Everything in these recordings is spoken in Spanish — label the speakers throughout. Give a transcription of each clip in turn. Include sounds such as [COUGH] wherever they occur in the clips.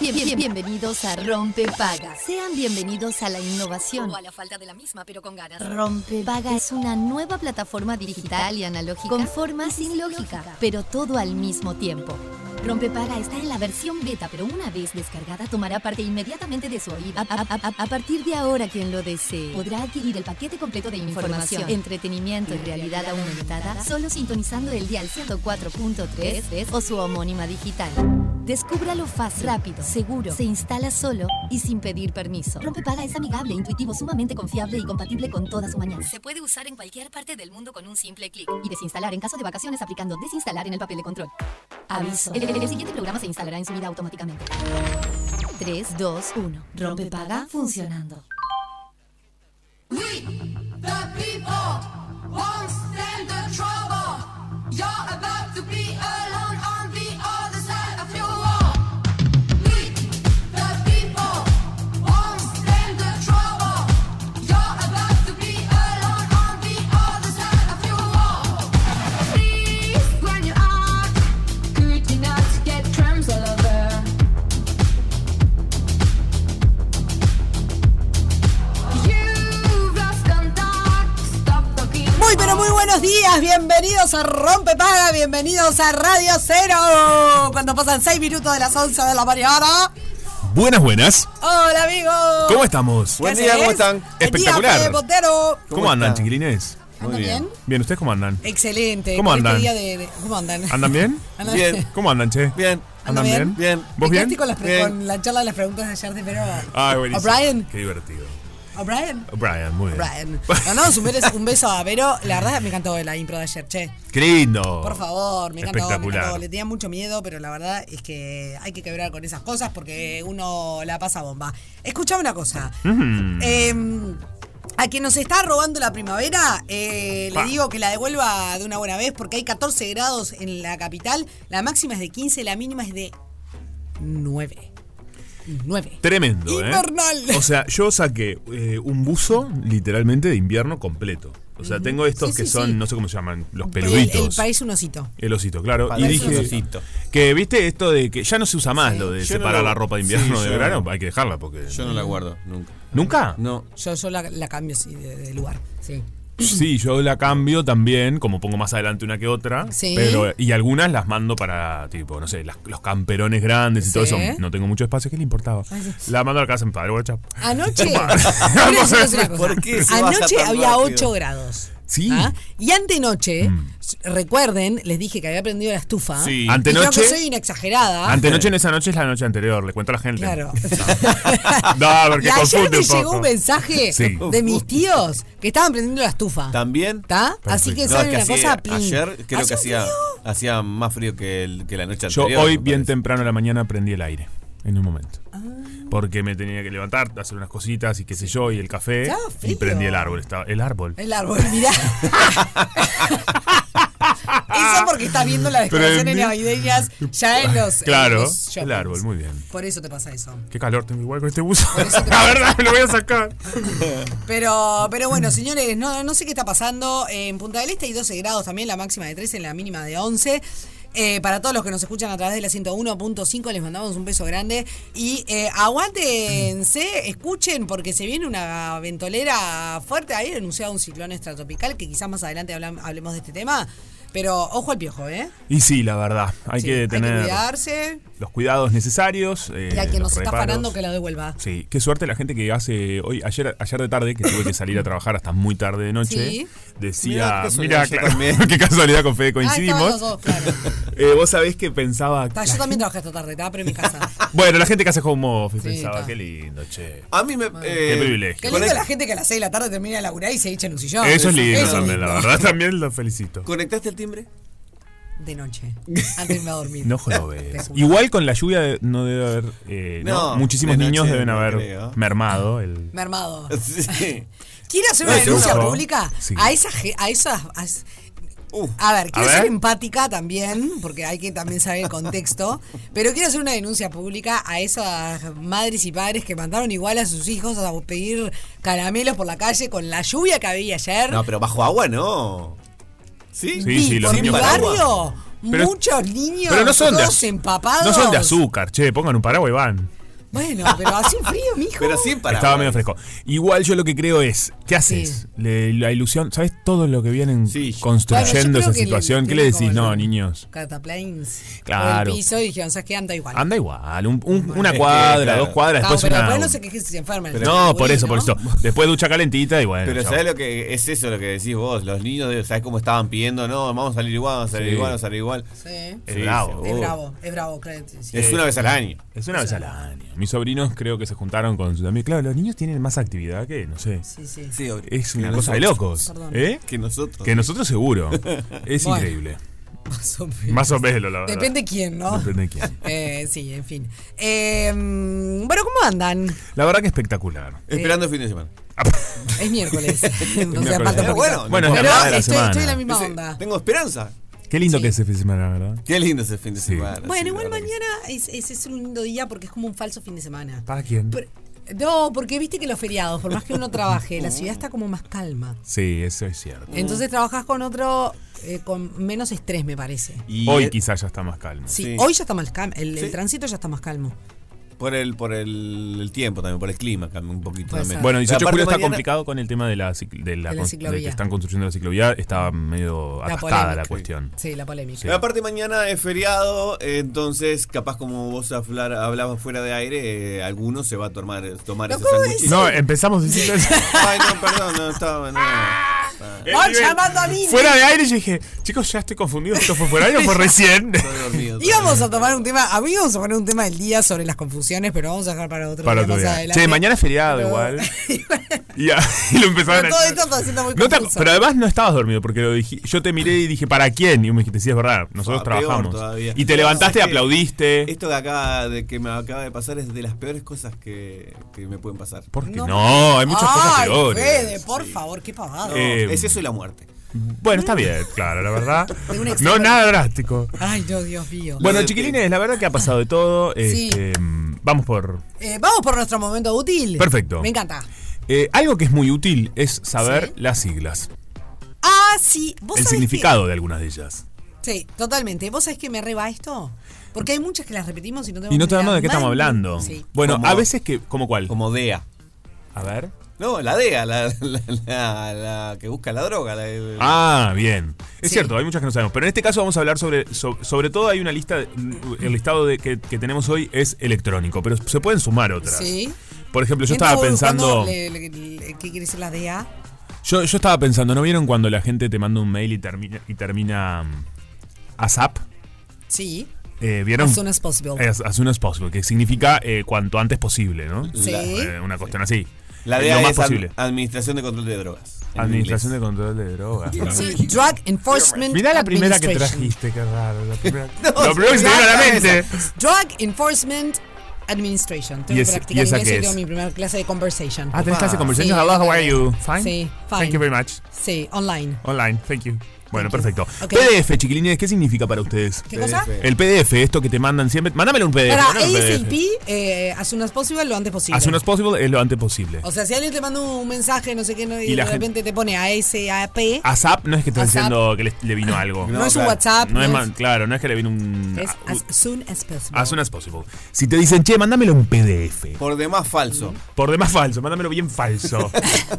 Speaker 1: Bien- bien- bienvenidos a Rompe Paga. Sean bienvenidos a la innovación.
Speaker 2: o a la falta de la misma, pero con ganas.
Speaker 1: Rompe Paga es una nueva plataforma digital y analógica con forma sin lógica, pero todo al mismo tiempo. Rompe Paga está en la versión beta, pero una vez descargada tomará parte inmediatamente de su oído. A, a- a- a- a partir de ahora, quien lo desee podrá adquirir el paquete completo de información, entretenimiento y realidad aumentada solo sintonizando el dial 104.3 o su homónima digital. Descúbralo fácil, rápido, seguro. Se instala solo y sin pedir permiso. Rompepaga es amigable, intuitivo, sumamente confiable y compatible con toda su mañana.
Speaker 2: Se puede usar en cualquier parte del mundo con un simple clic.
Speaker 1: Y desinstalar en caso de vacaciones aplicando desinstalar en el papel de control. Aviso. El, el- el siguiente programa se instalará en su vida automáticamente. 3, 2, 1. Rompepaga funcionando.
Speaker 3: We, the people, won't stand the trouble. You're about to be alone on the other side of your wall. We, the people, won't stand the trouble. You're about to be alone on the other side of your wall. Please, when you are, could you not get crumbs all over? You've lost contact. Stop talking.
Speaker 4: Muy pero muy buenos días, bienvenidos a Rompe Paga, bienvenidos a Radio Cero. Cuando pasan 6 minutos de las 11 de la mañana.
Speaker 5: Buenas, buenas.
Speaker 4: Hola amigos.
Speaker 5: ¿Cómo estamos?
Speaker 6: Buen día, ¿cómo están?
Speaker 5: Espectacular.
Speaker 4: Espectacular. Montero.
Speaker 5: ¿Cómo,
Speaker 6: ¿Cómo
Speaker 5: andan,
Speaker 6: está?
Speaker 5: chiquilines?
Speaker 4: ¿Andan bien?
Speaker 5: Bien, Eh, ¿ustedes cómo andan?
Speaker 4: Excelente.
Speaker 5: ¿Cómo
Speaker 4: con
Speaker 5: andan?
Speaker 4: Este día de, de- ¿Cómo andan?
Speaker 5: [LAUGHS] ¿Andan bien?
Speaker 4: [LAUGHS] Andan
Speaker 6: Bien.
Speaker 5: ¿Cómo andan, che?
Speaker 6: Bien.
Speaker 5: ¿Andan
Speaker 4: ¿Ando bien?
Speaker 5: bien?
Speaker 6: Bien.
Speaker 5: ¿Vos
Speaker 4: Me quedé
Speaker 5: bien?
Speaker 4: con, las pre-
Speaker 6: Bien.
Speaker 4: con la charla de las preguntas de ayer de Pero.
Speaker 5: Ay, buenísimo.
Speaker 4: O'Brien.
Speaker 5: Qué divertido.
Speaker 4: ¿O'Brien?
Speaker 5: Brian, muy bien.
Speaker 4: Brian. Mandamos un beso, un beso a Vero. La verdad me encantó la impro de ayer, che.
Speaker 5: Qué lindo.
Speaker 4: Por favor, me encantó, me
Speaker 5: Espectacular.
Speaker 4: encantó. Le tenía mucho miedo, pero la verdad es que hay que quebrar con esas cosas porque uno la pasa bomba. Escuchame una cosa.
Speaker 5: Mm.
Speaker 4: Eh, a quien nos está robando la primavera, eh, le
Speaker 5: Pa.
Speaker 4: digo que la devuelva de una buena vez porque hay 14 grados en la capital. La máxima es de 15, la mínima es de 9. 9.
Speaker 5: Tremendo,
Speaker 4: Invernal.
Speaker 5: ¿eh? O sea, yo saqué eh, un buzo, literalmente, de invierno completo. O sea, tengo estos
Speaker 4: Sí,
Speaker 5: que
Speaker 4: sí,
Speaker 5: son,
Speaker 4: sí.
Speaker 5: no sé cómo se llaman, los
Speaker 4: El, el
Speaker 5: peluditos.
Speaker 4: país un osito.
Speaker 5: El osito, claro.
Speaker 6: Para
Speaker 5: Y
Speaker 6: eso
Speaker 5: dije
Speaker 6: el osito.
Speaker 5: que, viste, esto de que ya no se usa más lo de
Speaker 6: Yo no
Speaker 5: separar
Speaker 6: lo-
Speaker 5: la ropa de invierno
Speaker 6: Sí,
Speaker 5: de
Speaker 6: yo-
Speaker 5: verano. Hay que dejarla porque...
Speaker 6: Yo no la guardo, nunca.
Speaker 5: ¿Nunca?
Speaker 6: No.
Speaker 4: Yo, yo la, la cambio sí, de, de lugar. Sí.
Speaker 5: Sí, yo la cambio también, como pongo más adelante una que otra.
Speaker 4: Sí.
Speaker 5: Pero, y algunas las mando para, tipo, no sé, las- los camperones grandes y todo
Speaker 4: Sí.
Speaker 5: eso. No tengo mucho espacio, ¿qué le importaba? La mando a la casa en padre, guacha.
Speaker 4: Anoche,
Speaker 5: [LAUGHS] Chapa.
Speaker 4: Quiero deciros [LAUGHS] una cosa.
Speaker 6: ¿Por qué se baja
Speaker 4: Anoche
Speaker 6: tan
Speaker 4: había
Speaker 6: rápido?
Speaker 4: 8 grados.
Speaker 5: Sí. Mm.
Speaker 4: ¿ah? Y antenoche, recuerden, les dije que había prendido la estufa.
Speaker 6: Sí.
Speaker 4: Y
Speaker 5: Antenoche-
Speaker 4: creo que soy inexagerada.
Speaker 5: Antenoche en esa noche es la noche anterior, le cuento a la gente.
Speaker 4: Claro.
Speaker 5: [LAUGHS] No, porque
Speaker 4: y ayer
Speaker 5: confunde
Speaker 4: me
Speaker 5: un poco.
Speaker 4: llegó un mensaje
Speaker 5: Sí.
Speaker 4: de mis tíos que estaban prendiendo la estufa.
Speaker 6: ¿También?
Speaker 4: Ah. ¿Está? Así que
Speaker 5: Perfecto.
Speaker 4: saben una
Speaker 6: hacía-
Speaker 4: cosa, plin.
Speaker 6: ayer creo que
Speaker 4: un
Speaker 6: hacía,
Speaker 4: frío.
Speaker 6: hacía más frío que, el- que la noche
Speaker 5: Yo
Speaker 6: anterior.
Speaker 5: hoy,
Speaker 6: me
Speaker 5: bien
Speaker 6: parece.
Speaker 5: temprano a la mañana, prendí el aire, en un momento.
Speaker 4: Ah.
Speaker 5: Porque me tenía que levantar, hacer unas cositas y qué sé yo, y el café.
Speaker 4: Estaba
Speaker 5: Y
Speaker 4: frío.
Speaker 5: prendí el árbol, estaba, el árbol.
Speaker 4: El árbol,
Speaker 5: [LAUGHS]
Speaker 4: mirá. Eso porque estás viendo las decoraciones
Speaker 5: Prendí.
Speaker 4: navideñas ya en los. en
Speaker 5: Claro,
Speaker 4: los shoppings.
Speaker 5: el árbol, muy bien.
Speaker 4: Por eso te pasa eso.
Speaker 5: Qué calor tengo igual con este buzo. [LAUGHS]
Speaker 4: eso te
Speaker 5: La verdad, me lo voy a sacar.
Speaker 4: Pero, pero bueno, señores, no, no sé qué está pasando. Eh, En Punta del Este hay 12 grados también, la máxima de 13, la mínima de 11. Eh, para todos los que nos escuchan a través de la 101.5 les mandamos un beso grande. Y eh, aguántense, escuchen, porque se viene una ventolera fuerte. Ahí anunciado un ciclón extratropical, que quizás más adelante hablam- hablemos de este tema. Pero ojo al piojo, ¿eh?
Speaker 5: Y sí, la verdad, hay
Speaker 4: Sí,
Speaker 5: que tener
Speaker 4: cuidarse.
Speaker 5: los cuidados necesarios. eh,
Speaker 4: Y a quien
Speaker 5: los
Speaker 4: nos está
Speaker 5: reparos.
Speaker 4: parando que lo devuelva.
Speaker 5: Sí, qué suerte la gente que hace hoy ayer ayer de tarde que tuve que salir a trabajar hasta muy tarde de noche.
Speaker 4: Sí.
Speaker 6: Mirá,
Speaker 5: Decía,
Speaker 6: qué
Speaker 5: mira,
Speaker 6: casualidad, yo también".
Speaker 5: [LAUGHS] qué casualidad con Fede
Speaker 4: Ah, estaban los
Speaker 5: coincidimos.
Speaker 4: dos, claro.
Speaker 5: Eh, vos sabés que pensaba
Speaker 4: Ta, yo también trabajé esta tarde, estaba pero en mi casa.
Speaker 5: Bueno, la gente que hace home office
Speaker 4: Sí,
Speaker 5: pensaba,
Speaker 4: ta.
Speaker 5: qué lindo, che.
Speaker 6: [LAUGHS] A mí me. eh,
Speaker 5: privilegio.
Speaker 4: Qué
Speaker 5: Qué
Speaker 6: con
Speaker 4: lindo
Speaker 6: el-
Speaker 4: la gente que a las 6 de la tarde termina de laburar y se echa en un sillón.
Speaker 5: Eso es lindo
Speaker 4: Eso
Speaker 5: también, la
Speaker 4: lindo.
Speaker 5: verdad también lo felicito.
Speaker 6: ¿Conectaste el timbre?
Speaker 4: De [LAUGHS] noche, antes de irme a dormir.
Speaker 5: No
Speaker 4: Te
Speaker 5: jorobes.
Speaker 4: juro.
Speaker 5: Igual con la lluvia de- no debe haber. eh, ¿no?
Speaker 6: No,
Speaker 5: Muchísimos
Speaker 6: de
Speaker 5: niños
Speaker 6: noche
Speaker 5: deben
Speaker 6: no
Speaker 5: haber
Speaker 6: creo.
Speaker 5: mermado el.
Speaker 4: Mermado.
Speaker 6: Sí.
Speaker 4: Quiero hacer
Speaker 6: No,
Speaker 4: una
Speaker 6: es
Speaker 4: denuncia
Speaker 5: uno.
Speaker 4: pública
Speaker 5: Sí.
Speaker 4: a esa ge- a esas. A, es-
Speaker 6: Uh,
Speaker 4: a ver, quiero
Speaker 5: A
Speaker 4: ser
Speaker 5: ver.
Speaker 4: empática también, porque hay que también saber el contexto, pero quiero hacer una denuncia pública a esas madres y padres que mandaron igual a sus hijos a pedir caramelos por la calle con la lluvia que había ayer.
Speaker 6: No, pero bajo agua no. ¿Sí?
Speaker 5: Sí, sí, los
Speaker 4: por mi
Speaker 5: niños-
Speaker 4: barrio,
Speaker 5: Pero-
Speaker 4: muchos niños
Speaker 5: Pero no son de
Speaker 4: todos
Speaker 5: az-
Speaker 4: empapados.
Speaker 5: No son de azúcar, che, pongan un paraguas y van.
Speaker 4: Bueno, pero hace un frío, mijo.
Speaker 6: Pero sí para.
Speaker 5: Estaba medio fresco. Igual yo lo que creo es, ¿qué haces? Le- la ilusión, ¿sabes todo lo que vienen
Speaker 6: Sí.
Speaker 5: construyendo
Speaker 4: Bueno, yo creo
Speaker 5: esa
Speaker 4: que le-
Speaker 5: situación? ¿Qué le
Speaker 4: tiene como
Speaker 5: decís?
Speaker 4: el-
Speaker 5: No, niños.
Speaker 4: Cataplanes.
Speaker 5: Claro.
Speaker 4: Por el piso y dijeron, ¿sabes qué? Anda igual.
Speaker 5: Anda igual, un- un- una
Speaker 6: Es que,
Speaker 5: cuadra,
Speaker 6: claro.
Speaker 5: dos cuadras,
Speaker 4: No,
Speaker 5: después
Speaker 4: pero
Speaker 5: una...
Speaker 4: después no sé qué que se enferman.
Speaker 5: no, por eso, por eso. Después ducha calentita y bueno.
Speaker 6: Pero
Speaker 5: chao.
Speaker 6: ¿sabés lo que es eso lo que decís vos? Los niños, ¿sabés cómo estaban pidiendo? No, vamos a salir igual, vamos a salir
Speaker 5: Sí.
Speaker 6: igual, vamos a salir igual.
Speaker 4: Sí.
Speaker 5: Es
Speaker 6: Sí,
Speaker 5: bravo.
Speaker 6: seguro.
Speaker 4: Es bravo, es bravo, claro. sí, sí.
Speaker 6: Es una vez al año.
Speaker 5: Es una vez al año. Mis sobrinos creo que se juntaron con sus amigos. Claro, los niños tienen más actividad que, no sé.
Speaker 4: Sí, sí.
Speaker 6: Sí,
Speaker 5: Es una cosa de locos.
Speaker 4: Perdón.
Speaker 5: ¿Eh?
Speaker 6: Que nosotros.
Speaker 5: Que nosotros
Speaker 6: [LAUGHS]
Speaker 5: seguro. Es
Speaker 4: Bueno.
Speaker 5: increíble.
Speaker 4: Más o menos.
Speaker 5: Más o menos, la verdad.
Speaker 4: Depende quién, ¿no?
Speaker 5: Depende de quién.
Speaker 4: [LAUGHS] Eh, sí, en fin. Eh, mm, bueno, ¿cómo andan?
Speaker 5: La verdad que espectacular.
Speaker 4: Eh,
Speaker 6: Esperando el fin de semana.
Speaker 4: Es
Speaker 5: [LAUGHS]
Speaker 4: miércoles. o sea,
Speaker 5: miércoles.
Speaker 4: falta
Speaker 5: Pero
Speaker 4: un
Speaker 6: bueno,
Speaker 4: poquito.
Speaker 6: bueno,
Speaker 5: es la
Speaker 4: Pero
Speaker 5: mitad de la
Speaker 4: estoy, estoy en la
Speaker 5: semana.
Speaker 4: misma
Speaker 6: Ese-
Speaker 4: onda.
Speaker 6: Tengo esperanza.
Speaker 5: Qué lindo
Speaker 4: Sí.
Speaker 5: que es ese fin de semana, ¿verdad?
Speaker 6: Qué lindo ese fin de
Speaker 5: Sí.
Speaker 6: semana.
Speaker 4: Bueno,
Speaker 6: sí,
Speaker 4: igual
Speaker 6: la verdad
Speaker 4: mañana es, es, es un lindo día porque es como un falso fin de semana.
Speaker 5: ¿Para quién?
Speaker 4: Pero- no, porque viste que los feriados, por más que uno trabaje, la ciudad está como más calma.
Speaker 5: Sí, eso es cierto.
Speaker 4: Entonces trabajas con otro, eh, con menos estrés, me parece.
Speaker 6: que- Y
Speaker 5: Hoy
Speaker 6: es-
Speaker 5: quizás ya está más calmo.
Speaker 4: Sí,
Speaker 6: Sí.
Speaker 4: hoy ya está más calmo, el, el
Speaker 6: Sí.
Speaker 4: tránsito ya está más calmo.
Speaker 6: Por el, por el, el tiempo también, por el clima, cambia un poquito
Speaker 4: Puede
Speaker 6: también.
Speaker 4: ser.
Speaker 5: Bueno,
Speaker 6: Pero
Speaker 5: 18 de
Speaker 6: aparte
Speaker 5: julio está
Speaker 6: mañana-
Speaker 5: complicado con el tema de la, cicl- de la
Speaker 4: De la
Speaker 5: con-
Speaker 4: ciclovía.
Speaker 5: de que están construyendo la ciclovía. Está medio
Speaker 4: La
Speaker 5: atascada la
Speaker 4: polémica.
Speaker 5: cuestión.
Speaker 4: Sí, la polémica.
Speaker 5: Sí.
Speaker 6: Pero aparte mañana es feriado, eh, entonces capaz como vos hablar- hablabas fuera de aire, eh, alguno se va a tomar, tomar
Speaker 4: No,
Speaker 6: ese
Speaker 4: ¿cómo
Speaker 6: sándwich.
Speaker 5: No, empezamos diciendo
Speaker 6: [LAUGHS] Ay, no, perdón, no estaba... No,
Speaker 4: ¡Van llamando a mí!
Speaker 5: Fuera de aire yo dije, chicos, ya estoy confundido, esto fue fuera
Speaker 4: [LAUGHS]
Speaker 5: de aire o fue recién.
Speaker 6: Estoy
Speaker 5: [LAUGHS]
Speaker 6: dormido.
Speaker 4: Íbamos a tomar un tema, a mí íbamos a poner un tema del día sobre las confusiones, pero vamos a dejar para otro
Speaker 5: Para
Speaker 4: día
Speaker 5: otro
Speaker 4: más
Speaker 5: día.
Speaker 4: adelante.
Speaker 5: Che, mañana es feriado
Speaker 4: Pero- [LAUGHS]
Speaker 5: igual. Y, ya, [LAUGHS] y lo empezaron
Speaker 4: Pero todo
Speaker 5: a-
Speaker 4: esto está siendo muy
Speaker 5: No te-
Speaker 4: confuso.
Speaker 5: pero además no estabas dormido porque lo dije, yo te miré y dije, ¿para quién? Y me dijiste, sí, es verdad, nosotros
Speaker 6: Ah, peor
Speaker 5: trabajamos.
Speaker 6: todavía.
Speaker 5: Y te levantaste y
Speaker 6: Es que-
Speaker 5: aplaudiste.
Speaker 6: Esto que, acaba de, que me acaba de pasar es de las peores cosas que, que me pueden pasar.
Speaker 5: Porque
Speaker 4: No.
Speaker 5: no, hay muchas cosas
Speaker 4: Ay,
Speaker 5: peores.
Speaker 4: Fede, por favor, qué pavada.
Speaker 6: No,
Speaker 5: Eh,
Speaker 6: es eso y la muerte.
Speaker 5: Bueno, está bien, claro, la verdad.
Speaker 4: [LAUGHS] Tengo un
Speaker 5: No,
Speaker 4: experto.
Speaker 5: nada drástico.
Speaker 4: [LAUGHS] Ay, no, Dios mío.
Speaker 5: Bueno,
Speaker 6: de-
Speaker 5: chiquilines, la verdad que ha pasado de todo.
Speaker 4: Ah. Sí.
Speaker 5: Este, mm, vamos por.
Speaker 4: Eh, vamos por nuestro momento útil.
Speaker 5: Perfecto.
Speaker 4: Me encanta.
Speaker 5: eh, algo que es muy útil es saber las siglas,
Speaker 4: Ah, sí. ¿Vos
Speaker 5: el
Speaker 4: sabés
Speaker 5: significado de algunas de ellas.
Speaker 4: que- sí, totalmente. ¿Vos sabés que me reba esto? Porque hay muchas que las repetimos y no tenemos
Speaker 5: Y no
Speaker 4: ni la
Speaker 5: sabemos de qué estamos
Speaker 4: más-
Speaker 5: hablando.
Speaker 4: Sí.
Speaker 5: Bueno,
Speaker 6: Como-
Speaker 5: a veces que. ¿Cómo cuál?
Speaker 6: Como DEA.
Speaker 5: A ver.
Speaker 6: No, la DEA, la, [LAUGHS] la- la- la que busca la droga. La,
Speaker 5: Ah, bien. Es
Speaker 4: Sí.
Speaker 5: cierto, hay muchas que no sabemos. Pero en este caso vamos a hablar sobre. so- sobre todo hay una lista. de- el listado de, que, que tenemos hoy es electrónico, pero se pueden sumar otras.
Speaker 4: Sí.
Speaker 5: Por ejemplo, yo
Speaker 4: Mientras
Speaker 5: estaba
Speaker 4: voy buscando
Speaker 5: pensando.
Speaker 4: le- le- le- ¿Qué quiere decir la DA?
Speaker 5: Yo, yo estaba pensando, ¿no vieron cuando la gente te manda un mail y termina, y termina mm, ASAP?
Speaker 4: Sí.
Speaker 5: Eh, ¿Vieron?
Speaker 4: As soon as possible.
Speaker 5: Eh, as- as soon as possible, que significa eh, cuanto antes posible, ¿no?
Speaker 4: Sí.
Speaker 5: Eh, una cuestión así.
Speaker 6: la
Speaker 5: Eh,
Speaker 6: DEA
Speaker 5: lo más
Speaker 6: es ad-
Speaker 5: posible.
Speaker 6: Administración de Control de Drogas. en
Speaker 5: Administración
Speaker 6: inglés.
Speaker 5: de Control de Drogas.
Speaker 4: Drug Enforcement
Speaker 5: Mirá la primera que
Speaker 4: Administration.
Speaker 5: trajiste, qué raro. La
Speaker 4: [LAUGHS]
Speaker 5: primera... lo primero que se me vino a la mente.
Speaker 4: Drug Enforcement Administration. Tengo
Speaker 5: ¿Y
Speaker 4: que
Speaker 5: es-
Speaker 4: practicar
Speaker 5: y esa
Speaker 4: inglés
Speaker 5: qué
Speaker 4: y tengo
Speaker 5: es?
Speaker 4: mi primera clase de conversation.
Speaker 5: Ah, tenés clase de conversaciones.
Speaker 4: Sí.
Speaker 5: Hello, how are you? Fine?
Speaker 4: Sí, fine.
Speaker 5: Thank you very much.
Speaker 4: Sí, online.
Speaker 5: Online, thank you. Bueno,
Speaker 4: Thank you.
Speaker 5: perfecto.
Speaker 4: Ok.
Speaker 5: PDF, chiquilines, ¿qué significa para ustedes?
Speaker 4: ¿Qué cosa?
Speaker 6: PDF.
Speaker 5: El PDF, esto que te mandan siempre. Mándamelo un PDF.
Speaker 4: Para
Speaker 5: mándame un
Speaker 4: ASAP,
Speaker 5: PDF.
Speaker 4: eh, as soon as possible, lo antes posible.
Speaker 5: As soon as possible es lo antes posible.
Speaker 4: O sea, si alguien te manda un mensaje, no sé qué, no, y,
Speaker 5: Y
Speaker 4: de
Speaker 5: la gente-
Speaker 4: repente te pone ASAP,
Speaker 5: ASAP no es que estés
Speaker 4: ASAP.
Speaker 5: diciendo que le, le vino algo.
Speaker 4: no,
Speaker 5: No,
Speaker 6: no,
Speaker 4: es un
Speaker 6: claro.
Speaker 4: WhatsApp, no,
Speaker 5: es
Speaker 4: es,
Speaker 5: man- claro, no es que le vino un. Ah,
Speaker 4: es
Speaker 5: a-
Speaker 4: as soon as possible.
Speaker 5: as soon as possible. Si te dicen, che, mándamelo en PDF.
Speaker 6: Por demás falso.
Speaker 5: Por demás falso, mándamelo
Speaker 4: [LAUGHS]
Speaker 5: bien falso.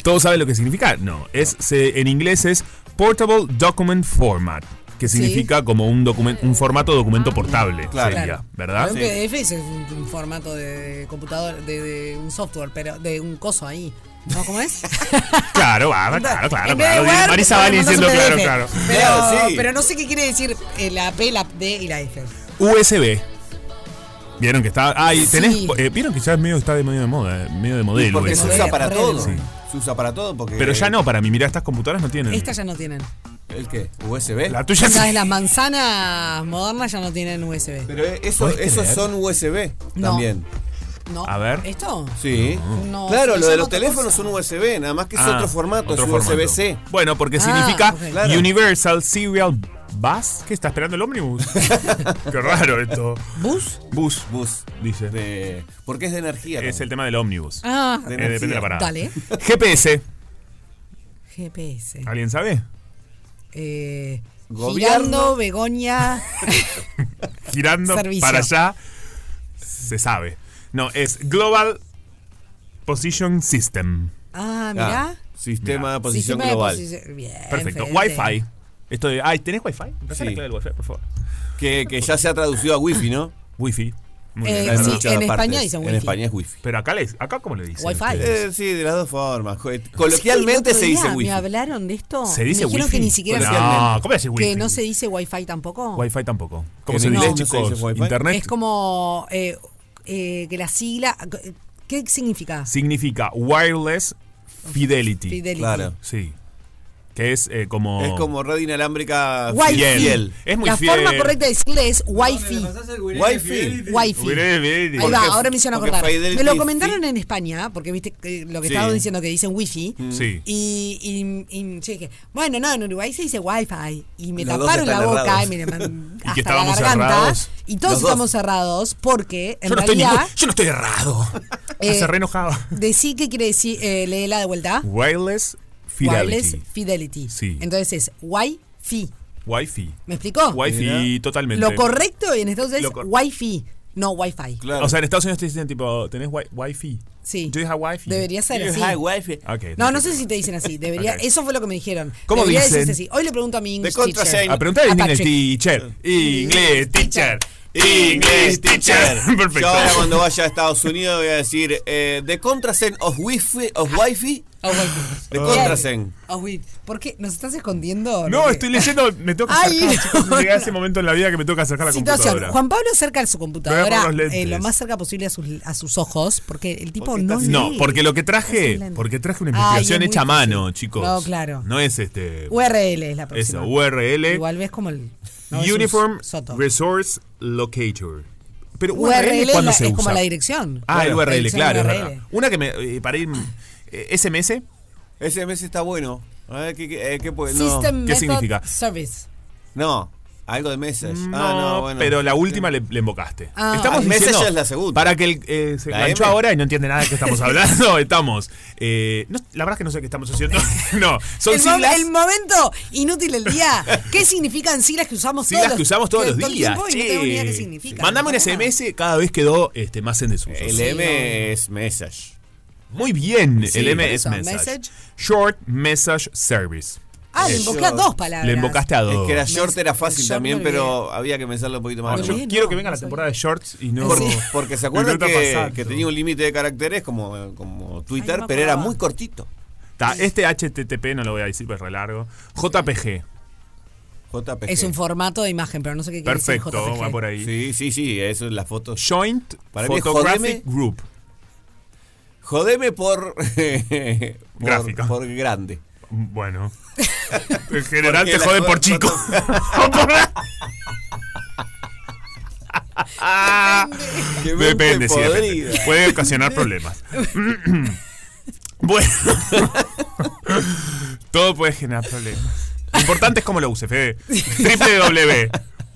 Speaker 5: ¿Todos saben lo que significa? No. Es, se- en inglés es Portable Document Format, que
Speaker 4: Sí. Ah,
Speaker 5: significa como un, documen- un formato documento portable.
Speaker 6: Claro.
Speaker 5: sería,
Speaker 4: Claro.
Speaker 5: ¿verdad?
Speaker 4: Pero
Speaker 6: Sí.
Speaker 4: un PDF es un, un formato de computador, de, de un software, pero de un coso ahí. ¿No? ¿Cómo es?
Speaker 5: Claro, va, claro, [LAUGHS] claro.
Speaker 4: En vez de
Speaker 5: claro.
Speaker 4: Word,
Speaker 5: Marisa
Speaker 4: te
Speaker 5: Bali
Speaker 4: mandas
Speaker 5: diciendo,
Speaker 4: un
Speaker 5: claro,
Speaker 4: PDF.
Speaker 5: claro.
Speaker 4: Pero,
Speaker 6: Claro, sí.
Speaker 4: pero no sé qué quiere decir eh, la P, la D y la F.
Speaker 5: USB. Vieron que está. Ay, tenés.
Speaker 4: Sí.
Speaker 5: eh, Vieron que ya es medio está de medio de moda, eh, medio de modelo.
Speaker 6: Porque se
Speaker 5: USB.
Speaker 6: usa para
Speaker 4: Modelo.
Speaker 6: todo.
Speaker 4: Sí.
Speaker 6: Se usa para todo porque...
Speaker 5: Pero ya no, para mí, mira, estas computadoras no tienen.
Speaker 4: Estas ya no tienen.
Speaker 6: ¿El qué? ¿USB?
Speaker 5: Mm. La tuya sí.
Speaker 4: Las de las manzanas modernas ya no tienen USB.
Speaker 6: Pero eh, eso,
Speaker 5: ¿Podés
Speaker 6: esos
Speaker 5: creer?
Speaker 6: son USB
Speaker 4: No.
Speaker 6: también.
Speaker 4: No.
Speaker 5: A ver.
Speaker 4: ¿Esto?
Speaker 6: Sí.
Speaker 4: No,
Speaker 6: claro,
Speaker 4: se
Speaker 6: lo
Speaker 4: llama
Speaker 6: de los
Speaker 4: otra
Speaker 6: teléfonos
Speaker 4: cosa.
Speaker 6: son USB, nada más que es
Speaker 5: Ah,
Speaker 6: otro formato,
Speaker 5: otro
Speaker 6: es
Speaker 5: formato.
Speaker 6: USB-C.
Speaker 5: Bueno, porque
Speaker 4: Ah,
Speaker 5: significa
Speaker 4: ok.
Speaker 6: Claro.
Speaker 5: Universal Serial Bus. ¿Qué está esperando
Speaker 6: [LAUGHS]
Speaker 5: el ómnibus? [LAUGHS] Qué raro esto.
Speaker 4: ¿Bus?
Speaker 5: Bus,
Speaker 6: Bus.
Speaker 5: dice.
Speaker 6: De, porque es de energía.
Speaker 5: Es
Speaker 6: ¿no?
Speaker 5: el tema del ómnibus.
Speaker 4: Ah,
Speaker 5: Eh,
Speaker 6: energía.
Speaker 5: depende de la parada.
Speaker 4: Dale.
Speaker 5: GPS.
Speaker 4: GPS.
Speaker 5: ¿Alguien sabe?
Speaker 4: Eh,
Speaker 6: Gobierno.
Speaker 4: Girando, Begoña.
Speaker 5: Girando
Speaker 4: Servicio.
Speaker 5: para allá. Se sabe. No, es Global Position System.
Speaker 4: Ah, mirá.
Speaker 6: Ah, sistema
Speaker 5: Mirá.
Speaker 6: de posición
Speaker 4: Sistema de
Speaker 6: global.
Speaker 4: posición- Bien,
Speaker 5: Perfecto.
Speaker 4: Fede.
Speaker 5: Wi-Fi. Esto de, ay, ¿tenés Wi-Fi? Empezá
Speaker 6: Sí.
Speaker 5: la clave del Wi-Fi, por favor.
Speaker 6: Que, que ya se ha traducido a wifi, ¿no?
Speaker 5: Wi-Fi. Muy
Speaker 4: Eh,
Speaker 5: bien.
Speaker 6: Hay
Speaker 4: sí,
Speaker 5: Claro.
Speaker 6: muchas
Speaker 4: en español
Speaker 6: partes.
Speaker 4: dicen
Speaker 6: En
Speaker 4: wifi.
Speaker 6: España es wifi.
Speaker 5: Pero acá, les, acá ¿cómo le dicen?
Speaker 4: Wi-Fi.
Speaker 5: ustedes?
Speaker 6: Eh, sí, de las dos formas. jo- eh,
Speaker 4: El
Speaker 6: Coloquialmente
Speaker 4: otro
Speaker 6: se
Speaker 4: día
Speaker 6: dice wifi.
Speaker 4: Me hablaron de esto.
Speaker 5: ¿Se dice
Speaker 4: me dijeron
Speaker 5: Wi-Fi?
Speaker 4: que ni siquiera se-
Speaker 5: No, ¿cómo le decís Wi-Fi?
Speaker 4: que no se dice Wi-Fi tampoco.
Speaker 5: Wi-Fi tampoco. ¿Cómo
Speaker 6: En
Speaker 5: se dice,
Speaker 6: inglés no se
Speaker 5: chicos?
Speaker 6: dice Wi-Fi.
Speaker 5: Internet
Speaker 4: Es como eh, eh, que la sigla. ¿Qué significa?
Speaker 5: significa Wireless Fidelity.
Speaker 4: Fidelity.
Speaker 6: Claro.
Speaker 5: Sí. Que es eh, como...
Speaker 6: Es como red inalámbrica
Speaker 4: Wifi.
Speaker 5: fiel.
Speaker 6: fiel.
Speaker 5: Es muy
Speaker 4: la
Speaker 5: fiel.
Speaker 4: forma correcta de decirle es Wi-Fi.
Speaker 6: Wifi.
Speaker 4: Wifi.
Speaker 5: Fidelity.
Speaker 4: Ahí va,
Speaker 6: Porque-
Speaker 4: ahora me hicieron
Speaker 6: porque
Speaker 4: acordar.
Speaker 6: Fidelity
Speaker 4: Me lo
Speaker 6: Fi-
Speaker 4: comentaron en España, porque viste que lo que
Speaker 6: Sí. Mm.
Speaker 4: estaban diciendo que dicen wifi.
Speaker 5: Sí.
Speaker 4: Y, y, y yo dije, bueno, no, en Uruguay se dice wifi. Y me
Speaker 6: Los dos
Speaker 4: taparon la
Speaker 6: están
Speaker 4: boca
Speaker 6: errados.
Speaker 4: y me
Speaker 6: [LAUGHS]
Speaker 4: man-
Speaker 5: que
Speaker 4: hasta
Speaker 5: estábamos
Speaker 4: la garganta.
Speaker 5: cerrados.
Speaker 4: Y todos
Speaker 6: Los dos.
Speaker 4: estamos cerrados porque en
Speaker 5: Yo Ah, no, estoy
Speaker 4: realidad
Speaker 5: [LAUGHS] ningún- yo no estoy errado.
Speaker 4: Eh,
Speaker 5: Se re enojado.
Speaker 4: decí que quiere decir, eh, léela de vuelta.
Speaker 5: Wireless Uh, Fidelity.
Speaker 4: Wireless Fidelity.
Speaker 5: Sí.
Speaker 4: Entonces es wifi.
Speaker 5: Wi-Fi.
Speaker 4: ¿Me explicó?
Speaker 5: Wi-Fi totalmente.
Speaker 4: Lo correcto en Estados Unidos
Speaker 5: Lo
Speaker 4: es
Speaker 5: cor-
Speaker 4: wifi, no wifi.
Speaker 6: Claro.
Speaker 5: O sea, en Estados Unidos te dicen tipo, ¿tenés wi- Wi-Fi?
Speaker 4: Sí.
Speaker 5: ¿Do you have Wi-Fi?
Speaker 4: Debería ser así.
Speaker 6: "Ah, wifi.
Speaker 5: Ok.
Speaker 4: No, no sé si te dicen así. Debería,
Speaker 5: [LAUGHS] Ok.
Speaker 4: Eso fue lo que me dijeron.
Speaker 5: ¿Cómo
Speaker 4: Debería
Speaker 5: dicen?
Speaker 4: decirse así. Hoy le pregunto a mi English teacher.
Speaker 6: contraseña.
Speaker 5: A preguntar
Speaker 4: A
Speaker 5: en inglés,
Speaker 4: Patrick.
Speaker 5: teacher. Inglés, teacher. Inglés, teacher.
Speaker 6: Yo
Speaker 5: [LAUGHS] Perfecto.
Speaker 6: ahora cuando vaya a Estados Unidos voy a decir eh, The contrasen of wifi of wifi
Speaker 4: Oh, wifi.
Speaker 6: The
Speaker 4: Bien.
Speaker 6: contrasen.
Speaker 4: Oh, wifi. ¿Por qué? ¿Nos estás escondiendo?
Speaker 5: No, estoy leyendo, me toca
Speaker 4: Ay,
Speaker 5: acercar, chicos.
Speaker 4: no,
Speaker 5: Llega
Speaker 4: no.
Speaker 5: ese momento en la vida que me toca acercar la
Speaker 4: Situación.
Speaker 5: computadora.
Speaker 4: Juan Pablo acerca a su
Speaker 5: Me voy a
Speaker 4: computadora
Speaker 5: poner los
Speaker 4: eh,
Speaker 5: lentes.
Speaker 4: lo más cerca posible a sus, a sus ojos, porque el tipo
Speaker 6: ¿Por qué
Speaker 4: no
Speaker 6: estás-
Speaker 4: lee.
Speaker 5: No, porque lo que
Speaker 4: Estás
Speaker 5: traje,
Speaker 4: hablando.
Speaker 5: porque traje una
Speaker 4: Ay,
Speaker 5: investigación
Speaker 4: es muy
Speaker 5: hecha a
Speaker 4: difícil.
Speaker 5: mano, chicos.
Speaker 4: No, claro.
Speaker 5: No es este
Speaker 4: URL es la próxima.
Speaker 5: eso, URL
Speaker 4: Igual ves como el... no, es un
Speaker 5: Uniform
Speaker 4: soto.
Speaker 5: Resource Locator. Pero
Speaker 4: URL
Speaker 5: cuando
Speaker 4: es,
Speaker 5: se
Speaker 4: la- es
Speaker 5: usa.
Speaker 4: como la dirección.
Speaker 5: Ah, el
Speaker 4: Claro,
Speaker 5: URL,
Speaker 4: dirección
Speaker 5: claro, es
Speaker 4: URL.
Speaker 5: verdad. Una que me eh, para ir eh, SMS
Speaker 6: Ese mes está bueno. A ver, ¿qué, qué, eh, qué puede- no.
Speaker 4: System
Speaker 5: ¿Qué
Speaker 4: Method
Speaker 5: significa?
Speaker 4: Service.
Speaker 6: No, algo de message.
Speaker 5: No,
Speaker 6: ah, no, bueno.
Speaker 5: pero la última le, le embocaste.
Speaker 4: Ah.
Speaker 5: estamos
Speaker 6: Ah, Message
Speaker 5: diciendo,
Speaker 6: es la segunda.
Speaker 5: Para que el, eh, se
Speaker 6: La
Speaker 5: enganchó
Speaker 6: M.
Speaker 5: ahora y no entiende nada de qué estamos hablando. [LAUGHS] estamos. eh, no- la verdad es que no sé qué estamos haciendo. [LAUGHS] no, son
Speaker 4: el, mo-
Speaker 5: siglas.
Speaker 4: el momento inútil del día. ¿Qué significan siglas que usamos todos
Speaker 5: Siglas que
Speaker 4: los-
Speaker 5: usamos todos
Speaker 4: que-
Speaker 5: los
Speaker 4: todo el
Speaker 5: días.
Speaker 4: tiempo y no
Speaker 5: che.
Speaker 4: tengo ni idea qué significan.
Speaker 5: Mandame un SMS, cada vez quedó este, más en desuso.
Speaker 6: El
Speaker 5: Sí.
Speaker 6: M es message.
Speaker 5: Muy bien,
Speaker 4: Sí,
Speaker 5: el
Speaker 4: por
Speaker 5: M es
Speaker 4: eso,
Speaker 5: message.
Speaker 4: message.
Speaker 5: Short Message Service.
Speaker 4: Ah, le
Speaker 6: Eso.
Speaker 4: invoqué a dos palabras.
Speaker 5: Le invocaste a dos.
Speaker 6: Es que era short, era fácil
Speaker 4: Short
Speaker 6: también,
Speaker 4: me olvidé.
Speaker 6: pero había que pensarlo un poquito más.
Speaker 4: Me
Speaker 5: Ahora, Ah, yo
Speaker 4: olvidé,
Speaker 5: quiero
Speaker 4: no,
Speaker 5: que venga
Speaker 4: no
Speaker 5: la
Speaker 4: sabía.
Speaker 5: temporada de shorts y no.
Speaker 6: Por-
Speaker 5: [LAUGHS]
Speaker 4: [LAUGHS]
Speaker 6: porque se acuerdan
Speaker 5: y no está
Speaker 6: que,
Speaker 5: pasando.
Speaker 6: que tenía un límite de caracteres como, como Twitter,
Speaker 4: me
Speaker 6: pero era
Speaker 4: acordaba.
Speaker 6: muy cortito.
Speaker 5: Ta, este HTTP no lo voy a decir, pues es re largo. JPG.
Speaker 6: JPG.
Speaker 4: Es un formato de imagen, pero no sé qué quiere decir
Speaker 5: Perfecto,
Speaker 4: JPG.
Speaker 5: va por ahí.
Speaker 6: Sí, sí, sí, eso es la foto.
Speaker 5: Joint
Speaker 6: Para mí es jodeme.
Speaker 5: Photographic Group.
Speaker 6: Jodeme por, [LAUGHS] por-
Speaker 5: Gráfica.
Speaker 6: por grande. [LAUGHS]
Speaker 5: Bueno. En general
Speaker 6: Porque
Speaker 5: te
Speaker 6: la
Speaker 5: joden
Speaker 6: jo-
Speaker 5: por chico.
Speaker 6: Qué mente
Speaker 5: Depende, sí, depende.
Speaker 6: podrida.
Speaker 5: Puede
Speaker 4: [LAUGHS]
Speaker 5: ocasionar problemas. bueno. [LAUGHS] Todo puede generar problemas. Lo importante es cómo lo use, Fede. www.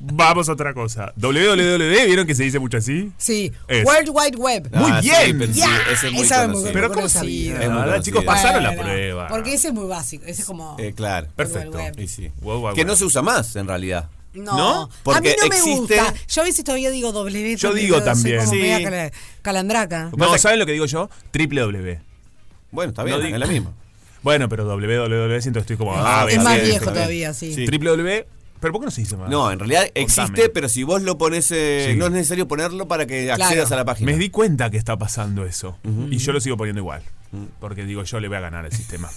Speaker 5: Vamos a otra cosa. www, ¿vieron que se dice mucho así?
Speaker 4: Sí,
Speaker 5: Es.
Speaker 4: World Wide Web.
Speaker 5: Muy
Speaker 6: Ah, sí,
Speaker 5: bien.
Speaker 6: pero sí,
Speaker 4: Ya,
Speaker 6: ese es muy
Speaker 4: esa es muy
Speaker 6: conocido.
Speaker 4: buena.
Speaker 5: Pero ¿cómo
Speaker 4: conocido.
Speaker 6: [LAUGHS]
Speaker 5: sabía? Ah.
Speaker 6: Es muy
Speaker 5: ¿Verdad,
Speaker 6: conocido.
Speaker 5: chicos, pasaron la
Speaker 4: Bueno,
Speaker 5: prueba.
Speaker 4: Porque ese es muy básico, ese es como...
Speaker 6: Eh, claro.
Speaker 5: Perfecto.
Speaker 4: World Wide
Speaker 6: Y sí.
Speaker 5: World Wide
Speaker 6: Que no
Speaker 5: Web.
Speaker 6: se usa más, en realidad.
Speaker 4: No,
Speaker 5: ¿No?
Speaker 4: a mí
Speaker 6: Porque
Speaker 4: no me
Speaker 6: existe-
Speaker 4: gusta. Yo a veces todavía digo W.
Speaker 5: Yo digo
Speaker 4: soy
Speaker 5: también.
Speaker 4: como
Speaker 5: Sí.
Speaker 4: media cala- calandraca.
Speaker 5: No, ¿saben lo que digo yo? www.
Speaker 6: Bueno, está
Speaker 5: No
Speaker 6: bien,
Speaker 5: digo-
Speaker 6: es la misma.
Speaker 5: Bueno, pero www siento que estoy como... Ah,
Speaker 4: es
Speaker 5: bien,
Speaker 4: más
Speaker 5: bien,
Speaker 4: viejo
Speaker 5: bien.
Speaker 4: todavía, sí.
Speaker 6: Sí.
Speaker 5: Www. ¿Pero por qué no se dice más?
Speaker 6: No, en realidad existe,
Speaker 5: Contame.
Speaker 6: pero si vos lo pones, eh,
Speaker 5: Sí.
Speaker 6: no es necesario ponerlo para que accedas a la página.
Speaker 5: Me di cuenta que está pasando eso. Y yo lo sigo poniendo igual. Porque digo, yo le voy a ganar
Speaker 6: [LAUGHS]
Speaker 5: al sistema.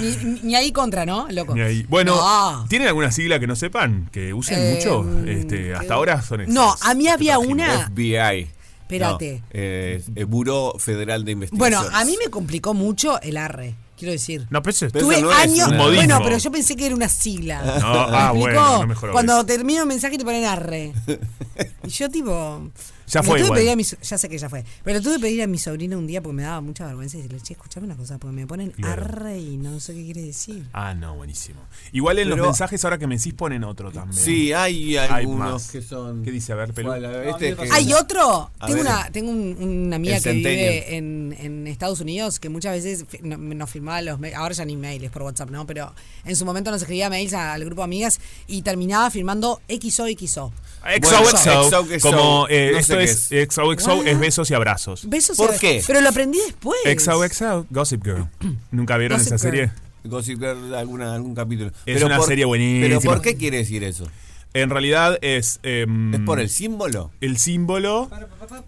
Speaker 4: Ni, ni ahí contra, ¿no? Loco.
Speaker 5: Ni ahí. Bueno,
Speaker 4: No.
Speaker 5: ¿tienen alguna sigla que no sepan? Que usen
Speaker 4: Eh,
Speaker 5: mucho.
Speaker 4: mm,
Speaker 5: Este,
Speaker 4: que-
Speaker 5: hasta ahora son esas.
Speaker 4: No, a mí había
Speaker 5: Página.
Speaker 4: una.
Speaker 6: FBI.
Speaker 4: Espérate.
Speaker 6: No, este eh, eh, Buró Federal de
Speaker 4: Bueno,
Speaker 6: Investigación.
Speaker 4: a mí me complicó mucho el arre, quiero decir.
Speaker 5: No, pero eso es-
Speaker 6: Pero
Speaker 4: Tuve
Speaker 6: esa no es
Speaker 4: años.
Speaker 6: una-
Speaker 5: modismo.
Speaker 4: Bueno, pero yo pensé que era una sigla.
Speaker 5: No, ah,
Speaker 4: ¿Me
Speaker 5: bueno,
Speaker 4: explicó?
Speaker 5: no mejoró
Speaker 4: Cuando
Speaker 5: eso.
Speaker 4: termino un mensaje te ponen
Speaker 6: [LAUGHS]
Speaker 4: arre. Y yo tipo.
Speaker 5: Ya
Speaker 4: le
Speaker 5: fue
Speaker 4: tuve que
Speaker 5: igual.
Speaker 4: pedir a mi so- ya sé que ya fue. Pero le tuve que pedir a mi sobrina un día porque me daba mucha vergüenza y decirle, che, escuchame una cosa, porque me ponen
Speaker 5: Claro.
Speaker 4: arre y no sé qué quiere decir.
Speaker 5: Ah, no, buenísimo. Igual en los
Speaker 6: Pero-
Speaker 5: mensajes ahora que me decís ponen otro también.
Speaker 6: Sí, hay algunos
Speaker 5: más.
Speaker 6: que son.
Speaker 5: ¿Qué dice? A ver, Pelú.
Speaker 6: Bueno, a ver, este que-
Speaker 4: Hay otro.
Speaker 6: A
Speaker 4: Tengo
Speaker 6: ver.
Speaker 4: una, tengo un- una amiga
Speaker 6: El
Speaker 4: que vive
Speaker 6: Centennial.
Speaker 4: en, en Estados Unidos que muchas veces fi- no- nos firmaba los mails. Ahora ya ni mails por WhatsApp, ¿no? Pero en su momento nos escribía mails a- al grupo de amigas y terminaba firmando XOXO.
Speaker 5: XOXO,
Speaker 6: Bueno, XOXO,
Speaker 5: como eh,
Speaker 6: no sé
Speaker 5: esto
Speaker 6: qué
Speaker 5: es, [LAUGHS]
Speaker 6: es.
Speaker 5: XOXO
Speaker 4: Guau.
Speaker 5: es besos y abrazos.
Speaker 4: Ah. Besos
Speaker 6: ¿Por
Speaker 4: y-
Speaker 6: qué?
Speaker 4: Pero lo aprendí después.
Speaker 5: Eh, XOXO, Gossip
Speaker 4: [CLEARS THROAT]
Speaker 5: Girl. ¿Nunca vieron
Speaker 4: Gossip
Speaker 5: esa
Speaker 4: Girl.
Speaker 5: serie?
Speaker 6: Gossip Girl, alguna, algún capítulo.
Speaker 5: Es una serie buenísima.
Speaker 6: ¿Pero por qué quiere decir eso?
Speaker 5: En realidad es... em,
Speaker 6: ¿Es por el símbolo?
Speaker 5: el símbolo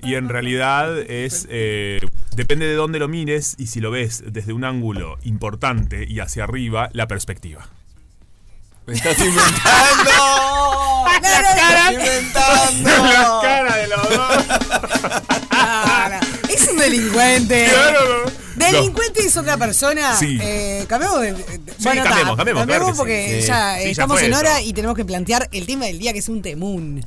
Speaker 5: y en realidad es eh, depende de dónde lo mires y si lo ves desde un ángulo importante y hacia arriba la perspectiva.
Speaker 6: ¡Me estás inventando! ¡Me estás
Speaker 5: La
Speaker 6: inventando!
Speaker 5: cara de los dos.
Speaker 4: Ah, no. Es un delincuente.
Speaker 5: [LAUGHS] Claro, no.
Speaker 4: Delincuente es otra persona.
Speaker 5: Sí.
Speaker 4: Eh, cambiamos de. de- ta,
Speaker 5: cambiemos, cambiemos, claro que
Speaker 4: porque
Speaker 5: sí. Sí.
Speaker 4: ya eh,
Speaker 5: Sí, ya
Speaker 4: estamos
Speaker 5: fue
Speaker 4: en
Speaker 5: eso.
Speaker 4: hora y tenemos que plantear el tema del día, que es un temún.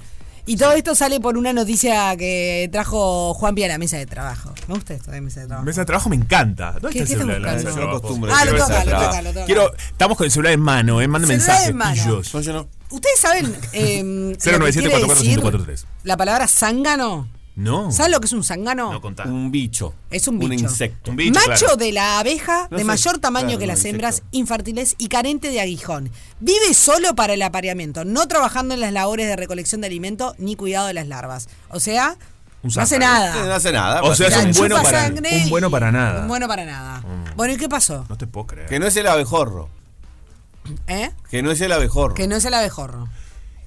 Speaker 4: Y todo esto sale por una noticia que trajo Juan Pía a la mesa de trabajo. Me gusta esto de mesa de trabajo.
Speaker 5: [LAUGHS] Mesa de trabajo me encanta. ¿Dónde
Speaker 4: ¿Qué-
Speaker 5: está el
Speaker 4: qué estás
Speaker 5: celular? de
Speaker 4: buscando?
Speaker 5: la mesa de
Speaker 6: Yo no
Speaker 5: trabajo?
Speaker 6: acostumbro
Speaker 4: Ah, lo
Speaker 6: Mesa de
Speaker 4: toca, lo
Speaker 6: trabajo.
Speaker 4: toca, lo toca.
Speaker 5: Quiero, estamos con el celular en mano, eh, manden
Speaker 4: Celular
Speaker 5: mensajes,
Speaker 4: en mano.
Speaker 5: pillos.
Speaker 6: No, yo no.
Speaker 4: Ustedes saben. Eh,
Speaker 5: [LAUGHS]
Speaker 4: lo que
Speaker 5: 097
Speaker 4: quiere decir
Speaker 5: 44
Speaker 4: La palabra zángano.
Speaker 5: No.
Speaker 4: ¿Saben lo que es un zángano?
Speaker 5: No contá.
Speaker 6: Un bicho.
Speaker 4: Es un
Speaker 6: Un
Speaker 4: bicho.
Speaker 6: insecto.
Speaker 5: Un bicho,
Speaker 4: Macho
Speaker 5: claro.
Speaker 4: de la abeja,
Speaker 6: No
Speaker 4: de
Speaker 6: sé,
Speaker 4: mayor tamaño
Speaker 6: claro,
Speaker 4: que las
Speaker 6: insecto.
Speaker 4: hembras, infértiles y carente de aguijón. Vive solo para el apareamiento, no trabajando en las labores de recolección de alimento ni cuidado de las larvas. O sea,
Speaker 5: Un
Speaker 4: no hace
Speaker 5: zángano.
Speaker 6: No
Speaker 4: nada.
Speaker 6: hace nada.
Speaker 5: O sea, es
Speaker 4: La
Speaker 5: un
Speaker 6: básicamente.
Speaker 5: bueno
Speaker 4: chupa
Speaker 5: para-
Speaker 4: sangre
Speaker 5: un bueno
Speaker 4: y-
Speaker 5: para nada. Mm,
Speaker 4: Un bueno para nada. Bueno, ¿y qué pasó?
Speaker 5: No te puedo creer.
Speaker 6: Que no es el
Speaker 5: [LAUGHS]
Speaker 6: abejorro.
Speaker 4: ¿Eh?
Speaker 6: Que no es el abejorro.
Speaker 4: Que no es el abejorro.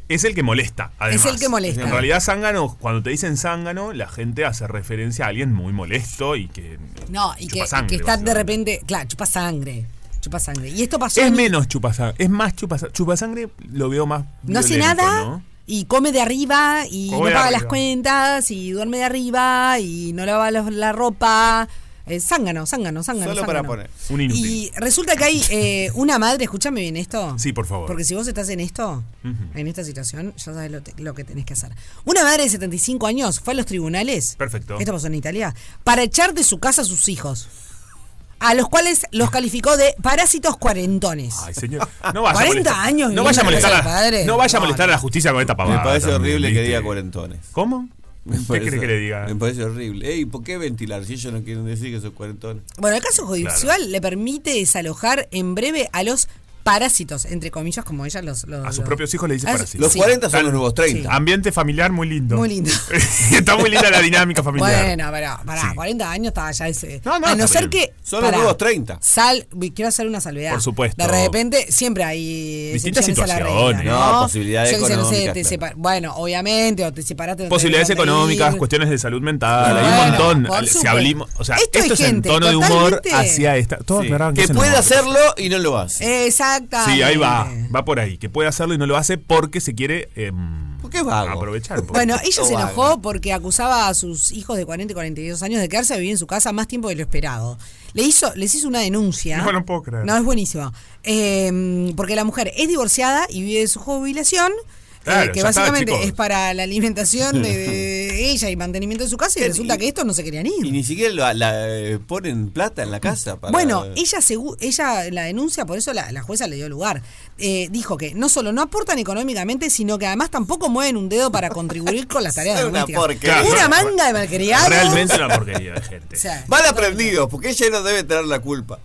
Speaker 5: Es el que molesta, además.
Speaker 4: el que molesta.
Speaker 5: En realidad, zángano, cuando te dicen zángano, la gente hace referencia a alguien muy molesto y que.
Speaker 4: No, y que,
Speaker 5: chupa sangre,
Speaker 4: que está de
Speaker 5: básicamente.
Speaker 4: repente. Claro, chupa sangre. Chupa sangre. Y esto pasó.
Speaker 5: Es
Speaker 4: en-
Speaker 5: menos chupasangre, es más chupasangre. Chupasangre lo veo más.
Speaker 4: no hace
Speaker 5: violento,
Speaker 4: nada.
Speaker 5: ¿no?
Speaker 4: Y come de arriba y
Speaker 5: Come
Speaker 4: no
Speaker 5: de
Speaker 4: paga
Speaker 5: arriba.
Speaker 4: las cuentas y duerme de arriba y no lava los- la ropa. Eh, zángano, zángano, zángano.
Speaker 6: Solo para
Speaker 4: zángano.
Speaker 6: poner.
Speaker 5: Un inútil.
Speaker 4: Y resulta que hay eh, una madre, escúchame bien esto.
Speaker 5: Sí, por favor.
Speaker 4: Porque si vos estás en esto, en esta situación, ya sabes lo, te- lo que tenés que hacer. Una madre de 75 años fue a los tribunales.
Speaker 5: Perfecto.
Speaker 4: Esto pasó en Italia. Para echar de su casa a sus hijos. A los cuales los calificó de parásitos cuarentones.
Speaker 5: Ay, señor. No vaya
Speaker 4: 40
Speaker 5: a molestar.
Speaker 4: años
Speaker 5: No vaya
Speaker 4: viviendo
Speaker 5: a
Speaker 4: en
Speaker 5: molestar,
Speaker 4: casa
Speaker 5: a-
Speaker 4: de padres.
Speaker 5: no vaya a
Speaker 4: No,
Speaker 5: molestar a la justicia con esta
Speaker 6: Me
Speaker 5: pavada.
Speaker 6: parece
Speaker 5: también,
Speaker 6: horrible que
Speaker 5: ¿viste?
Speaker 6: diga cuarentones.
Speaker 5: ¿Cómo?
Speaker 6: Me
Speaker 5: ¿Qué
Speaker 6: parece-
Speaker 5: crees que le diga?
Speaker 6: Me parece horrible. Ey, ¿por qué ventilar si ellos no quieren decir que son cuarentones?
Speaker 4: Bueno, el caso judicial le permite desalojar en breve a los parásitos, entre comillas, como ella los... los-
Speaker 5: A sus
Speaker 4: los-
Speaker 5: propios hijos le dice
Speaker 4: Ah,
Speaker 5: parásito.
Speaker 6: Los
Speaker 4: Sí.
Speaker 6: 40 son los nuevos 30.
Speaker 5: Ambiente familiar muy lindo.
Speaker 4: Muy lindo.
Speaker 5: [LAUGHS] Está muy linda la dinámica familiar.
Speaker 4: Bueno, pero pará,
Speaker 5: Sí.
Speaker 4: 40 años estaba ya ese...
Speaker 5: No, no,
Speaker 4: a no
Speaker 5: está
Speaker 4: ser
Speaker 5: bien.
Speaker 4: que...
Speaker 6: Son los
Speaker 4: pará,
Speaker 6: nuevos 30.
Speaker 4: Sal, uy, quiero hacer una salvedad.
Speaker 5: Por supuesto.
Speaker 4: De repente, siempre hay...
Speaker 5: Distintas
Speaker 4: excepciones a la
Speaker 5: situaciones.
Speaker 4: regla, ¿no?
Speaker 6: No, posibilidades
Speaker 4: Yo qué sé, no sé,
Speaker 6: económicas,
Speaker 4: te
Speaker 6: claro.
Speaker 4: separ- Bueno, obviamente, o te separaste... no
Speaker 5: Posibilidades
Speaker 4: tenés dónde
Speaker 5: económicas,
Speaker 4: ir.
Speaker 5: cuestiones de salud mental,
Speaker 4: Bueno,
Speaker 5: hay un montón.
Speaker 4: por
Speaker 5: Si
Speaker 4: supuesto.
Speaker 5: hablimos, o sea,
Speaker 4: Esto
Speaker 5: esto,
Speaker 4: hay
Speaker 5: es en
Speaker 4: gente
Speaker 5: tono de humor
Speaker 4: totalmente-
Speaker 5: hacia esta. Todo
Speaker 6: Sí.
Speaker 5: aclarado,
Speaker 6: Que
Speaker 5: se
Speaker 6: puede
Speaker 5: enoja.
Speaker 6: hacerlo y no lo hace.
Speaker 4: Exactamente.
Speaker 5: Sí, ahí va, va por ahí, que puede hacerlo y no lo hace porque se quiere em,
Speaker 6: ¿Por qué es vago?
Speaker 5: aprovechar. un poco.
Speaker 4: Bueno, ella se
Speaker 6: vaga.
Speaker 4: enojó porque acusaba a sus hijos de 40 y 42 años de quedarse a vivir en su casa más tiempo de lo esperado. Le hizo, les hizo una denuncia.
Speaker 5: No, no puedo creer.
Speaker 4: No, es buenísimo. Eh, porque la mujer es divorciada y vive de su jubilación. eh,
Speaker 5: Claro,
Speaker 4: que
Speaker 5: ya estaba,
Speaker 4: básicamente
Speaker 5: chicos.
Speaker 4: es para la alimentación
Speaker 5: [LAUGHS]
Speaker 4: de, de ella y mantenimiento de su casa y resulta que estos no se querían
Speaker 6: Y
Speaker 4: ir.
Speaker 6: ni siquiera la, la, eh, ponen plata en la casa para.
Speaker 4: Bueno, ella segu- ella la denuncia, por eso la, la jueza le dio lugar. Eh, dijo que no solo no aportan económicamente, sino que además tampoco mueven un dedo para contribuir con las
Speaker 6: [LAUGHS]
Speaker 4: tareas
Speaker 6: Una
Speaker 4: domésticas.
Speaker 6: porquería.
Speaker 4: Una manga de malcriados. [LAUGHS]
Speaker 5: Realmente una porquería de gente.
Speaker 4: O sea,
Speaker 6: [LAUGHS] Mal aprendidos, porque ella no debe tener la culpa.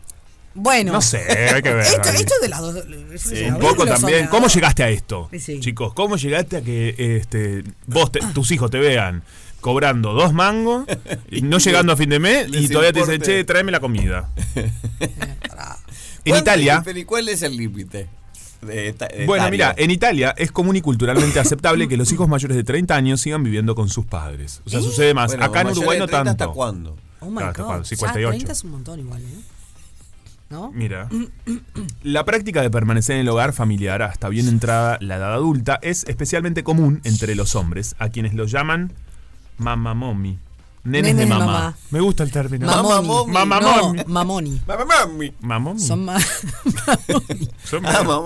Speaker 4: bueno.
Speaker 5: no sé, hay que ver.
Speaker 4: Esto, esto de las dos. yo no sé,
Speaker 5: un
Speaker 4: los
Speaker 5: poco
Speaker 4: vínculos
Speaker 5: también.
Speaker 4: son-
Speaker 5: ¿Cómo llegaste a esto?
Speaker 4: Sí, sí.
Speaker 5: Chicos, ¿cómo llegaste a que este, vos, te- tus hijos te vean cobrando dos
Speaker 6: [LAUGHS]
Speaker 5: mangos, y no llegando a fin de mes y
Speaker 6: Les
Speaker 5: todavía te dicen,
Speaker 6: importe.
Speaker 5: che, tráeme
Speaker 4: [LAUGHS]
Speaker 5: la comida? en
Speaker 6: ¿Cuál-
Speaker 5: Italia.
Speaker 6: pero ¿y ¿Cuál es el límite? de esta- de
Speaker 5: Bueno,
Speaker 6: etario?
Speaker 5: mira, en Italia es común y culturalmente aceptable que los hijos mayores de 30 años sigan viviendo con sus padres. O sea, sucede más.
Speaker 6: ¿Eh? Bueno,
Speaker 5: Acá en
Speaker 6: mayor de
Speaker 5: Uruguay no
Speaker 6: 30
Speaker 5: tanto.
Speaker 6: ¿Hasta cuándo?
Speaker 4: Oh my
Speaker 5: Claro, está
Speaker 4: God.
Speaker 5: mal,
Speaker 4: Ya
Speaker 5: 58.
Speaker 4: 30 es un montón igual, ¿eh? ¿No?
Speaker 5: Mira,
Speaker 4: mm,
Speaker 5: la práctica de permanecer en el hogar familiar hasta bien entrada la edad adulta es especialmente común entre los hombres, a quienes lo llaman mamamomi, nenes
Speaker 4: Nenes
Speaker 5: de
Speaker 4: de
Speaker 5: mamá.
Speaker 4: mamá.
Speaker 5: Me gusta el término.
Speaker 6: Mamoni.
Speaker 5: Mamá
Speaker 4: No,
Speaker 5: mami.
Speaker 4: mamoni.
Speaker 6: Mamá, mami.
Speaker 5: Mamomi.
Speaker 4: Son ma- [LAUGHS]
Speaker 5: Son-
Speaker 6: Ah, mamá.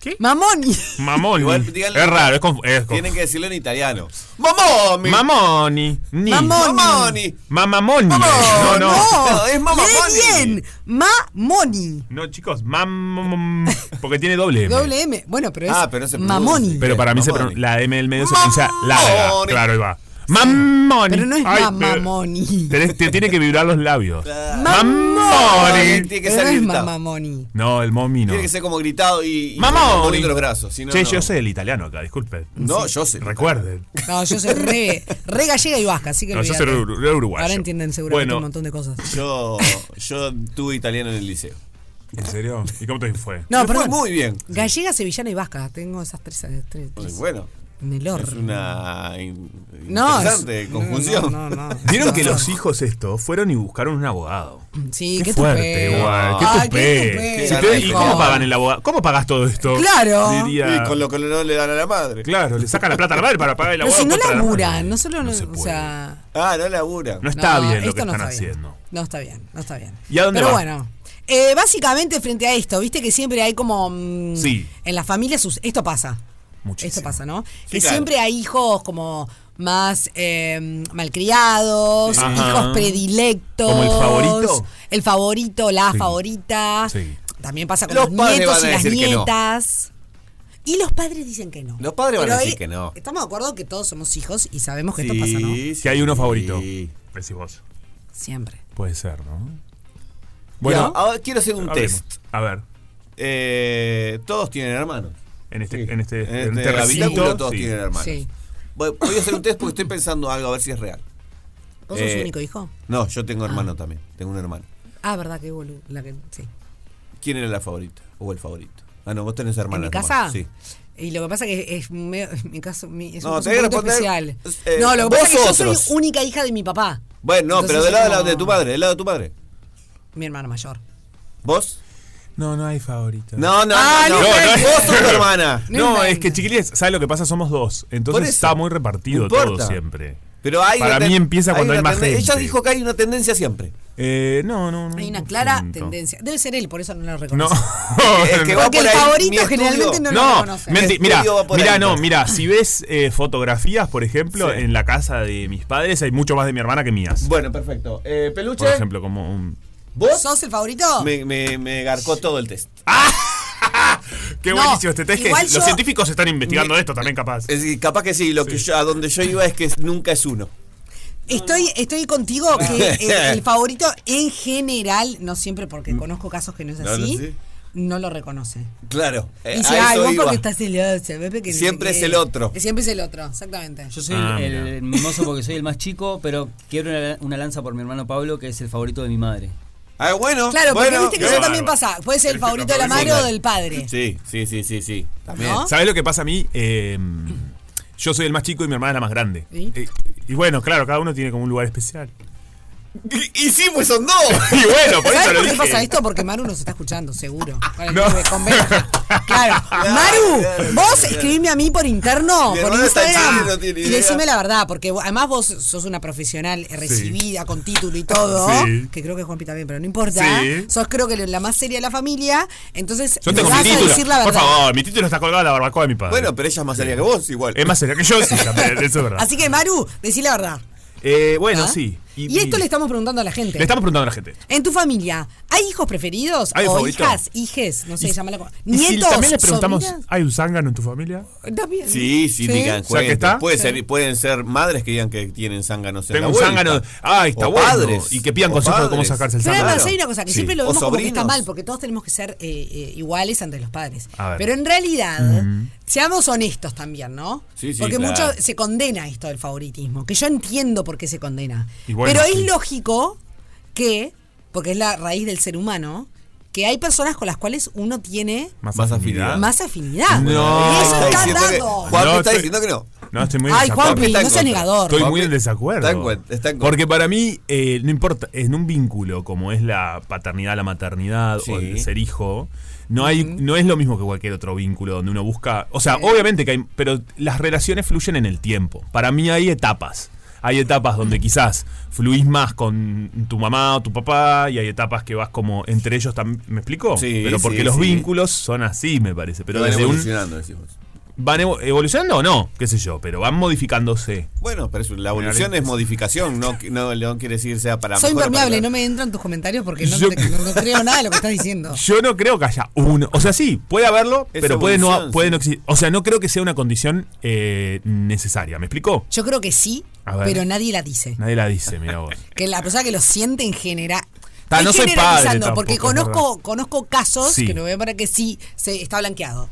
Speaker 5: ¿Qué?
Speaker 4: mamoni.
Speaker 5: Mamoni.
Speaker 6: Igual, díganle-
Speaker 5: es raro, es, conf- es conf-
Speaker 6: Tienen que decirlo en italiano. ¡Mamá, mi!
Speaker 5: Mamoni. Ni.
Speaker 4: Mamoni.
Speaker 6: Mamoni.
Speaker 5: Mamamoni.
Speaker 6: Mamoni.
Speaker 5: No, no.
Speaker 6: No, es mamamoni.
Speaker 4: Lee bien. Mamoni.
Speaker 5: No, chicos, mam. Porque tiene doble M.
Speaker 4: Doble M. Bueno, pero es
Speaker 6: Ah, pero no se pronuncia.
Speaker 4: mamoni.
Speaker 5: Pero para mí se
Speaker 6: Mamoni.
Speaker 5: pron- la M del medio se pronuncia larga.
Speaker 6: Mamoni.
Speaker 5: Claro, ahí va. Mamoni.
Speaker 4: Pero no es
Speaker 5: Ay,
Speaker 4: mamamoni.
Speaker 5: tenés- te tiene que vibrar los labios.
Speaker 6: Mamoni. Tiene que
Speaker 4: Pero no
Speaker 6: ser
Speaker 4: es
Speaker 6: gritado.
Speaker 4: mamamoni.
Speaker 5: No, el momi no.
Speaker 6: Tiene que ser como gritado y. y
Speaker 5: Mamoni.
Speaker 6: moviendo los brazos. si no,
Speaker 5: che,
Speaker 6: no.
Speaker 5: yo sé el italiano acá, disculpen.
Speaker 6: No, yo sé.
Speaker 5: Recuerden.
Speaker 4: No, yo soy re, re gallega y vasca, así que
Speaker 5: No, yo soy
Speaker 4: olvídate.
Speaker 5: uru- re uruguayo.
Speaker 4: Ahora entienden seguramente
Speaker 5: Bueno.
Speaker 4: un montón de cosas.
Speaker 6: Yo, yo tuve italiano en el liceo.
Speaker 5: ¿En serio? ¿Y cómo te fue?
Speaker 4: No,
Speaker 6: Me fue
Speaker 4: perdón.
Speaker 6: muy bien.
Speaker 4: Gallega, sevillana y vasca. Tengo esas tres, eh, tres-
Speaker 6: Pues Bueno,
Speaker 4: en el horno.
Speaker 6: es una in-
Speaker 4: No, es-
Speaker 6: interesante conjunción.
Speaker 4: No, no, no.
Speaker 5: Vieron que
Speaker 4: No.
Speaker 5: los hijos estos fueron y buscaron un abogado.
Speaker 4: mm, Sí,
Speaker 5: qué,
Speaker 4: qué
Speaker 5: fuerte,
Speaker 4: tupé.
Speaker 5: igual. Qué
Speaker 4: Ay,
Speaker 5: tupé.
Speaker 4: qué
Speaker 5: Si
Speaker 6: tupé.
Speaker 5: te- ¿Y cómo
Speaker 6: Hijo.
Speaker 5: pagan el abogado? ¿Cómo pagás todo esto?
Speaker 4: Claro.
Speaker 5: Diría-
Speaker 6: Y con lo que no le dan a la madre.
Speaker 5: Claro, le sacan la plata a la madre para pagar el
Speaker 4: Pero
Speaker 5: abogado.
Speaker 4: si no
Speaker 5: contra la madre.
Speaker 4: laburan, no solo no,
Speaker 5: se
Speaker 4: o
Speaker 5: puede.
Speaker 4: sea,
Speaker 6: Ah, no labura.
Speaker 5: No está
Speaker 4: no,
Speaker 5: bien lo
Speaker 4: esto
Speaker 5: que
Speaker 4: no
Speaker 5: están
Speaker 4: está bien.
Speaker 5: haciendo.
Speaker 4: No está bien, no está bien.
Speaker 5: ¿Y a dónde
Speaker 4: Pero
Speaker 5: va?
Speaker 4: bueno, eh, básicamente frente a esto, viste que siempre hay como mm,
Speaker 5: Sí.
Speaker 4: en las familias sus- esto pasa.
Speaker 5: Muchísimo.
Speaker 4: Esto pasa, ¿no?
Speaker 6: Sí,
Speaker 4: que
Speaker 6: claro.
Speaker 4: siempre hay hijos como más eh, malcriados,
Speaker 5: Ajá.
Speaker 4: hijos predilectos.
Speaker 5: ¿Como el favorito?
Speaker 4: El favorito, la
Speaker 5: Sí.
Speaker 4: favorita.
Speaker 5: Sí.
Speaker 4: También pasa con
Speaker 6: Los
Speaker 4: los,
Speaker 6: padres
Speaker 4: nietos
Speaker 6: van a
Speaker 4: y las
Speaker 6: decir que no.
Speaker 4: nietas. Y los padres dicen que no.
Speaker 6: Los padres van a
Speaker 4: Pero
Speaker 6: decir
Speaker 4: eh,
Speaker 6: que no.
Speaker 4: Estamos de acuerdo que todos somos hijos y sabemos que
Speaker 6: Sí,
Speaker 4: esto pasa, ¿no?
Speaker 6: sí.
Speaker 5: Que hay uno favorito.
Speaker 6: Y
Speaker 5: Decís vos.
Speaker 4: Siempre.
Speaker 5: Puede ser, ¿no?
Speaker 6: Bueno,
Speaker 5: Bueno,
Speaker 6: ahora quiero hacer un
Speaker 5: hablemos.
Speaker 6: test.
Speaker 5: A ver,
Speaker 6: Eh, todos tienen hermanos.
Speaker 5: en este,
Speaker 6: Sí.
Speaker 5: en este,
Speaker 6: En
Speaker 5: en
Speaker 6: este
Speaker 5: este
Speaker 6: habitáculo
Speaker 5: recinto,
Speaker 6: todos
Speaker 5: sí.
Speaker 6: tienen hermanos.
Speaker 4: Sí.
Speaker 6: Voy, voy a hacer un test porque estoy pensando algo a ver si es real.
Speaker 4: ¿Vos
Speaker 6: Eh,
Speaker 4: sos único hijo?
Speaker 6: No, yo tengo hermano también. Tengo un hermano.
Speaker 4: Ah, verdad que boludo. La que, sí.
Speaker 6: ¿Quién era la favorita? O el favorito. Ah, no, vos tenés
Speaker 4: ¿En
Speaker 6: hermanos.
Speaker 4: mi casa?
Speaker 6: nomás. Sí.
Speaker 4: Y lo que pasa que es, es medio- [LAUGHS] mi caso mi, es
Speaker 6: No,
Speaker 4: un caso
Speaker 6: tenés
Speaker 4: un
Speaker 6: que
Speaker 4: poquito
Speaker 6: responder,
Speaker 4: especial.
Speaker 6: eh,
Speaker 4: no, lo que pasa es
Speaker 6: vos
Speaker 4: que yo
Speaker 6: otros.
Speaker 4: soy única hija de mi papá.
Speaker 6: Bueno, no,
Speaker 4: Entonces
Speaker 6: pero del
Speaker 4: es
Speaker 6: lado de, la-
Speaker 4: como
Speaker 6: de tu padre, del lado de tu padre.
Speaker 4: Mi hermana mayor.
Speaker 6: ¿Vos?
Speaker 5: No, no hay favorito.
Speaker 6: No, no,
Speaker 4: Ah,
Speaker 6: no,
Speaker 4: no,
Speaker 6: no.
Speaker 4: no, no.
Speaker 6: Vos
Speaker 4: [LAUGHS]
Speaker 6: sos tu hermana.
Speaker 4: No
Speaker 5: No,
Speaker 4: inventes.
Speaker 5: es que chiquilines, ¿sabes lo que pasa? Somos dos.
Speaker 6: Por
Speaker 5: Entonces
Speaker 6: eso.
Speaker 5: está muy repartido
Speaker 6: No
Speaker 5: todo
Speaker 6: importa.
Speaker 5: siempre.
Speaker 6: Pero hay
Speaker 5: Para
Speaker 6: una
Speaker 5: mí
Speaker 6: ten-
Speaker 5: empieza cuando hay
Speaker 6: una
Speaker 5: más
Speaker 6: tenden-
Speaker 5: gente.
Speaker 6: Ella dijo que hay una tendencia siempre.
Speaker 5: Eh, no, no, no.
Speaker 4: Hay una
Speaker 5: no
Speaker 4: clara
Speaker 5: siento.
Speaker 4: tendencia. Debe ser él, por eso no lo
Speaker 5: No.
Speaker 4: reconozco.
Speaker 6: [LAUGHS] Es que va
Speaker 4: Porque
Speaker 6: por
Speaker 4: el
Speaker 6: ahí, mi
Speaker 4: favorito
Speaker 6: estudio.
Speaker 4: generalmente no, lo
Speaker 5: No,
Speaker 4: reconoce.
Speaker 5: menti-
Speaker 6: El
Speaker 5: mira,
Speaker 6: estudio va por
Speaker 5: mira,
Speaker 6: ahí,
Speaker 5: no,
Speaker 6: entonces.
Speaker 5: mira, si ves eh, fotografías, por ejemplo,
Speaker 6: Sí.
Speaker 5: en la casa de mis padres hay mucho más de mi hermana que mías.
Speaker 6: Bueno, perfecto. Eh, peluche,
Speaker 5: Por ejemplo, como un...
Speaker 6: [LAUGHS] vos
Speaker 4: ¿Sos el favorito?
Speaker 6: me, me, me garcó todo el
Speaker 5: [LAUGHS]
Speaker 6: test.
Speaker 5: Ah, Qué
Speaker 4: No,
Speaker 5: buenísimo este test, que
Speaker 4: igual yo-
Speaker 5: los científicos están investigando esto también capaz.
Speaker 6: Es decir, capaz que sí, lo que yo, a donde yo iba es que nunca es uno.
Speaker 4: Estoy, estoy contigo
Speaker 6: [LAUGHS]
Speaker 4: que el, el favorito en general, no siempre porque conozco casos que no es
Speaker 6: Mm. No, no,
Speaker 4: así,
Speaker 6: sí.
Speaker 4: no lo reconoce.
Speaker 6: Claro. eh,
Speaker 4: Y dice,
Speaker 6: a
Speaker 4: ay,
Speaker 6: eso
Speaker 4: vos
Speaker 6: iba.
Speaker 4: porque estás celoso. ves, porque no sé
Speaker 6: Siempre
Speaker 4: qué".
Speaker 6: es el otro.
Speaker 4: Siempre es el otro, exactamente.
Speaker 7: Yo soy
Speaker 5: Ah,
Speaker 7: el, el
Speaker 5: mira.
Speaker 7: mimoso
Speaker 5: [LAUGHS]
Speaker 7: porque soy el más chico, pero quiero una, una lanza por mi hermano Pablo, que es el favorito de mi madre.
Speaker 6: Ah, bueno.
Speaker 4: Claro, porque
Speaker 6: bueno, Este
Speaker 4: viste que eso
Speaker 5: claro.
Speaker 4: también pasa. Puede ser el favorito de la madre o del padre.
Speaker 6: Sí, sí, sí, sí, sí. También.
Speaker 4: ¿No?
Speaker 5: ¿Sabes lo que pasa a mí? Eh, yo soy el más chico y mi hermana es la más grande.
Speaker 4: ¿Y?
Speaker 5: Eh, y bueno, claro, cada uno tiene como un lugar especial.
Speaker 6: Y, y sí, pues son dos.
Speaker 5: [LAUGHS] Y bueno, por eso
Speaker 4: ¿Sabes
Speaker 5: lo
Speaker 4: por qué
Speaker 5: dije.
Speaker 4: pasa esto? Porque Maru nos está escuchando, seguro. Con el
Speaker 5: No.
Speaker 4: nube, con
Speaker 5: [LAUGHS]
Speaker 4: Benja. Claro. Maru, vos escribime a mí por interno,
Speaker 6: Mi
Speaker 4: por
Speaker 6: hermano está
Speaker 4: Instagram.
Speaker 6: chido, no tiene
Speaker 4: y
Speaker 6: idea.
Speaker 4: decime la verdad, porque vos- además vos sos una profesional eh, recibida, con título y todo.
Speaker 5: Sí.
Speaker 4: Que creo que Juan también, pero no importa.
Speaker 5: Sí.
Speaker 4: Sos creo que la más seria de la familia. Entonces,
Speaker 5: Yo
Speaker 4: nos
Speaker 5: tengo mi
Speaker 4: vas a
Speaker 5: título.
Speaker 4: decir la
Speaker 5: Por
Speaker 4: verdad.
Speaker 5: favor, mi título está colgado en la barbacoa de mi padre. Eh,
Speaker 6: Bueno, pero ella es más seria que vos, igual.
Speaker 5: Es más serio que yo,
Speaker 4: [LAUGHS]
Speaker 5: sí, también, eso es verdad.
Speaker 4: Así que Maru, decí la verdad.
Speaker 5: Eh, bueno,
Speaker 4: ¿ah?
Speaker 5: sí.
Speaker 4: Y, esto le estamos preguntando a la gente.
Speaker 5: le estamos preguntando a la gente.
Speaker 4: En tu familia, ¿hay hijos preferidos?
Speaker 5: ¿Hay
Speaker 4: o
Speaker 5: favorito?
Speaker 4: hijas, hijes, no sé, llámala como.
Speaker 5: Y
Speaker 4: Nietos.
Speaker 5: si también le preguntamos,
Speaker 4: sobrinas?
Speaker 5: ¿hay un zángano en tu familia?
Speaker 4: También.
Speaker 6: Sí, sí, digan,
Speaker 5: O sea, que
Speaker 6: cuenten.
Speaker 5: está.
Speaker 6: Puede ser, pueden ser madres que digan que tienen zánganos en
Speaker 5: Tengo
Speaker 6: la
Speaker 5: un
Speaker 6: vuelta.
Speaker 5: zángano. Ay, está
Speaker 6: O
Speaker 5: bueno.
Speaker 6: padres.
Speaker 5: Y que pidan
Speaker 6: O
Speaker 5: consejos de cómo
Speaker 6: padres.
Speaker 5: sacarse el
Speaker 4: Pero
Speaker 5: zángano.
Speaker 4: además
Speaker 6: Claro.
Speaker 4: hay una cosa que
Speaker 5: Sí.
Speaker 4: siempre lo
Speaker 6: O
Speaker 4: vemos como que está
Speaker 6: sobrinos.
Speaker 4: mal, porque todos tenemos que ser eh, eh, iguales ante los padres.
Speaker 5: A ver. Mm.
Speaker 4: Pero en realidad, seamos honestos también, ¿no?
Speaker 6: Sí, sí,
Speaker 4: porque
Speaker 6: claro.
Speaker 4: mucho se condena esto del favoritismo, que yo entiendo por qué se condena.
Speaker 5: Y bueno,
Speaker 4: Pero
Speaker 5: sí.
Speaker 4: es lógico que, porque es la raíz del ser humano, que hay personas con las cuales uno tiene
Speaker 6: Más afinidad.
Speaker 4: más afinidad.
Speaker 5: No.
Speaker 4: Y eso
Speaker 6: Está
Speaker 4: está
Speaker 6: diciendo que-
Speaker 4: dado.
Speaker 6: Juan
Speaker 5: No,
Speaker 6: está
Speaker 5: estoy-
Speaker 6: diciendo que no.
Speaker 5: No, estoy muy en
Speaker 4: Ay,
Speaker 5: desacuerdo.
Speaker 4: Juanpi,
Speaker 6: está en
Speaker 4: no seas
Speaker 6: contra.
Speaker 4: negador.
Speaker 5: Estoy
Speaker 6: Juanpi,
Speaker 5: muy en desacuerdo.
Speaker 6: está en cuen- está en contra.
Speaker 5: Porque para mí, eh, no importa, en un vínculo como es la paternidad, la maternidad
Speaker 6: Sí.
Speaker 5: o el ser hijo, no, hay, no es lo mismo que cualquier otro vínculo donde uno busca. O sea, obviamente que hay. Pero las relaciones fluyen en el tiempo. Para mí hay etapas. Hay etapas donde quizás fluís más con tu mamá o tu papá y hay etapas que vas como entre ellos también. ¿Me explico?
Speaker 6: Sí,
Speaker 5: pero porque
Speaker 6: sí,
Speaker 5: los
Speaker 6: sí.
Speaker 5: vínculos son así, me parece. Pero
Speaker 6: Van
Speaker 5: desde un,
Speaker 6: evolucionando, decimos.
Speaker 5: ¿Van evo- evolucionando o no? ¿Qué sé yo? Pero van modificándose.
Speaker 6: Bueno, pero es- la evolución es modificación, no, no, no quiere decir sea para
Speaker 4: Soy
Speaker 6: mejor o para
Speaker 4: impermeable, no
Speaker 6: peor.
Speaker 4: me entran tus comentarios porque no,
Speaker 5: Yo-
Speaker 4: te- no- no creo nada de lo que estás diciendo.
Speaker 5: Yo no creo que haya uno. O sea, sí, puede haberlo,
Speaker 6: Es
Speaker 5: pero puede no,
Speaker 6: evolución,
Speaker 5: puede
Speaker 6: sí.
Speaker 5: no existir. O sea, no creo que sea una condición eh, necesaria. ¿Me explicó?
Speaker 4: Yo creo que sí,
Speaker 5: A ver.
Speaker 4: pero Ah, nadie la dice.
Speaker 5: Nadie la dice,
Speaker 4: [LAUGHS]
Speaker 5: mira vos.
Speaker 4: Que la persona que lo siente en general.
Speaker 5: Ta, no soy padre tampoco,
Speaker 4: porque
Speaker 5: es
Speaker 4: conozco,
Speaker 5: verdad.
Speaker 4: conozco casos
Speaker 5: Sí.
Speaker 4: que no voy a para que sí se está blanqueado.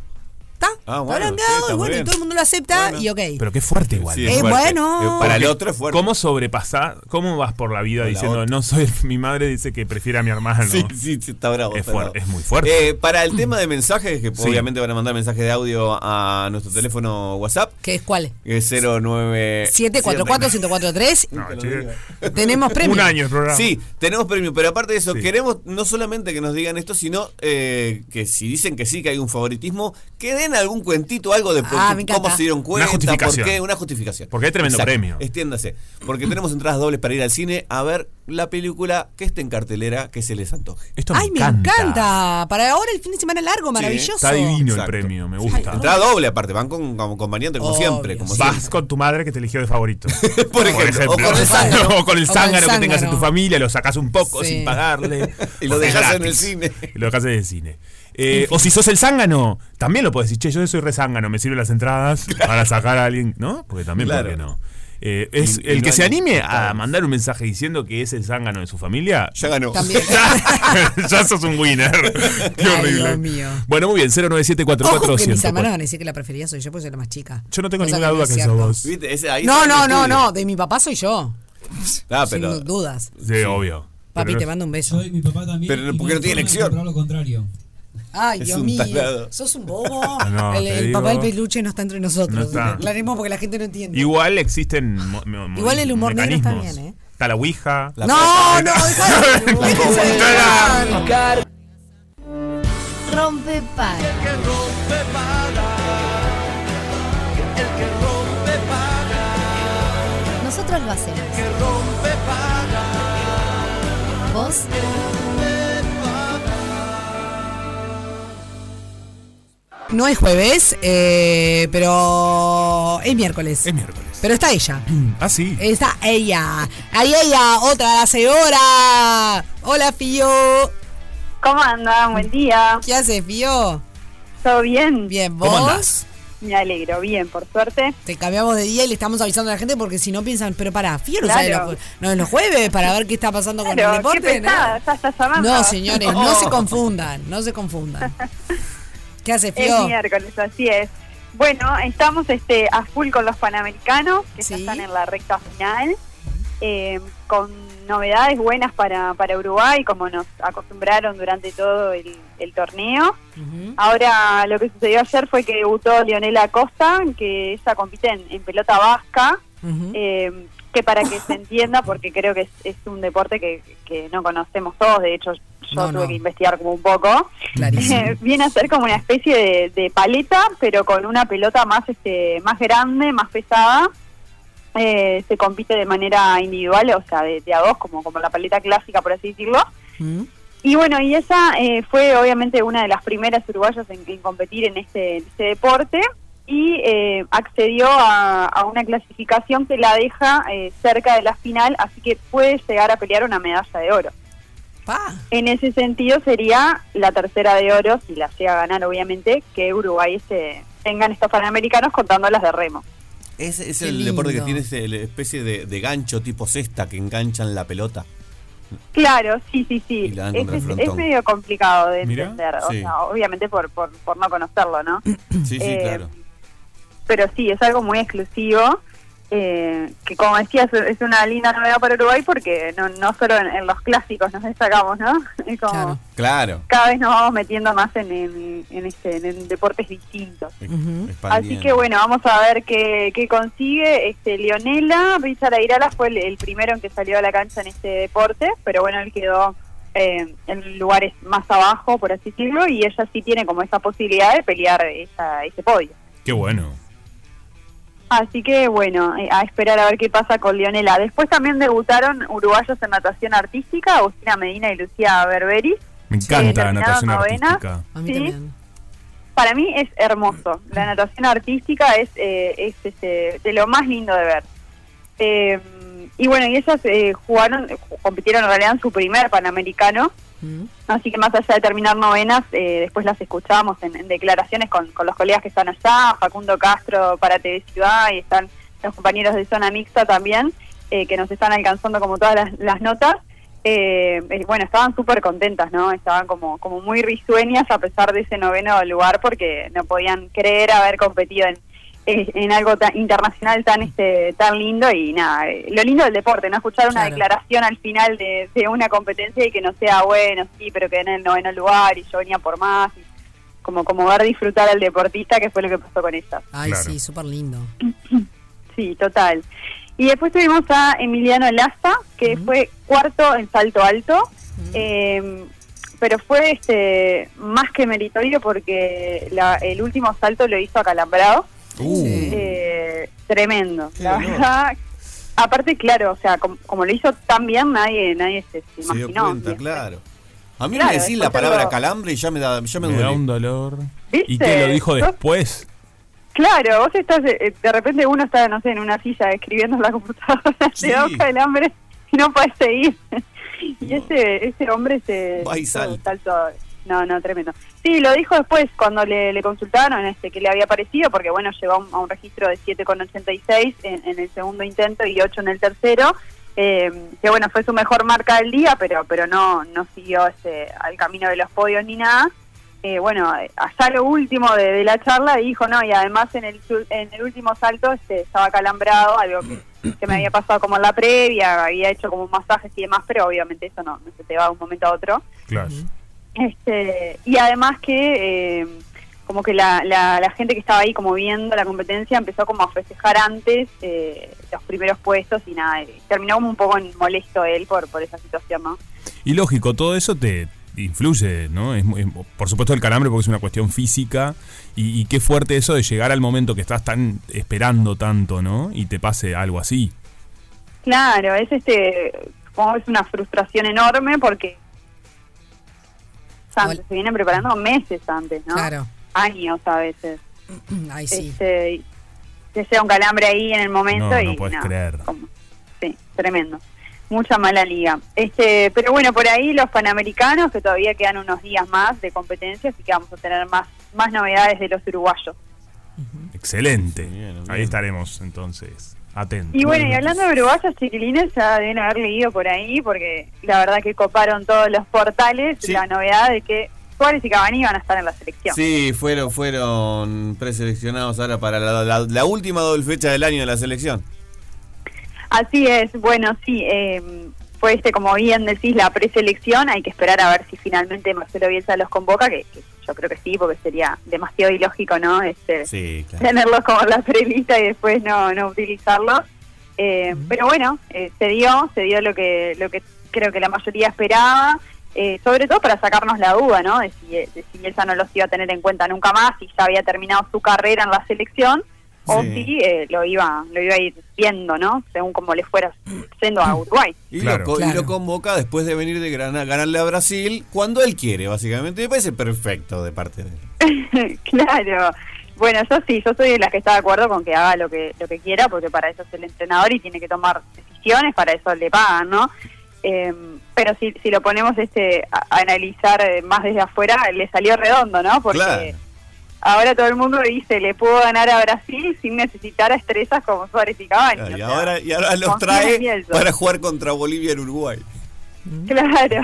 Speaker 4: ¿Está?
Speaker 6: Ah,
Speaker 4: está
Speaker 6: bueno, sí,
Speaker 4: blanqueado
Speaker 6: está
Speaker 4: y
Speaker 6: muy
Speaker 4: bueno, y
Speaker 6: bien.
Speaker 4: todo el mundo lo acepta
Speaker 6: Bueno.
Speaker 4: y ok.
Speaker 5: Pero qué fuerte igual.
Speaker 6: Sí,
Speaker 5: ¿no?
Speaker 6: es
Speaker 4: Eh,
Speaker 6: fuerte.
Speaker 4: bueno.
Speaker 6: Eh, Para el
Speaker 5: Porque
Speaker 6: otro es fuerte.
Speaker 5: ¿Cómo sobrepasás? ¿Cómo vas por la vida
Speaker 6: Con la
Speaker 5: diciendo,
Speaker 6: otra.
Speaker 5: no soy [LAUGHS] mi madre, dice que prefiere a mi hermano?
Speaker 6: Sí, sí, sí, está bravo.
Speaker 5: Es
Speaker 6: está
Speaker 5: fuerte,
Speaker 6: bravo.
Speaker 5: es muy fuerte.
Speaker 6: Eh, para el tema de mensajes, que
Speaker 5: Sí.
Speaker 6: obviamente van a mandar mensajes de audio a nuestro teléfono WhatsApp,
Speaker 4: ¿Qué es cuál?
Speaker 6: que es 09...
Speaker 4: 744-1043.
Speaker 5: eh, No,
Speaker 6: te lo
Speaker 5: che.
Speaker 6: digo.
Speaker 4: Tenemos premio.
Speaker 5: Un año el programa.
Speaker 6: Sí, tenemos premio, pero aparte de eso,
Speaker 5: Sí.
Speaker 6: queremos no solamente que nos digan esto, sino eh, que si dicen que sí, que hay un favoritismo, que den algún cuentito, algo de por
Speaker 4: Ah,
Speaker 6: qué-
Speaker 4: me encanta.
Speaker 6: cómo se dieron cuenta, por
Speaker 5: justificación.
Speaker 6: qué, una justificación.
Speaker 5: Porque hay tremendo premio.
Speaker 6: Extiéndase, porque tenemos entradas dobles para ir al cine a ver la película que esté en cartelera, que se les
Speaker 5: [LAUGHS]
Speaker 6: antoje.
Speaker 5: Esto
Speaker 4: Ay, me encanta. Para ahora el fin de semana largo, maravilloso.
Speaker 5: Está divino el
Speaker 6: Exacto.
Speaker 5: premio, me
Speaker 6: Sí.
Speaker 5: gusta.
Speaker 6: Entrada doble, aparte, van con, como acompañante, como
Speaker 4: Obvio.
Speaker 6: siempre. Como
Speaker 5: Vas
Speaker 6: siempre.
Speaker 5: con tu madre que te eligió de favorito.
Speaker 6: [LAUGHS] Por ejemplo, o con el zángano.
Speaker 5: [LAUGHS] O con el
Speaker 4: O con el
Speaker 5: zángano que tengas en
Speaker 4: zángano.
Speaker 5: tu familia, lo sacás un poco
Speaker 4: Sí.
Speaker 5: sin pagarle.
Speaker 6: [LAUGHS] Y lo
Speaker 5: O sea,
Speaker 6: dejás en
Speaker 5: gratis.
Speaker 6: el cine.
Speaker 5: Y lo dejás en el cine. Eh, o si sos el zángano, también lo podés decir, che, yo soy re zángano, me sirven
Speaker 6: [LAUGHS]
Speaker 5: las entradas para sacar a alguien, ¿no? Porque también,
Speaker 6: Claro.
Speaker 5: ¿por qué no? Eh, es
Speaker 6: Y- y
Speaker 5: el
Speaker 6: no
Speaker 5: que
Speaker 6: hay
Speaker 5: se anime a
Speaker 6: invitados.
Speaker 5: mandar un mensaje diciendo que es el zángano de su familia,
Speaker 6: Ya ganó.
Speaker 4: También.
Speaker 5: [LAUGHS] ya, ya sos un winner. Qué
Speaker 4: Ay,
Speaker 5: horrible.
Speaker 4: Dios mío.
Speaker 5: Bueno, muy bien, 097
Speaker 4: Ojo que mis hermanos van a decir que la preferida soy yo porque soy la más chica.
Speaker 5: Yo no tengo
Speaker 4: Cosa
Speaker 5: ninguna
Speaker 4: no
Speaker 5: duda
Speaker 4: es
Speaker 5: que sos
Speaker 4: cierto.
Speaker 5: vos. Sí,
Speaker 6: ¿Viste? Ese- ahí
Speaker 4: No,
Speaker 6: está
Speaker 4: no,
Speaker 6: el
Speaker 4: no,
Speaker 6: estudio.
Speaker 4: no. De mi papá soy yo.
Speaker 6: Ah, pero,
Speaker 4: Sin dudas.
Speaker 5: obvio.
Speaker 4: Papi,
Speaker 5: Pero-
Speaker 4: te mando un beso.
Speaker 8: Yo y mi papá también.
Speaker 6: Pero
Speaker 8: y
Speaker 6: porque
Speaker 8: hay
Speaker 6: no tiene
Speaker 8: forma de
Speaker 6: elección.
Speaker 8: comprar lo contrario.
Speaker 4: Ay,
Speaker 6: Es
Speaker 4: Dios
Speaker 6: un
Speaker 4: mío.
Speaker 6: tarado.
Speaker 4: Sos un bobo.
Speaker 5: No,
Speaker 4: el
Speaker 5: te
Speaker 4: el
Speaker 5: digo.
Speaker 4: papá del peluche no está entre nosotros.
Speaker 5: No está.
Speaker 4: Aclaremos porque la gente no entiende.
Speaker 5: Igual existen. mo- mo- mo-
Speaker 4: Igual el humor negro está
Speaker 5: mecanismos.
Speaker 4: bien, ¿eh?
Speaker 5: Está la Ouija.
Speaker 6: La
Speaker 4: no, no,
Speaker 5: [LAUGHS]
Speaker 4: dejá de-
Speaker 5: La
Speaker 4: déjense de
Speaker 5: computadora.
Speaker 4: joder.
Speaker 1: Rompe para. Nosotros lo hacemos. Vos
Speaker 4: No es jueves, eh, pero es miércoles.
Speaker 5: Es miércoles.
Speaker 4: Pero está ella.
Speaker 5: Ah, sí.
Speaker 4: Está ella. Ahí ella, otra la señora. Hola, Fío.
Speaker 9: ¿Cómo andan? Buen día.
Speaker 4: ¿Qué haces, Fío?
Speaker 9: ¿Todo bien?
Speaker 4: Bien, vos.
Speaker 5: ¿Cómo andás?
Speaker 9: Me alegro, bien, por suerte.
Speaker 4: Te cambiamos de día y le estamos avisando a la gente porque si no piensan, pero pará, Fío no
Speaker 9: Claro.
Speaker 4: sale los, jue- no, en los jueves para ver qué está pasando con el
Speaker 9: Claro, qué
Speaker 4: deporte.
Speaker 9: pesada,
Speaker 4: ¿no?
Speaker 9: estás estás llamando. Oh.
Speaker 4: No, señores, no
Speaker 6: No.
Speaker 4: se confundan, no se
Speaker 5: [LAUGHS]
Speaker 4: confundan. ¿Qué haces,
Speaker 9: Es
Speaker 4: Fío?
Speaker 9: miércoles, así es. Bueno, estamos este, a full con los Panamericanos, que ya
Speaker 4: Sí.
Speaker 9: están en la recta final, eh, con novedades buenas para, para Uruguay, como nos acostumbraron durante todo el, el torneo.
Speaker 4: Ujú.
Speaker 9: Ahora, lo que sucedió ayer fue que debutó Leonela Acosta, que ella compite en, en pelota vasca.
Speaker 4: Ujú.
Speaker 9: Eh, que para que se entienda, porque creo que es, es un deporte que, que no conocemos todos, de hecho yo
Speaker 4: No,
Speaker 9: tuve
Speaker 4: no.
Speaker 9: que investigar como un poco,
Speaker 4: Clarísimo.
Speaker 9: [LAUGHS] viene a ser como una especie de, de paleta, pero con una pelota más, este, más grande, más pesada. Eh, se compite de manera individual, o sea, de, de a dos, como, como la paleta clásica, por así decirlo.
Speaker 4: Mm.
Speaker 9: Y bueno, y ella eh, fue obviamente una de las primeras uruguayas en, en competir en este, en este deporte y eh, accedió a, a una clasificación que la deja eh, cerca de la final, así que puede llegar a pelear una medalla de oro.
Speaker 4: Pa.
Speaker 9: En ese sentido sería la tercera de oro, si la llega a ganar obviamente, que Uruguay se tengan estos panamericanos contando las de remo.
Speaker 6: Es, es
Speaker 4: Qué
Speaker 6: el deporte que
Speaker 4: lindo.
Speaker 6: tiene ese- la especie de, de gancho tipo cesta que enganchan la pelota.
Speaker 9: Claro, sí, sí,
Speaker 6: Y
Speaker 9: sí.
Speaker 6: la dan
Speaker 9: Es,
Speaker 6: contra el
Speaker 9: es-
Speaker 6: frontón.
Speaker 9: es medio complicado de
Speaker 5: Mirá,
Speaker 9: entender, o
Speaker 6: sí.
Speaker 9: sea, obviamente por, por, por no conocerlo, ¿no?
Speaker 6: Sí, sí,
Speaker 9: Eh,
Speaker 6: claro.
Speaker 9: Pero sí, es algo muy exclusivo, eh, que como decías, es una linda novedad para Uruguay porque no, no solo en, en los clásicos nos destacamos, ¿no? [LAUGHS] Es como
Speaker 4: Claro.
Speaker 6: Claro.
Speaker 9: cada vez nos vamos metiendo más en, en, en este, en- en deportes distintos.
Speaker 4: Ujú.
Speaker 9: Así que bueno, vamos a ver qué, qué consigue. Este, Leonela Richard Airala fue el, el primero en que salió a la cancha en este deporte, pero bueno, él quedó eh, en lugares más abajo, por así decirlo, y ella sí tiene como esa posibilidad de pelear esa, ese podio.
Speaker 5: Qué bueno.
Speaker 9: Así que bueno, eh, a esperar a ver qué pasa con Leonela. Después también debutaron uruguayos en natación artística, Agustina Medina y Lucía Berberi.
Speaker 5: Me encanta la
Speaker 9: terminaron
Speaker 5: natación
Speaker 9: novena.
Speaker 5: artística.
Speaker 4: A mí
Speaker 9: Sí.
Speaker 4: también. Mm.
Speaker 9: Para mí es hermoso. La natación artística es, eh, es este, de lo más lindo de ver. Eh, y bueno, y ellas eh, jugaron, eh, compitieron en realidad en su primer Panamericano.
Speaker 4: Mm.
Speaker 9: Así que más allá de terminar novenas, eh, después las escuchábamos en, en declaraciones con, con los colegas que están allá, Facundo Castro para TV Ciudad, y están los compañeros de zona mixta también, eh, que nos están alcanzando como todas las, las notas. Eh, eh, bueno, estaban súper contentas, ¿no? Estaban como, como muy risueñas a pesar de ese noveno lugar porque no podían creer haber competido en, eh, en algo tan internacional tan este tan lindo y nada, eh, lo lindo del deporte, ¿no? Escuchar una
Speaker 4: Claro.
Speaker 9: declaración al final de, de una competencia y que no sea, bueno, sí, pero que en el noveno lugar y yo venía por más. y como, como ver disfrutar al deportista, que fue lo que pasó con ella.
Speaker 4: Ay,
Speaker 5: Claro.
Speaker 4: sí, súper lindo.
Speaker 9: Sí, total. Y después tuvimos a Emiliano Lasta, que fue cuarto en salto alto, eh, pero fue este más que meritorio porque la- el último salto lo hizo acalambrado. Eh, tremendo,
Speaker 6: Uh. Qué
Speaker 9: la
Speaker 6: dolor.
Speaker 9: verdad. Aparte, claro, o sea, com- como lo hizo tan bien, nadie, nadie se, se
Speaker 6: Se dio
Speaker 9: imaginó.
Speaker 6: cuenta, claro. A mí
Speaker 9: Claro,
Speaker 6: me decís la
Speaker 9: después
Speaker 6: palabra
Speaker 9: lo-
Speaker 6: calambre y ya me, da, ya me
Speaker 5: Me da
Speaker 6: duele.
Speaker 5: un dolor.
Speaker 9: ¿Viste?
Speaker 5: ¿Y qué lo dijo
Speaker 9: Sos-
Speaker 5: después?
Speaker 9: Claro, vos estás, eh, de repente uno está, no sé, en una silla escribiendo en la computadora, [LAUGHS]
Speaker 6: Sí.
Speaker 9: te da boca del hambre y no puedes seguir. Y ese, ese hombre se
Speaker 6: Va y
Speaker 9: hizo
Speaker 6: salta.
Speaker 9: salto- No, no, tremendo. Sí, lo dijo después cuando le, le consultaron este, que le había parecido, porque bueno, llegó a un, a un registro de 7,86 en, en el segundo intento y 8 en el tercero. eh, que bueno, fue su mejor marca del día, pero pero no no siguió este, al camino de los podios ni nada eh, bueno, allá lo último de, de la charla dijo, no, y además en el, su- en el último salto este, estaba calambrado, algo que, que me había pasado como en la previa, había hecho como masajes y demás, pero obviamente eso no, no se te va de un momento a otro.
Speaker 5: Claro.
Speaker 9: Este, y además que eh, como que la, la, la gente que estaba ahí como viendo la competencia empezó como a festejar antes eh, los primeros puestos y nada, eh, terminó como un poco en- molesto él por, por esa situación, ¿no?
Speaker 5: Y lógico, todo eso te influye, ¿no? Es, muy- es- por supuesto el calambre porque es una cuestión física y, y qué fuerte eso de llegar al momento que estás tan esperando tanto, ¿no? Y te pase algo así.
Speaker 9: Claro, es este, supongo que es una frustración enorme porque antes,
Speaker 4: Hola.
Speaker 9: se vienen preparando meses antes, ¿no?
Speaker 4: Claro.
Speaker 9: Años a veces.
Speaker 4: [CLEARS THROAT] Ay, sí.
Speaker 9: Este, y te llega un calambre ahí en el momento
Speaker 5: No,
Speaker 9: y
Speaker 5: no podés
Speaker 9: nada,
Speaker 5: creer.
Speaker 9: como- sí, tremendo. Mucha mala liga. Este, pero bueno, por ahí los panamericanos que todavía quedan unos días más de competencia, así que vamos a tener más más novedades de los uruguayos.
Speaker 5: Excelente.
Speaker 6: Bien, bien.
Speaker 5: Ahí estaremos entonces. Atentos.
Speaker 9: Y bueno, y hablando de uruguayos chiquilines, ya deben haber leído por ahí, porque la verdad que coparon todos los portales
Speaker 6: Sí.
Speaker 9: la novedad de que Suárez y Cavani van a estar en la selección.
Speaker 6: Sí, fueron, fueron preseleccionados ahora para la, la- la última doble fecha del año de la selección.
Speaker 9: Así es, bueno, sí, eh, fue este, como bien decís, la preselección, hay que esperar a ver si finalmente Marcelo Bielsa los convoca, que, que yo creo que sí, porque sería demasiado ilógico, ¿no? Este,
Speaker 6: Sí, claro.
Speaker 9: tenerlos como en la prelista y después no, no utilizarlos. Eh, Pero bueno, eh, se dio, se dio lo que, lo que creo que la mayoría esperaba, eh, sobre todo para sacarnos la duda, ¿no? De si, de si Bielsa no los iba a tener en cuenta nunca más, si ya había terminado su carrera en la selección, o
Speaker 6: Sí.
Speaker 9: si eh, lo iba lo iba a ir viendo, ¿no? Según como le fuera yendo a Uruguay.
Speaker 6: Y,
Speaker 5: Claro.
Speaker 6: lo, co- y
Speaker 4: Claro.
Speaker 6: lo convoca después de venir de Granada, ganarle a Brasil cuando él quiere, básicamente. Me parece perfecto de parte de él.
Speaker 9: [LAUGHS] claro. Bueno, yo sí, yo soy de las que está de acuerdo con que haga lo que lo que quiera, porque para eso es el entrenador y tiene que tomar decisiones, para eso le pagan, ¿no? Eh, pero si, si lo ponemos este a, a analizar eh, más desde afuera, le salió redondo, ¿no? Porque
Speaker 6: Claro.
Speaker 9: ahora todo el mundo dice, le puedo ganar a Brasil sin necesitar a estrellas como Suárez y Cavani.
Speaker 6: Claro,
Speaker 9: o
Speaker 6: y,
Speaker 9: sea,
Speaker 6: ahora, y ahora los
Speaker 9: confía en
Speaker 6: trae
Speaker 9: Bielsa.
Speaker 6: para jugar contra Bolivia en Uruguay. [LAUGHS]
Speaker 9: Claro.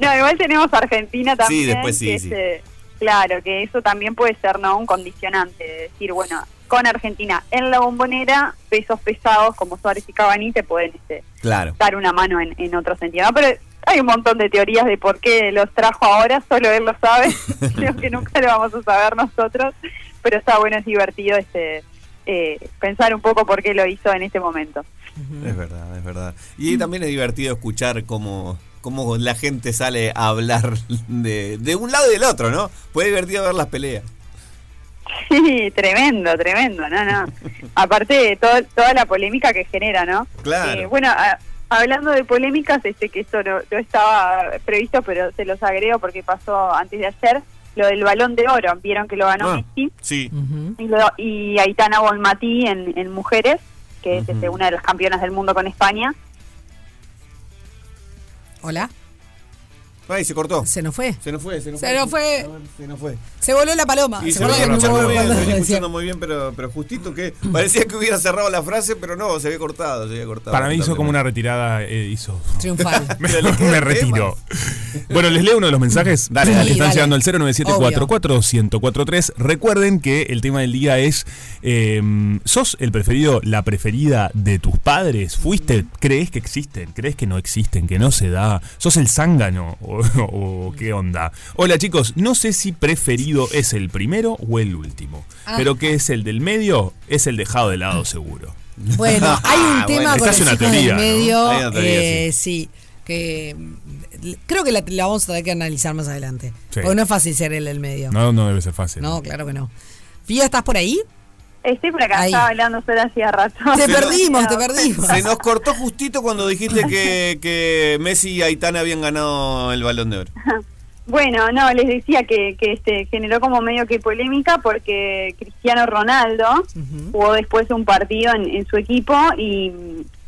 Speaker 9: No, igual tenemos a Argentina también.
Speaker 6: Sí, después sí,
Speaker 9: que
Speaker 6: sí.
Speaker 9: este, claro, que eso también puede ser, ¿no? Un condicionante. de decir, bueno, con Argentina en la bombonera, pesos pesados como Suárez y Cavani te pueden este,
Speaker 6: Claro.
Speaker 9: dar una mano en, en otro sentido. ¿no? Pero hay un montón de teorías de por qué los trajo ahora, solo él lo
Speaker 6: [LAUGHS]
Speaker 9: sabe. Creo que nunca lo vamos a saber nosotros. Pero está bueno, es divertido este eh, pensar un poco por qué lo hizo en este momento.
Speaker 4: Mm.
Speaker 6: Es verdad, es verdad. Y también es divertido escuchar cómo, cómo la gente sale a hablar de, de un lado y del otro, ¿no? Puede divertido ver las peleas.
Speaker 9: Sí, [LAUGHS] tremendo, tremendo, no, no. Aparte de todo- toda la polémica que genera, ¿no?
Speaker 6: Claro.
Speaker 9: Eh, bueno, a- hablando de polémicas, este que esto no, no estaba previsto, pero se los agrego porque pasó antes de ayer, lo del balón de oro, vieron que lo ganó
Speaker 6: Ah,
Speaker 9: Messi
Speaker 6: Sí.
Speaker 4: Ujú.
Speaker 9: y, lo- y Aitana Bonmatí en, en mujeres, que es
Speaker 6: Ujú.
Speaker 9: este, una de las campeonas del mundo con España.
Speaker 4: Hola.
Speaker 6: Ay, se cortó.
Speaker 4: Se nos fue.
Speaker 6: Se nos fue, se nos
Speaker 4: Se
Speaker 6: fue.
Speaker 4: nos fue.
Speaker 6: A ver, Se nos fue.
Speaker 4: Se voló la paloma.
Speaker 6: Y
Speaker 4: Se
Speaker 6: se
Speaker 4: voló
Speaker 6: venía
Speaker 4: la
Speaker 6: escuchando
Speaker 4: paloma
Speaker 6: muy bien, se venía
Speaker 4: cuando decía-
Speaker 6: escuchando muy bien, pero, pero justito que parecía que hubiera cerrado la frase, pero no, se había cortado, se había cortado.
Speaker 5: Para mí hizo como una retirada, eh, hizo...
Speaker 6: [LAUGHS]
Speaker 4: Triunfal.
Speaker 5: Me, [LAUGHS] me retiro. Bueno, les leo uno de los mensajes. Dale,
Speaker 4: dale.
Speaker 5: Están
Speaker 4: Dale.
Speaker 5: llegando al 097-444-1043. Recuerden que el tema del día es: eh, ¿sos el preferido, la preferida de tus padres? ¿Fuiste? ¿Crees que existen? ¿Crees que no existen? ¿Que no se da? ¿Sos el zángano? [LAUGHS] ¿O, o qué onda? Hola, chicos. No sé si preferido es el primero o el último.
Speaker 4: Ah.
Speaker 5: Pero que es el del medio, es el dejado de lado, seguro.
Speaker 4: Bueno, hay un
Speaker 6: [LAUGHS] Ah,
Speaker 4: tema
Speaker 6: bueno,
Speaker 4: con
Speaker 5: esa es
Speaker 4: los
Speaker 5: una
Speaker 4: hijos del
Speaker 5: teoría, ¿no?
Speaker 4: medio.
Speaker 6: Hay una teoría,
Speaker 4: eh, sí. que mm, creo que la, la vamos a tener que analizar más adelante.
Speaker 5: Sí.
Speaker 4: Porque no es fácil ser el del medio. No,
Speaker 5: No, no debe ser fácil.
Speaker 4: claro que no. Pía, ¿estás por ahí?
Speaker 9: Estoy por acá,
Speaker 4: Ahí.
Speaker 9: estaba bailando sola hacía rato.
Speaker 4: Te
Speaker 6: no-
Speaker 4: perdimos, te perdimos.
Speaker 6: Se nos cortó justito cuando dijiste que, que Messi y Aitana habían ganado el balón de oro.
Speaker 9: [LAUGHS] Bueno, no, les decía que, que este, generó como medio que polémica porque Cristiano Ronaldo jugó después un partido en, en su equipo y,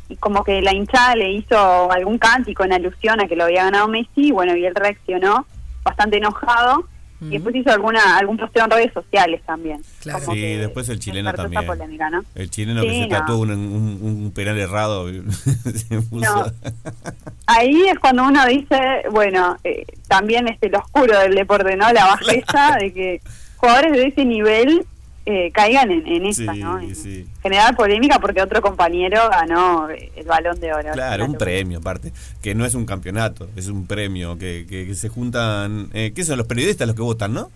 Speaker 9: y como que la hinchada le hizo algún cántico en alusión a que lo había ganado Messi, y bueno, y él reaccionó bastante enojado y después hizo alguna algún posteo en redes sociales también.
Speaker 4: Claro.
Speaker 9: Como
Speaker 6: Sí,
Speaker 9: que
Speaker 6: después el chileno
Speaker 9: despertó esa
Speaker 6: también.
Speaker 9: polémica, ¿no?
Speaker 6: El chileno que
Speaker 9: Sí,
Speaker 6: se
Speaker 9: no.
Speaker 6: tatuó un, un- un penal errado. [LAUGHS] se puso-
Speaker 9: No. Ahí es cuando uno dice, bueno, eh, también este, lo oscuro del deporte, ¿no? La bajeza de que jugadores de ese nivel eh, caigan en, en esa,
Speaker 6: Sí,
Speaker 9: ¿no? En
Speaker 6: sí.
Speaker 9: Generar polémica porque otro compañero ganó eh, el balón de oro.
Speaker 6: Claro, un
Speaker 9: Una
Speaker 6: premio aparte, que no es un campeonato, es un premio que, que- que se juntan... Eh, ¿Qué son los periodistas los que votan, no?
Speaker 9: locura.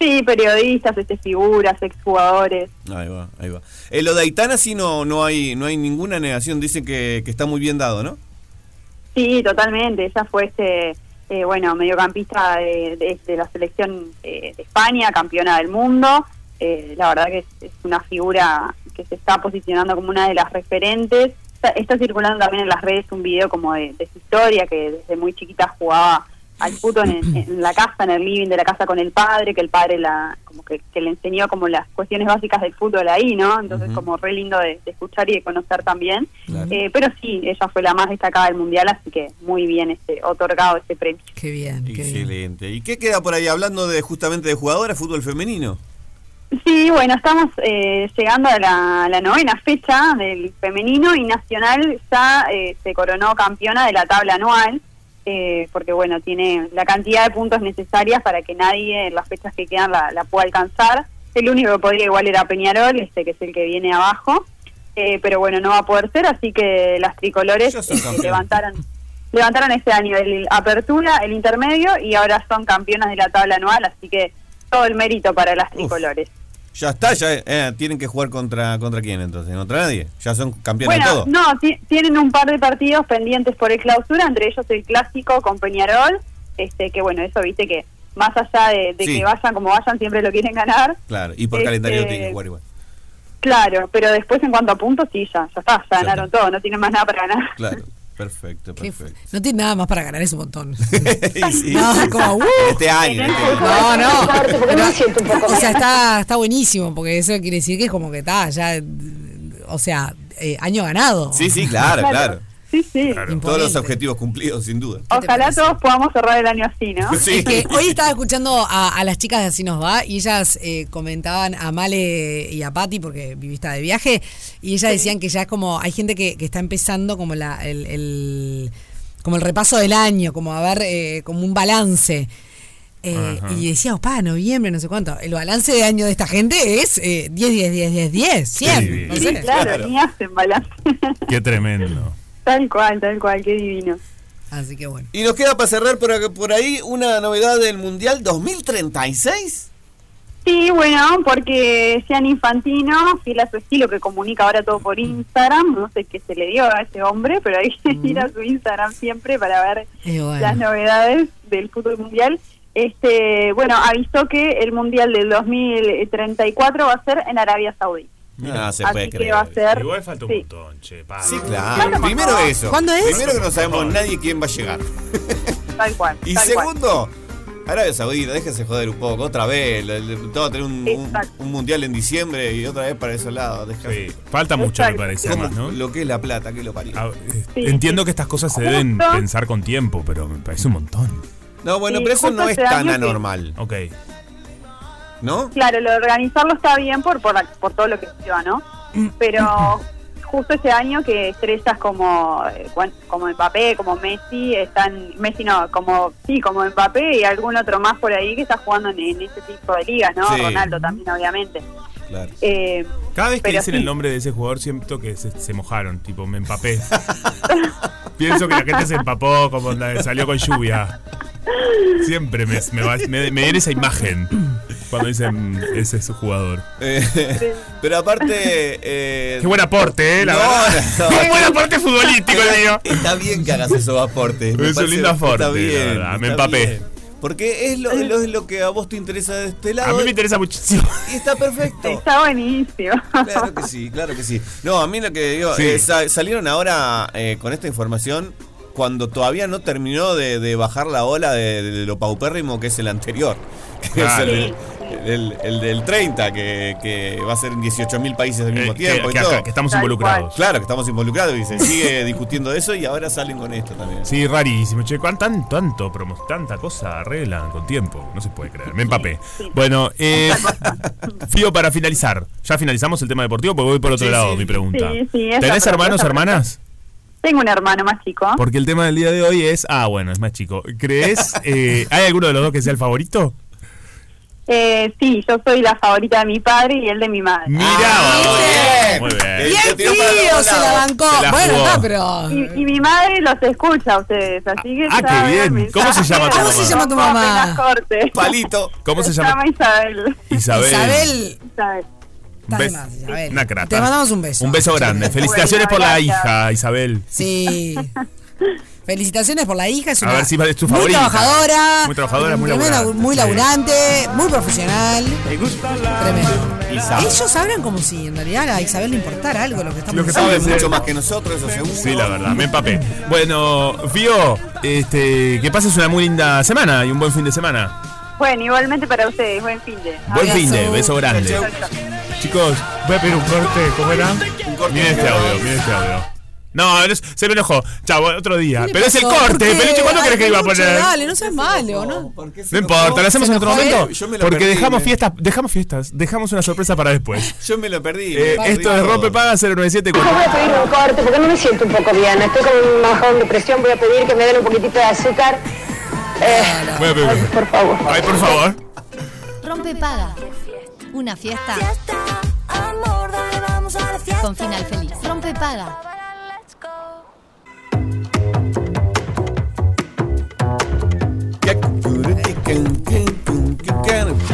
Speaker 9: Sí, periodistas, este, figuras, exjugadores.
Speaker 6: Ahí va, ahí va. Eh, lo de Aitana sí no, no, hay, no hay ninguna negación, dicen que, que está muy bien dado, ¿no?
Speaker 9: Sí, totalmente. Ella fue este, eh, bueno, mediocampista de, de- de la selección eh, de España, campeona del mundo. Eh, la verdad que es, es una figura que se está posicionando como una de las referentes. Está, está circulando también en las redes un video como de, de su historia, que desde muy chiquita jugaba al fútbol en, en la casa, en el living de la casa con el padre, que el padre la como que, que le enseñó como las cuestiones básicas del fútbol ahí, ¿no? Entonces
Speaker 6: Ujú.
Speaker 9: como re lindo de- de escuchar y de conocer también.
Speaker 6: Claro.
Speaker 9: Eh, pero sí, ella fue la más destacada del mundial, así que muy bien este, otorgado ese premio.
Speaker 4: Qué bien, qué bien.
Speaker 6: Excelente. ¿Y qué queda por ahí hablando de justamente de jugadoras, fútbol femenino?
Speaker 9: Sí, bueno, estamos eh, llegando a la, la novena fecha del femenino y Nacional ya eh, se coronó campeona de la tabla anual, eh, porque bueno, tiene la cantidad de puntos necesarias para que nadie en las fechas que quedan la, la pueda alcanzar. El único que podría igual era Peñarol, este que es el que viene abajo, eh, pero bueno, no va a poder ser, así que las tricolores
Speaker 6: Ya son
Speaker 9: este,
Speaker 6: campeonas.
Speaker 9: levantaron levantaron este año el apertura, el intermedio y ahora son campeonas de la tabla anual, así que todo el mérito para las tricolores.
Speaker 6: Ya está, ya eh, tienen que jugar contra contra quién entonces, contra nadie. Ya son campeones de
Speaker 9: Bueno,
Speaker 6: todo.
Speaker 9: no, ti- tienen un par de partidos pendientes por el clausura, entre ellos el clásico con Peñarol, este que bueno, eso viste que más allá de, de
Speaker 6: Sí.
Speaker 9: que vayan como vayan, siempre lo quieren ganar.
Speaker 6: Claro, y por
Speaker 9: Este,
Speaker 6: calendario tienen que jugar igual.
Speaker 9: Claro, pero después en cuanto a puntos, sí, ya, ya está, ya
Speaker 6: Ya
Speaker 9: ganaron
Speaker 6: está.
Speaker 9: todo, no tienen más nada para ganar.
Speaker 6: Claro, perfecto,
Speaker 4: Qué fu-
Speaker 6: perfecto.
Speaker 4: No tiene nada más para ganar, es un montón.
Speaker 6: Y [LAUGHS] sí,
Speaker 4: No, como, uh.
Speaker 6: este año, este año.
Speaker 4: No, no.
Speaker 8: Aparte, porque no me siento un poco
Speaker 4: O sea, está, está buenísimo, porque eso quiere decir que es como que está, ya. eh, O sea, eh, año ganado.
Speaker 6: Sí, sí, claro, claro.
Speaker 9: Sí, sí.
Speaker 6: Todos los
Speaker 4: Imponente.
Speaker 6: objetivos cumplidos, sin duda.
Speaker 4: ¿Qué te
Speaker 9: Ojalá
Speaker 4: parece?
Speaker 9: todos podamos cerrar el año así, ¿no?
Speaker 6: Sí.
Speaker 4: Es
Speaker 6: [LAUGHS]
Speaker 4: que hoy estaba escuchando a, a las chicas de Así nos va y ellas eh, comentaban a Male y a Patti porque viviste de viaje y ellas decían que ya es como hay gente que, que está empezando como la el, el- como el repaso del año, como a ver eh, como un balance. Eh, y decía, opa, noviembre, no sé cuánto. El balance de año de esta gente es eh, 10, 10, 10, 10, 10, 100. no
Speaker 5: Sí,
Speaker 4: sé.
Speaker 9: Claro,
Speaker 6: Claro.
Speaker 9: ni hacen balance.
Speaker 5: Qué tremendo.
Speaker 9: tal cual, tal cual, qué divino.
Speaker 4: Así que bueno.
Speaker 6: Y nos queda para cerrar por, acá- por ahí una novedad del Mundial 2036.
Speaker 9: Sí, bueno, porque Gian Infantino, fiel a su estilo que comunica ahora todo por Instagram, no sé qué se le dio a ese hombre, pero hay que ir a su Instagram siempre para ver
Speaker 4: Mm. Y bueno.
Speaker 9: las novedades del fútbol mundial. Este, bueno, avisó que el mundial del 2034 va a ser en Arabia Saudí.
Speaker 6: No Ah, se
Speaker 9: Así
Speaker 6: puede
Speaker 9: que
Speaker 6: creer.
Speaker 9: va a ser
Speaker 5: Igual falta un
Speaker 9: Sí.
Speaker 5: montón, che. pa.
Speaker 6: Sí,
Speaker 9: Ya
Speaker 6: claro.
Speaker 9: lo
Speaker 6: Primero
Speaker 9: mandó.
Speaker 6: eso.
Speaker 4: ¿Cuándo es?
Speaker 6: Primero que no sabemos nadie quién va a llegar.
Speaker 9: tal cual.
Speaker 6: Y
Speaker 9: tal cual.
Speaker 6: segundo, Arabia Saudita, déjense joder un poco. Otra vez, lo- lo- todo va a tener un, un,
Speaker 9: Exacto.
Speaker 6: un mundial en diciembre y otra vez para esos lados. déjense.
Speaker 5: Sí, Falta mucho, me
Speaker 9: Exacto.
Speaker 5: parece,
Speaker 6: ¿Cómo?
Speaker 5: además, ¿no?
Speaker 6: Lo que es la plata, que lo parió.
Speaker 5: A- eh,
Speaker 9: Sí,
Speaker 5: Entiendo
Speaker 9: sí.
Speaker 5: que estas cosas se deben
Speaker 9: Justo.
Speaker 5: pensar con tiempo, pero me parece un montón.
Speaker 6: No, bueno,
Speaker 9: Sí,
Speaker 6: pero eso
Speaker 9: justo
Speaker 6: no es
Speaker 9: ese
Speaker 6: tan
Speaker 9: año que-
Speaker 6: anormal,
Speaker 5: Ok.
Speaker 6: ¿no?
Speaker 9: Claro, lo de organizarlo está bien por, por, la- por todo lo que lleva, ¿no? Pero justo ese año que estrellas como eh, cuan- como Mbappé, como Messi, están Messi no, como sí, como Mbappé y algún otro más por ahí que está jugando en, en ese tipo de ligas, ¿no?
Speaker 6: Sí.
Speaker 9: Ronaldo también, obviamente.
Speaker 6: Claro.
Speaker 9: Eh,
Speaker 5: Cada vez que
Speaker 9: Pero
Speaker 5: dicen
Speaker 9: sí.
Speaker 5: el nombre de ese jugador siento que se, se mojaron, tipo me empapé.
Speaker 9: [LAUGHS]
Speaker 5: Pienso que la gente se empapó, como la- salió con lluvia. Siempre me, me, va- me- me viene esa imagen cuando dicen ese es su jugador.
Speaker 6: Eh, [LAUGHS] pero
Speaker 9: [LAUGHS]
Speaker 6: aparte... eh,
Speaker 5: Qué buen aporte, eh, la
Speaker 6: No,
Speaker 5: verdad. [LAUGHS]
Speaker 6: no.
Speaker 5: Un buen aporte futbolístico, el mío.
Speaker 6: Está bien que hagas esos aportes.
Speaker 5: Es un
Speaker 6: parece-
Speaker 5: lindo aporte,
Speaker 6: Está
Speaker 5: la
Speaker 6: bien.
Speaker 5: verdad, me
Speaker 6: está
Speaker 5: empapé.
Speaker 6: bien. Porque es lo, es lo- es lo que a vos te interesa de este
Speaker 5: A
Speaker 6: lado.
Speaker 5: mí me interesa muchísimo.
Speaker 6: Y está perfecto.
Speaker 9: está buenísimo. [LAUGHS]
Speaker 6: Claro que sí, claro que sí. No, a mí lo que digo,
Speaker 5: Sí.
Speaker 6: eh, sa- salieron ahora eh, con esta información cuando todavía no terminó de, de bajar la ola de, de lo paupérrimo que es el anterior. [LAUGHS] Que es
Speaker 5: Claro.
Speaker 6: el, del- el- el del 30, que, que va a ser en 18.000 países al mismo
Speaker 5: Eh, que-
Speaker 6: tiempo
Speaker 5: que
Speaker 6: y todo.
Speaker 5: acá- que estamos
Speaker 9: Tal
Speaker 5: involucrados.
Speaker 6: Claro, que estamos involucrados y se sigue [LAUGHS] discutiendo de eso y ahora salen con esto también.
Speaker 5: Sí, rarísimo. Che, ¿cuán- tan- tanto, promo- tanta cosa arreglan con tiempo. No se puede creer. Me empapé.
Speaker 9: Sí, sí.
Speaker 5: Bueno, eh, [LAUGHS] Fío, para finalizar. ¿Ya finalizamos el tema deportivo? Porque voy por otro
Speaker 6: Sí,
Speaker 5: lado,
Speaker 6: sí.
Speaker 5: mi pregunta.
Speaker 9: Sí, sí, esa
Speaker 5: ¿Tenés
Speaker 9: pregunta,
Speaker 5: hermanos,
Speaker 9: esa
Speaker 5: hermanas?
Speaker 9: Tengo un hermano más chico.
Speaker 5: Porque el tema del día de hoy es. Ah, bueno, es más chico.
Speaker 9: [LAUGHS]
Speaker 5: ¿Crees? eh, ¿Hay alguno de los dos que sea el favorito?
Speaker 9: Eh, sí, yo soy la favorita de mi padre y él de mi madre.
Speaker 5: Mira,
Speaker 6: Ah,
Speaker 5: Muy
Speaker 9: Eh,
Speaker 6: bien.
Speaker 5: bien.
Speaker 6: Bien.
Speaker 4: Bien,
Speaker 6: Te tiró para el
Speaker 4: tío,
Speaker 6: otro
Speaker 4: se la
Speaker 6: lado.
Speaker 4: bancó.
Speaker 5: Se la
Speaker 4: bueno,
Speaker 5: jugó.
Speaker 4: está, pero.
Speaker 9: Y, y mi madre los escucha a ustedes, así que...
Speaker 5: Ah,
Speaker 9: ya
Speaker 5: qué
Speaker 9: veo el
Speaker 5: bien. ¿Cómo
Speaker 9: mensaje. [LAUGHS]
Speaker 5: se llama tu
Speaker 4: ¿Cómo se mamá? llama tu mamá?
Speaker 9: Apenas corte.
Speaker 6: Palito.
Speaker 5: ¿Cómo se
Speaker 9: Se
Speaker 5: llama?
Speaker 9: llama Isabel.
Speaker 5: Isabel.
Speaker 4: Isabel.
Speaker 9: Isabel.
Speaker 5: Un
Speaker 4: Está de
Speaker 5: beso.
Speaker 4: más, Isabel.
Speaker 5: Una crata.
Speaker 4: Te mandamos un beso.
Speaker 5: Un beso grande. Felicitaciones por la
Speaker 9: gracias.
Speaker 5: hija, Isabel.
Speaker 4: Sí. Felicitaciones por la hija. Es
Speaker 5: A
Speaker 4: una
Speaker 5: ver si es tu
Speaker 4: muy
Speaker 5: favorita.
Speaker 4: trabajadora.
Speaker 5: Muy trabajadora, muy
Speaker 4: tremenda,
Speaker 5: laburante,
Speaker 4: Muy
Speaker 5: sí.
Speaker 4: laburante, muy profesional. Tremendo.
Speaker 6: Isabel.
Speaker 4: Ellos hablan como si en realidad a Isabel le importara algo lo que estamos
Speaker 5: Lo que
Speaker 6: Sabe
Speaker 5: Puede ser.
Speaker 6: mucho más que nosotros, eso seguro.
Speaker 5: Sí, la verdad, me empapé. Bueno, Fío, este, que pases una muy linda semana y un buen fin de semana.
Speaker 9: Bueno, igualmente para ustedes, buen fin de.
Speaker 5: Buen
Speaker 4: Abrazo.
Speaker 5: fin de, beso grande.
Speaker 6: Chau.
Speaker 5: Chicos, voy a pedir un corte, ¿cómo era?
Speaker 6: corte.
Speaker 5: Miren este audio, miren este audio. No, no es- se me enojó. Chao, otro día.
Speaker 4: ¿Qué le
Speaker 5: Pero es el
Speaker 4: pasó? ¿Por
Speaker 5: corte,
Speaker 4: qué?
Speaker 5: Peluche, ¿cuándo
Speaker 4: Ay,
Speaker 5: crees que iba a
Speaker 4: Peluche,
Speaker 5: poner?
Speaker 4: Dale, no seas malo, ¿no?
Speaker 6: ¿Por qué se
Speaker 5: No importa,
Speaker 6: enojó?
Speaker 5: lo hacemos en otro
Speaker 4: enojó?
Speaker 5: momento.
Speaker 6: Yo me lo
Speaker 5: Porque
Speaker 6: perdí,
Speaker 5: dejamos
Speaker 6: eh.
Speaker 5: fiestas, dejamos fiestas, dejamos una sorpresa para después.
Speaker 6: Yo me lo perdí.
Speaker 5: Eh,
Speaker 6: me
Speaker 5: esto
Speaker 6: perdí
Speaker 5: es
Speaker 6: todo.
Speaker 5: Rompe Paga 097
Speaker 8: Yo voy a pedir un corte porque no me siento un poco bien. Estoy con un bajón de presión. Voy a pedir que me den un poquitito de azúcar. Eh,
Speaker 5: Voy a pedir un corte.
Speaker 8: por favor.
Speaker 5: Ay, por favor.
Speaker 1: Rompe paga. Una fiesta
Speaker 10: Amor, dale, vamos a la fiesta.
Speaker 1: con final feliz. Rompe paga.
Speaker 10: Let's go.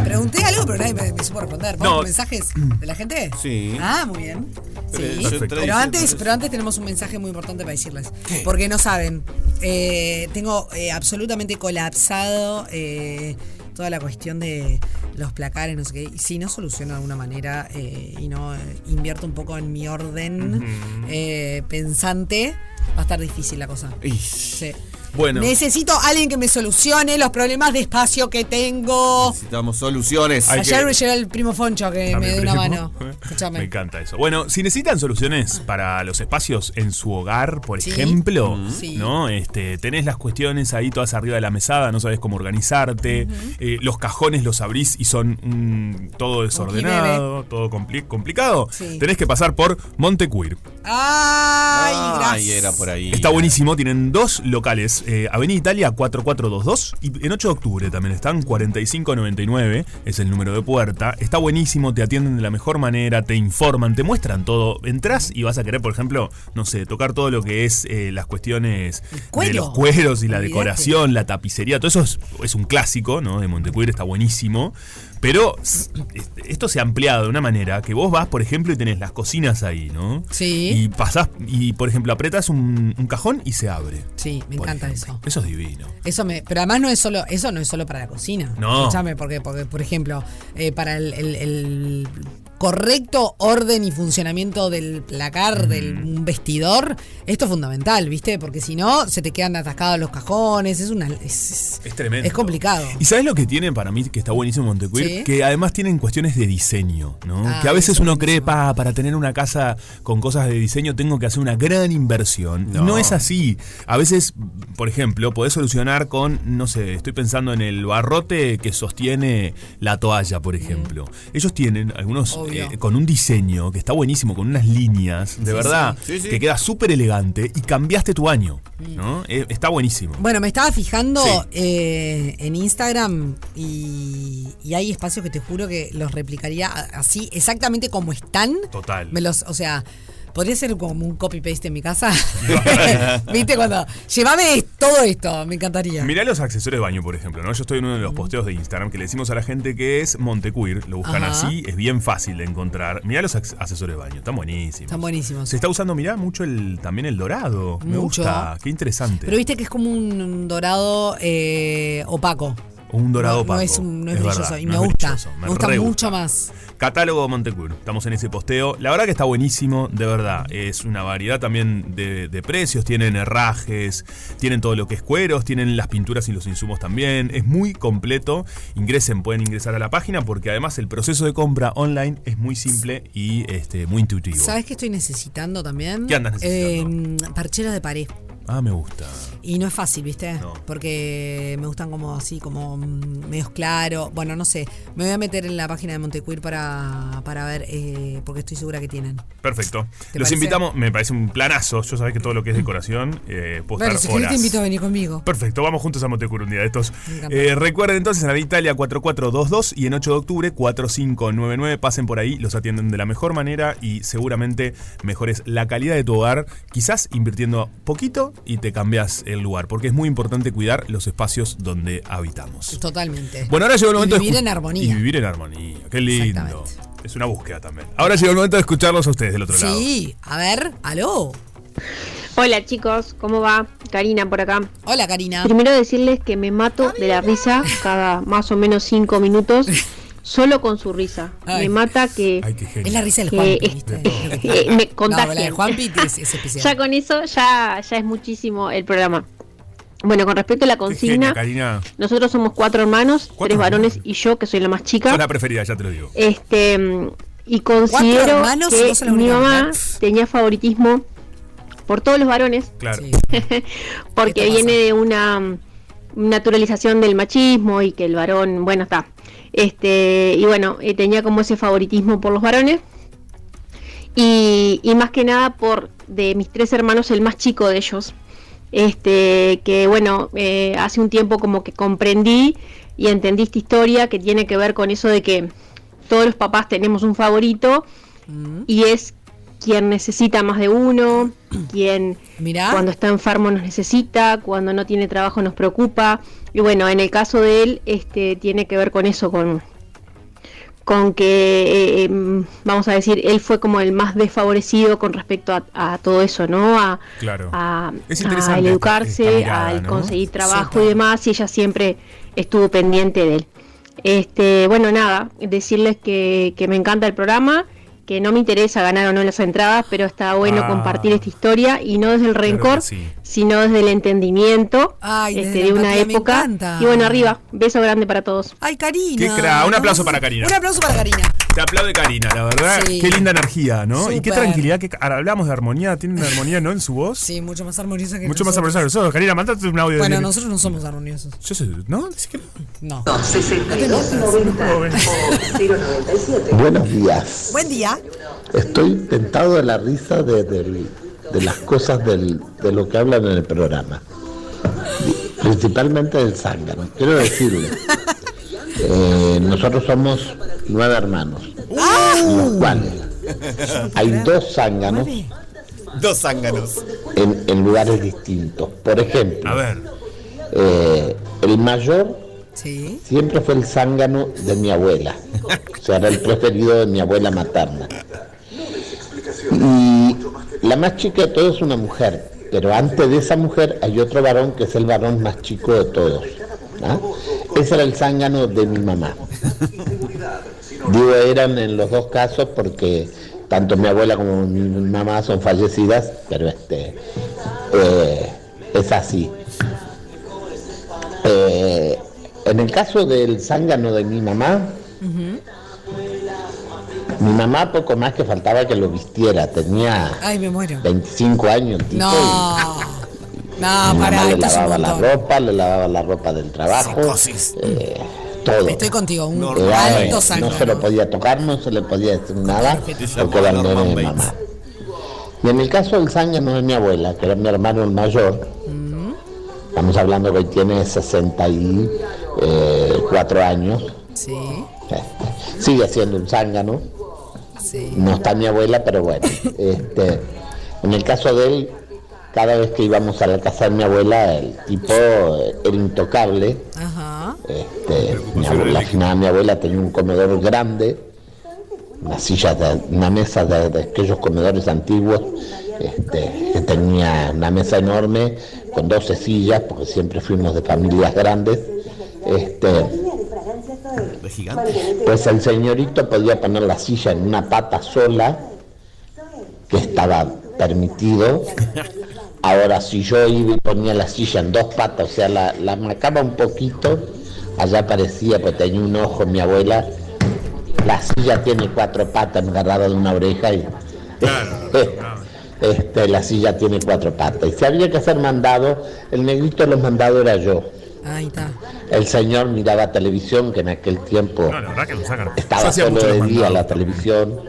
Speaker 4: Pregunté algo, pero nadie me, me supo responder. ¿Vamos
Speaker 5: No.
Speaker 4: con mensajes de la gente?
Speaker 6: Sí.
Speaker 4: Ah, muy bien. Sí.
Speaker 6: yo entré
Speaker 4: Pero
Speaker 6: diciendo
Speaker 4: antes,
Speaker 6: eso.
Speaker 4: pero antes tenemos un mensaje muy importante para decirles. Porque no saben. eh, tengo eh, absolutamente colapsado eh, toda la cuestión de los placares, no sé qué. Y si no soluciono de alguna manera eh, y no eh, invierto un poco en mi orden eh, pensante, va a estar difícil la cosa. Sí.
Speaker 5: Bueno.
Speaker 4: Necesito a alguien que me solucione los problemas de espacio que tengo.
Speaker 6: Necesitamos soluciones.
Speaker 5: Ay, Hay
Speaker 4: Ayer
Speaker 5: que-
Speaker 4: me llegó el primo Foncho que
Speaker 5: A
Speaker 4: me
Speaker 5: mi
Speaker 4: dio una
Speaker 5: primo.
Speaker 4: mano.
Speaker 5: [LAUGHS] Me
Speaker 4: Escúchame.
Speaker 5: encanta eso. Bueno, si necesitan soluciones para los espacios en su hogar, por
Speaker 4: Sí. Mm.
Speaker 5: ejemplo,
Speaker 4: Sí.
Speaker 5: ¿no? Este, tenés las cuestiones ahí todas arriba de la mesada, no sabes cómo organizarte, eh, los cajones los abrís y son mm, todo desordenado, todo compli- complicado.
Speaker 4: Sí.
Speaker 5: Tenés que pasar por Montecuir.
Speaker 4: Ay,
Speaker 6: Ay,
Speaker 4: gracias.
Speaker 6: era por ahí.
Speaker 5: Está buenísimo, tienen dos locales, eh, Avenida Italia 4422 y en 8 de octubre también están, 4599 es el número de puerta. Está buenísimo, te atienden de la mejor manera, te informan, te muestran todo. Entrás y vas a querer, por ejemplo, no sé, tocar todo lo que es eh, las cuestiones
Speaker 4: cuero.
Speaker 5: de los cueros y la
Speaker 4: Olvídate.
Speaker 5: decoración, la tapicería, todo eso es, es un clásico, ¿no? De Montecuir está buenísimo. Pero s- este, esto se ha ampliado de una manera que vos vas, por ejemplo, y tenés las cocinas ahí, ¿no?
Speaker 4: Sí.
Speaker 5: Y pasás y, por ejemplo, apretas un, un cajón y se abre.
Speaker 4: Sí, me
Speaker 5: por
Speaker 4: encanta
Speaker 5: ejemplo.
Speaker 4: eso.
Speaker 5: Eso es divino.
Speaker 4: Eso me, pero además no es solo, eso no es solo para la cocina.
Speaker 5: No.
Speaker 4: Escúchame, porque, porque, por ejemplo, eh, para el, el- el correcto orden y funcionamiento del placar, del vestidor, esto es fundamental, ¿viste? Porque si no, se te quedan atascados los cajones, es una... es- es-
Speaker 5: Es tremendo.
Speaker 4: Es complicado.
Speaker 5: ¿Y sabes lo que tienen para mí que está buenísimo Montecuir?
Speaker 4: Sí.
Speaker 5: Que además tienen cuestiones de diseño, ¿no?
Speaker 4: Ah,
Speaker 5: que a veces
Speaker 4: eso
Speaker 5: uno cree, pa, para tener una casa con cosas de diseño tengo que hacer una gran inversión. No,
Speaker 6: No.
Speaker 5: es así. A veces, por ejemplo, podés solucionar con, no sé, estoy pensando en el barrote que sostiene la toalla,
Speaker 6: Mm.
Speaker 5: por ejemplo. Ellos tienen algunos
Speaker 4: Obvio.
Speaker 5: eh, con un diseño que está buenísimo, con unas líneas, de verdad,
Speaker 6: sí. Sí, Mm. sí.
Speaker 5: que queda súper elegante y cambiaste tu año, ¿no? Eh,
Speaker 6: [LAUGHS]
Speaker 5: está buenísimo.
Speaker 4: Bueno, me estaba fijando
Speaker 5: Sí.
Speaker 4: eh, en Instagram y, y hay espacios que te juro que los replicaría a- así, exactamente como están.
Speaker 5: Total.
Speaker 4: Me los, o sea, podría ser como un copy paste en mi casa. [LAUGHS] ¿Viste? Cuando llévame todo esto, me encantaría.
Speaker 5: Mirá los accesorios de baño, por ejemplo, ¿no? Yo estoy en uno de
Speaker 4: Mm.
Speaker 5: los posteos de Instagram que le decimos a la gente que es Montecuir, lo buscan
Speaker 4: Ajá.
Speaker 5: así, es bien fácil de encontrar. Mirá los acces- accesorios de baño, están buenísimos.
Speaker 4: Están buenísimos.
Speaker 5: Se está usando, mirá, mucho el también el dorado. Me
Speaker 4: Mucho.
Speaker 5: gusta, qué interesante.
Speaker 4: Pero viste que es como un, un dorado eh, opaco.
Speaker 5: un dorado
Speaker 4: no,
Speaker 5: opaco.
Speaker 4: No es, un- no es
Speaker 5: verdad,
Speaker 4: brilloso y
Speaker 5: no
Speaker 4: me
Speaker 5: es
Speaker 4: gusta.
Speaker 5: brilloso,
Speaker 4: me gusta
Speaker 5: re
Speaker 4: mucho más.
Speaker 5: Catálogo de Montecuir. Estamos en ese posteo. La verdad que está buenísimo, de verdad. Es una variedad también de, de precios. Tienen herrajes, tienen todo lo que es cueros, tienen las pinturas y los insumos también. Es muy completo. Ingresen, pueden ingresar a la página porque además el proceso de compra online es muy simple y este, muy intuitivo.
Speaker 4: ¿Sabes qué estoy necesitando también?
Speaker 5: ¿Qué andas
Speaker 4: Eh, parcheros de pared.
Speaker 5: Ah, me gusta.
Speaker 4: Y no es fácil, ¿viste?
Speaker 5: No.
Speaker 4: Porque me gustan como así, como mm, medios claro. Bueno, no sé. Me voy a meter en la página de Montecuir para, para ver, eh, porque estoy segura que tienen.
Speaker 5: Perfecto. Los
Speaker 4: parece?
Speaker 5: invitamos, me parece un planazo. Yo sabés que todo lo que es decoración, eh, puedo
Speaker 4: Bueno,
Speaker 5: estar
Speaker 4: si querés te
Speaker 5: horas.
Speaker 4: invito a venir conmigo.
Speaker 5: Perfecto, vamos juntos a Montecuro un día de estos.
Speaker 4: Me encanta.
Speaker 5: Eh, recuerden entonces en la Italia 4422 y en 8 de octubre 4599. Pasen por ahí, los atienden de la mejor manera y seguramente mejores la calidad de tu hogar, quizás invirtiendo poquito y te cambias el lugar, porque es muy importante cuidar los espacios donde habitamos.
Speaker 4: Totalmente.
Speaker 5: Bueno, ahora llegó el
Speaker 4: Y
Speaker 5: momento de
Speaker 4: vivir
Speaker 5: escu-
Speaker 4: en armonía.
Speaker 5: Y [LAUGHS] vivir en armonía, qué lindo.
Speaker 4: Exactamente.
Speaker 5: Es una búsqueda también. Ahora llegó el momento de escucharlos a ustedes del otro lado.
Speaker 4: Sí, a ver, aló.
Speaker 11: Hola chicos, ¿cómo va? Karina por acá.
Speaker 4: Hola, Karina.
Speaker 11: Primero decirles que me mato de la risa cada más o menos cinco
Speaker 4: [LAUGHS]
Speaker 11: minutos, solo con su risa.
Speaker 4: Ay.
Speaker 11: Me mata que,
Speaker 5: Ay, qué genio.
Speaker 4: Es la risa del
Speaker 11: que
Speaker 4: Juanpi,
Speaker 11: es-
Speaker 4: ¿viste?
Speaker 11: eh,
Speaker 4: No, la
Speaker 11: me
Speaker 4: de
Speaker 11: contagia.
Speaker 4: Juanpi es, es especial.
Speaker 11: ya con eso ya, ya es muchísimo el programa. Bueno, con respecto a la
Speaker 5: Qué genia,
Speaker 11: consigna,
Speaker 5: Karina.
Speaker 11: nosotros somos cuatro hermanos,
Speaker 5: Cuatro
Speaker 11: tres varones
Speaker 5: hermanos.
Speaker 11: y yo que soy la más chica.
Speaker 5: Sos la preferida, ya te lo digo.
Speaker 11: Este mm, y considero
Speaker 4: hermanos y
Speaker 11: que
Speaker 4: vos sos la
Speaker 11: mi
Speaker 4: única
Speaker 11: mamá
Speaker 4: mujer.
Speaker 11: tenía favoritismo por todos los varones [LAUGHS]
Speaker 5: Claro.
Speaker 4: Sí. ¿Qué
Speaker 11: porque
Speaker 4: te pasa?
Speaker 11: viene de una mm, naturalización del machismo y que el varón, bueno, está. Este, y bueno, eh, tenía como ese favoritismo por los varones. Y, y más que nada por de mis tres hermanos, el más chico de ellos. Este, que bueno, eh, hace un tiempo como que comprendí y entendí esta historia que tiene que ver con eso de que todos los papás tenemos un favorito
Speaker 4: Mm,
Speaker 11: y es quien necesita más
Speaker 4: [CLEARS THROAT]
Speaker 11: de uno, quien
Speaker 4: Mirá.
Speaker 11: cuando está enfermo nos necesita, cuando no tiene trabajo nos preocupa. Y bueno, en el caso de él, este, tiene que ver con eso, con, con que, eh, em, vamos a decir, él fue como el más desfavorecido con respecto a, a todo eso, ¿no? A,
Speaker 5: Claro.
Speaker 11: a,
Speaker 5: Es
Speaker 11: a
Speaker 5: interesante
Speaker 11: el
Speaker 5: esta-
Speaker 11: educarse,
Speaker 5: esta mirada,
Speaker 11: al
Speaker 5: ¿no?
Speaker 11: conseguir trabajo
Speaker 4: Sí,
Speaker 11: y demás, y ella siempre estuvo pendiente de él. Este, bueno, nada, decirles que, que me encanta el programa, que no me interesa ganar o no las entradas, pero está bueno
Speaker 5: Ah.
Speaker 11: compartir esta historia y no desde el
Speaker 5: que
Speaker 11: rencor,
Speaker 5: sí.
Speaker 11: sino desde el entendimiento
Speaker 4: Ay, desde
Speaker 11: este,
Speaker 4: la
Speaker 11: de una
Speaker 4: empatía, me
Speaker 11: época.
Speaker 4: encanta.
Speaker 11: Y bueno, arriba, beso grande para todos.
Speaker 4: Ay, Karina.
Speaker 5: Qué cra- un aplauso para Karina.
Speaker 4: Un aplauso para Karina.
Speaker 5: Te aplaude Karina, la verdad.
Speaker 4: Sí.
Speaker 5: Qué linda energía, ¿no? Y qué
Speaker 4: Súper.
Speaker 5: tranquilidad. Que, ahora hablamos de armonía, tiene
Speaker 4: [LAUGHS]
Speaker 5: una armonía, ¿no? En su voz.
Speaker 4: Sí, mucho más armoniosa que
Speaker 5: Mucho
Speaker 4: nosotros.
Speaker 5: más armoniosa que nosotros. Karina, mandate un audio.
Speaker 4: Bueno,
Speaker 5: de...
Speaker 4: nosotros no somos armoniosos.
Speaker 5: Yo sé, ¿no? Decí que-
Speaker 4: No.
Speaker 5: [LAUGHS]
Speaker 12: Buenos días.
Speaker 4: Buen día.
Speaker 12: Estoy tentado de la risa de, del- de las cosas del- de lo que hablan en el programa. Principalmente del zángano. Quiero decirle, eh, nosotros somos nueve hermanos,
Speaker 6: Uh.
Speaker 12: los cuales hay dos zánganos
Speaker 6: Dos zánganos.
Speaker 12: en, en lugares distintos. Por
Speaker 5: A
Speaker 12: ejemplo,
Speaker 5: ver.
Speaker 12: eh, el mayor
Speaker 4: Sí.
Speaker 12: Siempre fue el zángano de mi abuela. O sea, era el preferido de mi abuela materna. Y la más chica de todos es una mujer, pero antes de esa mujer hay otro varón que es el varón más chico de todos. ¿ah? Ese era el zángano de mi mamá. Digo eran en los dos casos porque tanto mi abuela como mi mamá son fallecidas, pero este eh, es así. Eh, en el caso del zángano de mi mamá, mi mamá poco más que faltaba que lo vistiera, tenía
Speaker 4: Ay, me muero.
Speaker 12: 25 años, el tipo, y
Speaker 4: No. No,
Speaker 12: mi
Speaker 4: pará,
Speaker 12: mamá le
Speaker 4: esto es un
Speaker 12: lavaba la
Speaker 4: montón.
Speaker 12: ropa, le lavaba la ropa del trabajo, eh, todo.
Speaker 4: Estoy contigo, un
Speaker 12: Eh,
Speaker 4: alto
Speaker 12: no,
Speaker 4: sangre.
Speaker 12: se lo podía tocar, no se le podía decir nada, porque era el nene de mamá. Y en el caso del zángano de mi abuela, que era mi hermano el mayor, estamos hablando que hoy tiene 64 años, Este,
Speaker 4: Sí,
Speaker 12: sigue siendo un zángano,
Speaker 4: sí.
Speaker 12: no está mi abuela, pero bueno. Este, en el caso de él, cada vez que íbamos a la casa de mi abuela, el tipo eh, era intocable.
Speaker 4: Ajá.
Speaker 12: Este, mi abuela, nada, mi abuela tenía un comedor grande, una silla, de- una mesa de, de aquellos comedores antiguos, este, que tenía una mesa enorme con 12 sillas, porque siempre fuimos de familias grandes. Este,
Speaker 6: De gigante.
Speaker 12: pues el señorito podía poner la silla en una pata sola, que estaba permitido.
Speaker 6: [LAUGHS]
Speaker 12: Ahora, si yo iba y ponía la silla en dos patas, o sea, la, la marcaba un poquito, allá parecía, pues tenía un ojo mi abuela. La silla tiene cuatro patas, me agarraba de una oreja y. [LAUGHS] Este, la silla tiene cuatro patas. Y si había que hacer mandado, el negrito de los mandados era yo.
Speaker 4: Ahí está.
Speaker 12: El señor miraba televisión, que en aquel tiempo
Speaker 5: No, la verdad que lo sacan. Yo
Speaker 12: estaba
Speaker 5: hacía
Speaker 12: solo
Speaker 5: mucho
Speaker 12: de
Speaker 5: los
Speaker 12: día la televisión,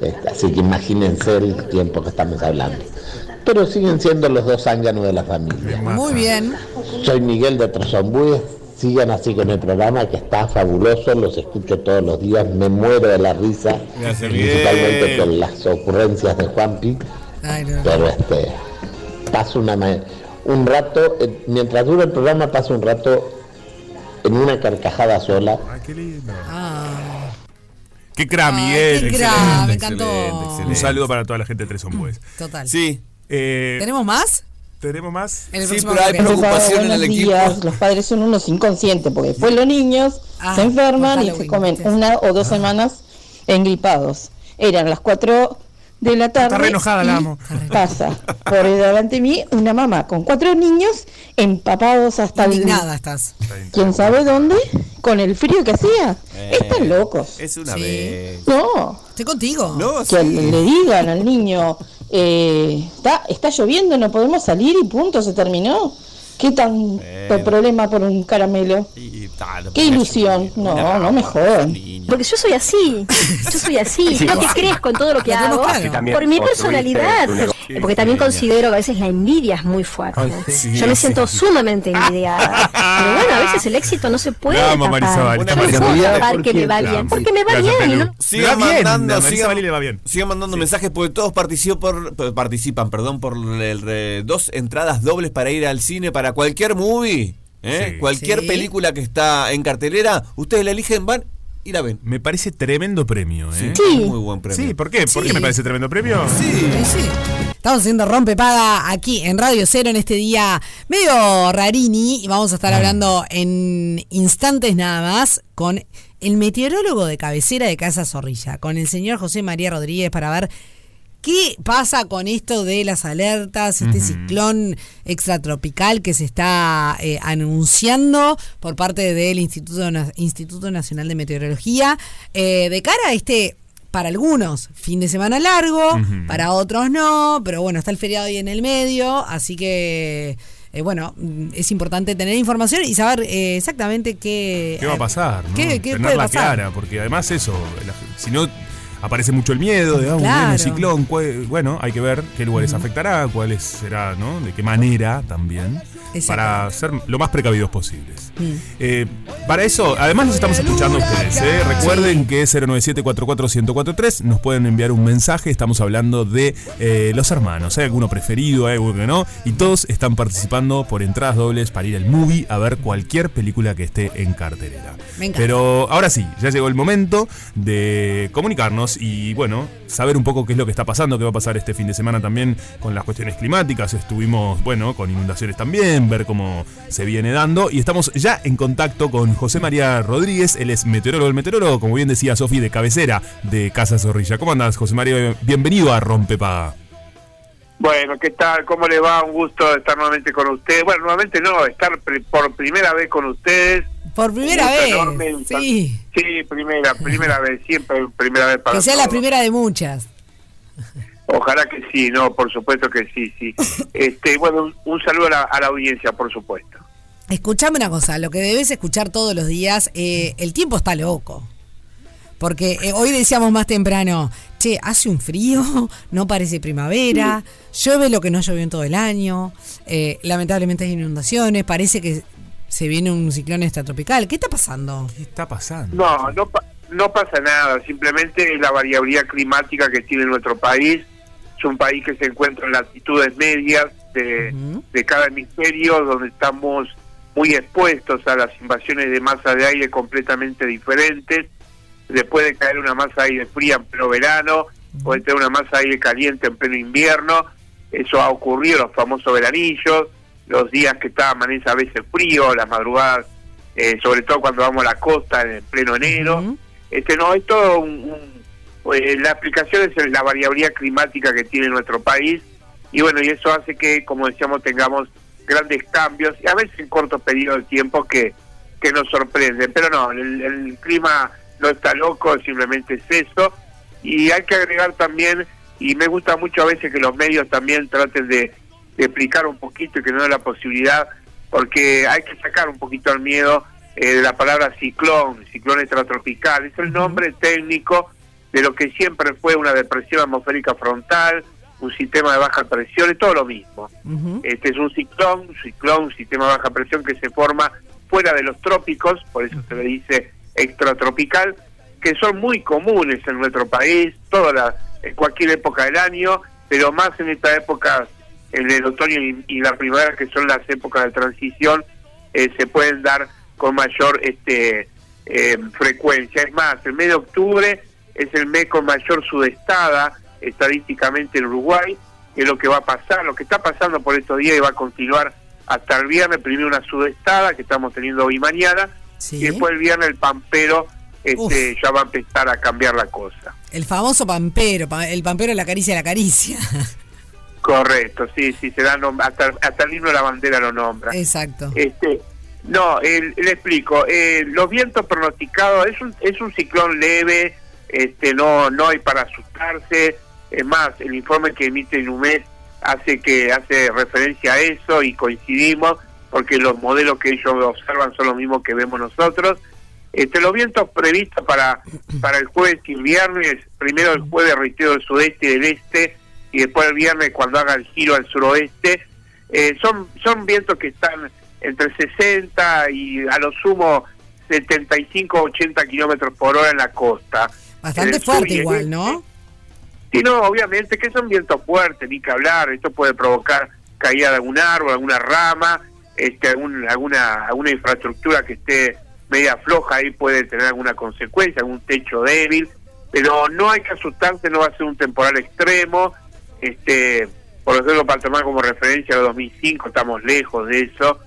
Speaker 12: este, así que imagínense el tiempo que estamos hablando. Pero siguen siendo los dos ánganos de la familia.
Speaker 4: Muy bien.
Speaker 12: Soy Miguel de Trozambúes, sigan así con el programa que está fabuloso, los escucho todos los días, me muero de la risa,
Speaker 6: Gracias,
Speaker 12: principalmente
Speaker 6: Miguel.
Speaker 12: con las ocurrencias de Juanpi,
Speaker 4: Ay, no.
Speaker 12: pero este, paso una ma- un rato, eh, mientras dura el programa paso un rato en una carcajada sola.
Speaker 5: Qué lindo.
Speaker 4: Ah,
Speaker 5: Qué cra, Miguel.
Speaker 4: qué cra,
Speaker 5: Excelente,
Speaker 4: me encantó.
Speaker 5: excelente, excelente. Un saludo para toda la gente de Tres Son Pues.
Speaker 4: total.
Speaker 6: Sí.
Speaker 4: ¿Tenemos más?
Speaker 5: ¿Tenemos más?
Speaker 4: En el
Speaker 6: Sí,
Speaker 4: próximo
Speaker 6: pero hay
Speaker 4: bloque.
Speaker 6: preocupación en
Speaker 13: buenos
Speaker 6: el equipo.
Speaker 13: días. Los padres son unos inconscientes porque después los niños
Speaker 4: Ah,
Speaker 13: se enferman
Speaker 4: por
Speaker 13: y se
Speaker 4: Halloween,
Speaker 13: comen una o
Speaker 6: Ah.
Speaker 13: dos semanas engripados. Eran las 4 de la tarde.
Speaker 5: re enojada,
Speaker 13: y
Speaker 5: la amo.
Speaker 13: Pasa por delante de mí una mamá con cuatro niños empapados hasta el-
Speaker 4: Indignada estás.
Speaker 13: ¿Quién sabe dónde? Con el frío que hacía.
Speaker 3: Eh,
Speaker 13: Están locos.
Speaker 6: Es una vez.
Speaker 13: No,
Speaker 4: Estoy contigo.
Speaker 6: No,
Speaker 13: que le digan al niño, eh, está, está lloviendo, no podemos salir y punto, se terminó. ¿Qué tanto
Speaker 6: Bueno.
Speaker 13: problema por un caramelo?
Speaker 6: Y, tal,
Speaker 13: ¿Qué ilusión? No, no me jodan.
Speaker 14: Porque yo soy así, yo soy así,
Speaker 13: [LAUGHS] Sí,
Speaker 14: creo que
Speaker 13: vos.
Speaker 14: crees con todo lo que
Speaker 13: Lo tenemos
Speaker 14: hago,
Speaker 13: claro. Sí, también
Speaker 14: por mi
Speaker 13: construiste
Speaker 14: personalidad,
Speaker 13: tu negocio. Ah,
Speaker 14: Eh, porque también considero que a veces la envidia es muy fuerte.
Speaker 5: Ay, sí,
Speaker 14: yo me
Speaker 5: sí,
Speaker 14: siento sumamente envidiada, pero bueno, a veces el éxito no se puede
Speaker 5: La amo,
Speaker 14: tapar.
Speaker 5: Marisabel.
Speaker 14: Yo no puedo tapar que me va bien, porque me va bien, y no-
Speaker 6: Sigan
Speaker 5: Me va bien,
Speaker 6: mandando,
Speaker 5: a Marisa
Speaker 6: sigan,
Speaker 5: Valli le va bien.
Speaker 6: sigan mandando mensajes porque todos participó por- p- participan perdón, por el re- dos entradas dobles para ir al cine, para cualquier movie, ¿eh? cualquier
Speaker 5: Sí.
Speaker 6: película que está en cartelera, ustedes la eligen, van y la ven.
Speaker 5: Me parece tremendo premio, ¿eh?
Speaker 6: Sí. Muy buen premio.
Speaker 5: Sí, ¿por qué? ¿Por
Speaker 4: Sí.
Speaker 5: qué me parece tremendo premio?
Speaker 6: Sí.
Speaker 4: Sí. Estamos haciendo Rompe Paga aquí en Radio Cero en este día medio rarini y vamos a estar hablando en instantes nada más con el meteorólogo de cabecera de Casa Zorrilla, con el señor José María Rodríguez para ver qué pasa con esto de las alertas, este ciclón extratropical que se está eh, anunciando por parte del Instituto, Na- Instituto Nacional de Meteorología eh, de cara a este... Para algunos, fin de semana largo,
Speaker 5: Ujú.
Speaker 4: para otros no, pero bueno, está el feriado ahí en el medio, así que, eh, bueno, mm, es importante tener información y saber eh, exactamente qué...
Speaker 5: ¿Qué va a pasar? ¿no?
Speaker 4: Eh, ¿Qué- qué
Speaker 5: Tenerla
Speaker 4: puede pasar?
Speaker 5: clara, porque además eso, la- si no aparece mucho el miedo de ah, un-
Speaker 4: Claro.
Speaker 5: un ciclón, cuál- bueno, hay que ver qué lugares afectará, cuáles será, ¿no? De qué manera también, para ser lo más precavidos posibles.
Speaker 4: Mm.
Speaker 5: Eh, para eso, además los estamos escuchando a ustedes. ¿eh? Recuerden que es 097-44143. Nos pueden enviar un mensaje. Estamos hablando de eh, los hermanos. Hay alguno preferido, hay alguno que no. Y todos están participando por entradas dobles para ir al movie a ver cualquier película que esté en cartelera.
Speaker 4: Me encanta.
Speaker 5: Pero ahora sí, ya llegó el momento de comunicarnos y bueno, saber un poco qué es lo que está pasando, qué va a pasar este fin de semana también con las cuestiones climáticas. Estuvimos, bueno, con inundaciones también, Denver, como se viene dando. Y estamos ya en contacto con José María Rodríguez, él es meteorólogo, el meteorólogo, como bien decía Sofi, de cabecera de Casa Zorrilla. ¿Cómo andás, José María? Bienvenido a Rompepaga.
Speaker 15: Bueno, ¿qué tal? ¿Cómo le va? Un gusto estar nuevamente con ustedes. Bueno, nuevamente no, estar pri- por primera vez con ustedes.
Speaker 4: Por primera
Speaker 15: Un gusto
Speaker 4: vez,
Speaker 15: enorme, un sal-
Speaker 4: sí.
Speaker 15: Sí, primera, primera vez, siempre primera vez para
Speaker 4: Que sea la
Speaker 15: todos.
Speaker 4: primera de muchas.
Speaker 15: Ojalá que sí, no, por supuesto que sí,
Speaker 4: [LAUGHS]
Speaker 15: sí. Este, bueno, un, un saludo a la, a la audiencia, por supuesto.
Speaker 4: Escuchame una cosa, lo que debes escuchar todos los días, eh, el tiempo está loco. Porque eh, hoy decíamos más temprano, che, hace un frío, [LAUGHS] no parece primavera, llueve lo que no llovió en todo el año, eh, lamentablemente hay inundaciones, parece que se viene un ciclón extratropical. ¿Qué está pasando?
Speaker 5: ¿Qué está pasando?
Speaker 15: No, no, pa- no pasa nada, simplemente es la variabilidad climática que tiene nuestro país. Es un país que se encuentra en latitudes medias de, de cada hemisferio, donde estamos muy expuestos a las invasiones de masa de aire completamente diferentes. Le puede caer una masa de aire fría en pleno verano, puede tener una masa de aire caliente en pleno invierno. Eso ha ocurrido, los famosos veranillos, los días que está amanece a veces frío, las madrugadas eh, sobre todo cuando vamos a la costa en pleno enero. Este no es todo un, un- eh, la explicación es la variabilidad climática que tiene nuestro país y bueno y eso hace que como decíamos tengamos grandes cambios y a veces en cortos periodos de tiempo que que nos sorprenden pero no el, el clima no está loco simplemente es eso y hay que agregar también y me gusta mucho a veces que los medios también traten de, de explicar un poquito y que no es la posibilidad porque hay que sacar un poquito el miedo eh, de la palabra ciclón, ciclón extratropical. Es el nombre técnico de lo que siempre fue una depresión atmosférica frontal, un sistema de baja presión, es todo lo mismo. Este es un ciclón, un ciclón, un sistema de baja presión que se forma fuera de los trópicos, por eso se le dice extratropical, que son muy comunes en nuestro país, toda la- en cualquier época del año, pero más en esta época, en el otoño y, y la primavera, que son las épocas de transición, eh, se pueden dar con mayor este eh, frecuencia. Es más, el mes de octubre es el mes con mayor sudestada estadísticamente en Uruguay, que es lo que va a pasar, lo que está pasando por estos días y va a continuar hasta el viernes, primero una sudestada que estamos teniendo hoy y mañana, y después el viernes el pampero este, ya va a empezar a cambiar la cosa.
Speaker 4: El famoso pampero, pa- el pampero la caricia la caricia. [LAUGHS]
Speaker 15: Correcto, sí, sí, se dan nom- hasta, hasta el himno de la bandera lo nombra.
Speaker 4: Exacto.
Speaker 15: Este, no, el- le explico. eh, los vientos pronosticados es un, es un ciclón leve, este, no, no hay para asustarse. Es más, el informe que emite Inumet hace que hace referencia a eso y coincidimos porque los modelos que ellos observan son los mismos que vemos nosotros. Este, los vientos previstos para, para el jueves y viernes, primero el jueves, reitero, del sudeste y del este, y después el viernes cuando haga el giro al suroeste, eh, son, son vientos que están entre 60 y a lo sumo 75 80 kilómetros por hora en la costa. En
Speaker 4: Bastante
Speaker 15: el sur
Speaker 4: fuerte
Speaker 15: y el
Speaker 4: igual, ¿no?
Speaker 15: Sí, no, obviamente que son vientos fuertes, ni que hablar. Esto puede provocar caída de algún árbol, alguna rama, este, algún- alguna, alguna infraestructura que esté media floja, ahí puede tener alguna consecuencia, algún techo débil. Pero no hay que asustarse, no va a ser un temporal extremo. Este, por ejemplo, para tomar como referencia el 2005, estamos lejos de eso.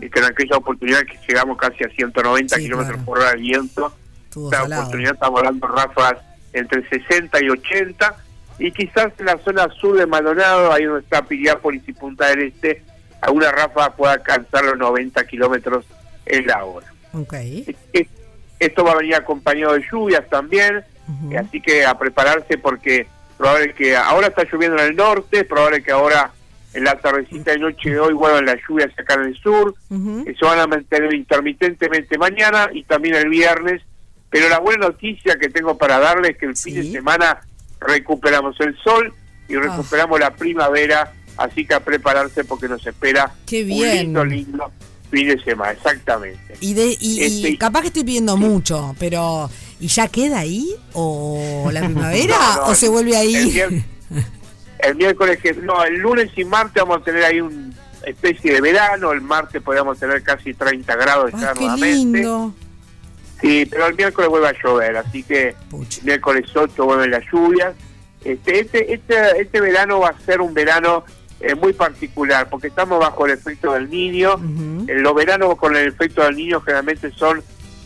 Speaker 15: Este, en aquella oportunidad que llegamos casi a 190 kilómetros por hora de viento, esta oportunidad estamos hablando de ráfagas entre 60 y 80, y quizás en la zona sur de Maldonado, ahí donde está Piriápolis y Punta del Este, alguna ráfaga pueda alcanzar los 90 kilómetros en la hora.
Speaker 4: Ok.
Speaker 15: Es- Esto va a venir acompañado de lluvias también, eh, así que a prepararse porque probable que ahora está lloviendo en el norte, probable que ahora en la tardecita y noche de hoy vuelvan las lluvias acá en el sur, que se van a mantener intermitentemente mañana y también el viernes, pero la buena noticia que tengo para darles es que el fin de semana recuperamos el sol y
Speaker 4: Ah.
Speaker 15: recuperamos la primavera, así que a prepararse porque nos espera
Speaker 4: Qué
Speaker 15: un
Speaker 4: bien.
Speaker 15: lindo, lindo fin de semana, exactamente.
Speaker 4: Y, de, y, y
Speaker 15: Este-
Speaker 4: capaz que estoy pidiendo mucho, pero ¿y ya queda ahí? ¿O la
Speaker 15: [LAUGHS]
Speaker 4: primavera?
Speaker 15: No, no,
Speaker 4: ¿O se vuelve
Speaker 15: El,
Speaker 4: ahí?
Speaker 15: mier- el miércoles que no, el lunes y martes vamos a tener ahí una especie de verano, el martes podríamos tener casi 30 grados ya
Speaker 4: Qué
Speaker 15: nuevamente.
Speaker 4: [LAUGHS] lindo.
Speaker 15: Sí, pero el miércoles vuelve a llover, así que miércoles 8 vuelven las lluvias. Este, este, este, este verano va a ser un verano eh, muy particular, porque estamos bajo el efecto del niño. Eh, los veranos con el efecto del niño generalmente son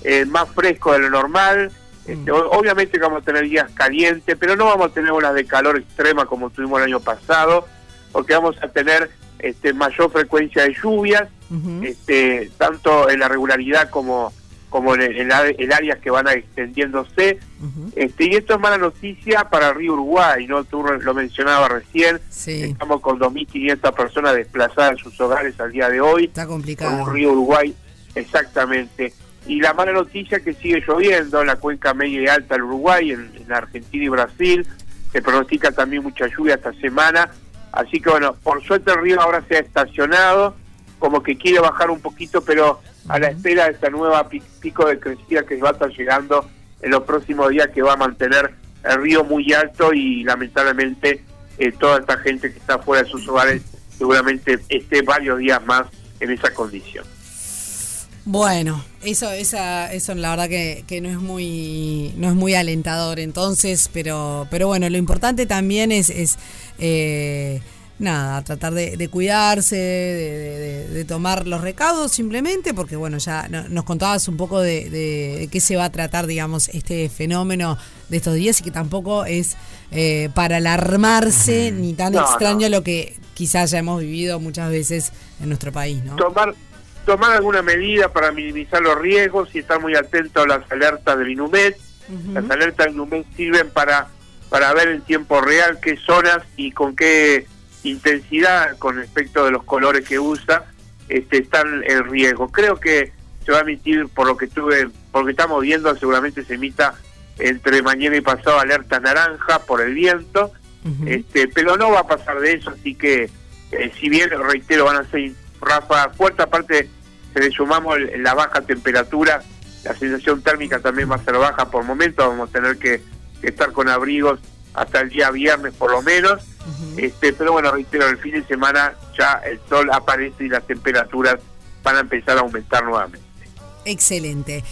Speaker 15: eh, más frescos de lo normal. Este, o- Obviamente que vamos a tener días calientes, pero no vamos a tener olas de calor extrema como tuvimos el año pasado, porque vamos a tener este, mayor frecuencia de lluvias, este, tanto en la regularidad como, como en, el, en la- en áreas que van extendiéndose. Este, y esto es mala noticia para Río Uruguay, ¿no? Tú lo mencionabas recién. Estamos con 2.500 personas desplazadas en sus hogares al día de hoy.
Speaker 4: Está
Speaker 15: Por
Speaker 4: complicado.
Speaker 15: un río Uruguay, exactamente. Y la mala noticia es que sigue lloviendo en la cuenca media y alta del Uruguay, en, en Argentina y Brasil. Se pronostica también mucha lluvia esta semana. Así que bueno, por suerte el río ahora se ha estacionado, como que quiere bajar un poquito, pero a la espera de esta nueva pi- pico de crecida que va a estar llegando en los próximos días, que va a mantener el río muy alto y lamentablemente eh, toda esta gente que está fuera de sus hogares seguramente esté varios días más en esa condición.
Speaker 4: Bueno, eso, esa, eso la verdad que, que no es muy, no es muy alentador entonces, pero, pero bueno, lo importante también es, es eh, nada, tratar de, de cuidarse, de, de- de- de tomar los recaudos simplemente, porque bueno, ya no- nos contabas un poco de, de- de qué se va a tratar, digamos, este fenómeno de estos días y que tampoco es eh, para alarmarse ni tan
Speaker 15: No, no.
Speaker 4: extraño lo que quizás ya hemos vivido muchas veces en nuestro país, ¿no?
Speaker 15: Tomar tomar alguna medida para minimizar los riesgos y estar muy atento a las alertas del INUMED. Las alertas del INUMED sirven para, para ver en tiempo real qué zonas y con qué intensidad con respecto de los colores que usa este, están en riesgo. Creo que se va a emitir, por lo que estuve, por lo que estamos viendo, seguramente se emita entre mañana y pasado alerta naranja por el viento, este, pero no va a pasar de eso, así que eh, si bien, reitero, van a ser ráfagas fuertes, aparte se le sumamos el- la baja temperatura, la sensación térmica también va a ser baja por momentos, vamos a tener que, que estar con abrigos hasta el día viernes por lo menos, este, pero bueno, reitero, el fin de semana ya el sol aparece y las temperaturas van a empezar a aumentar nuevamente.
Speaker 4: Excelente.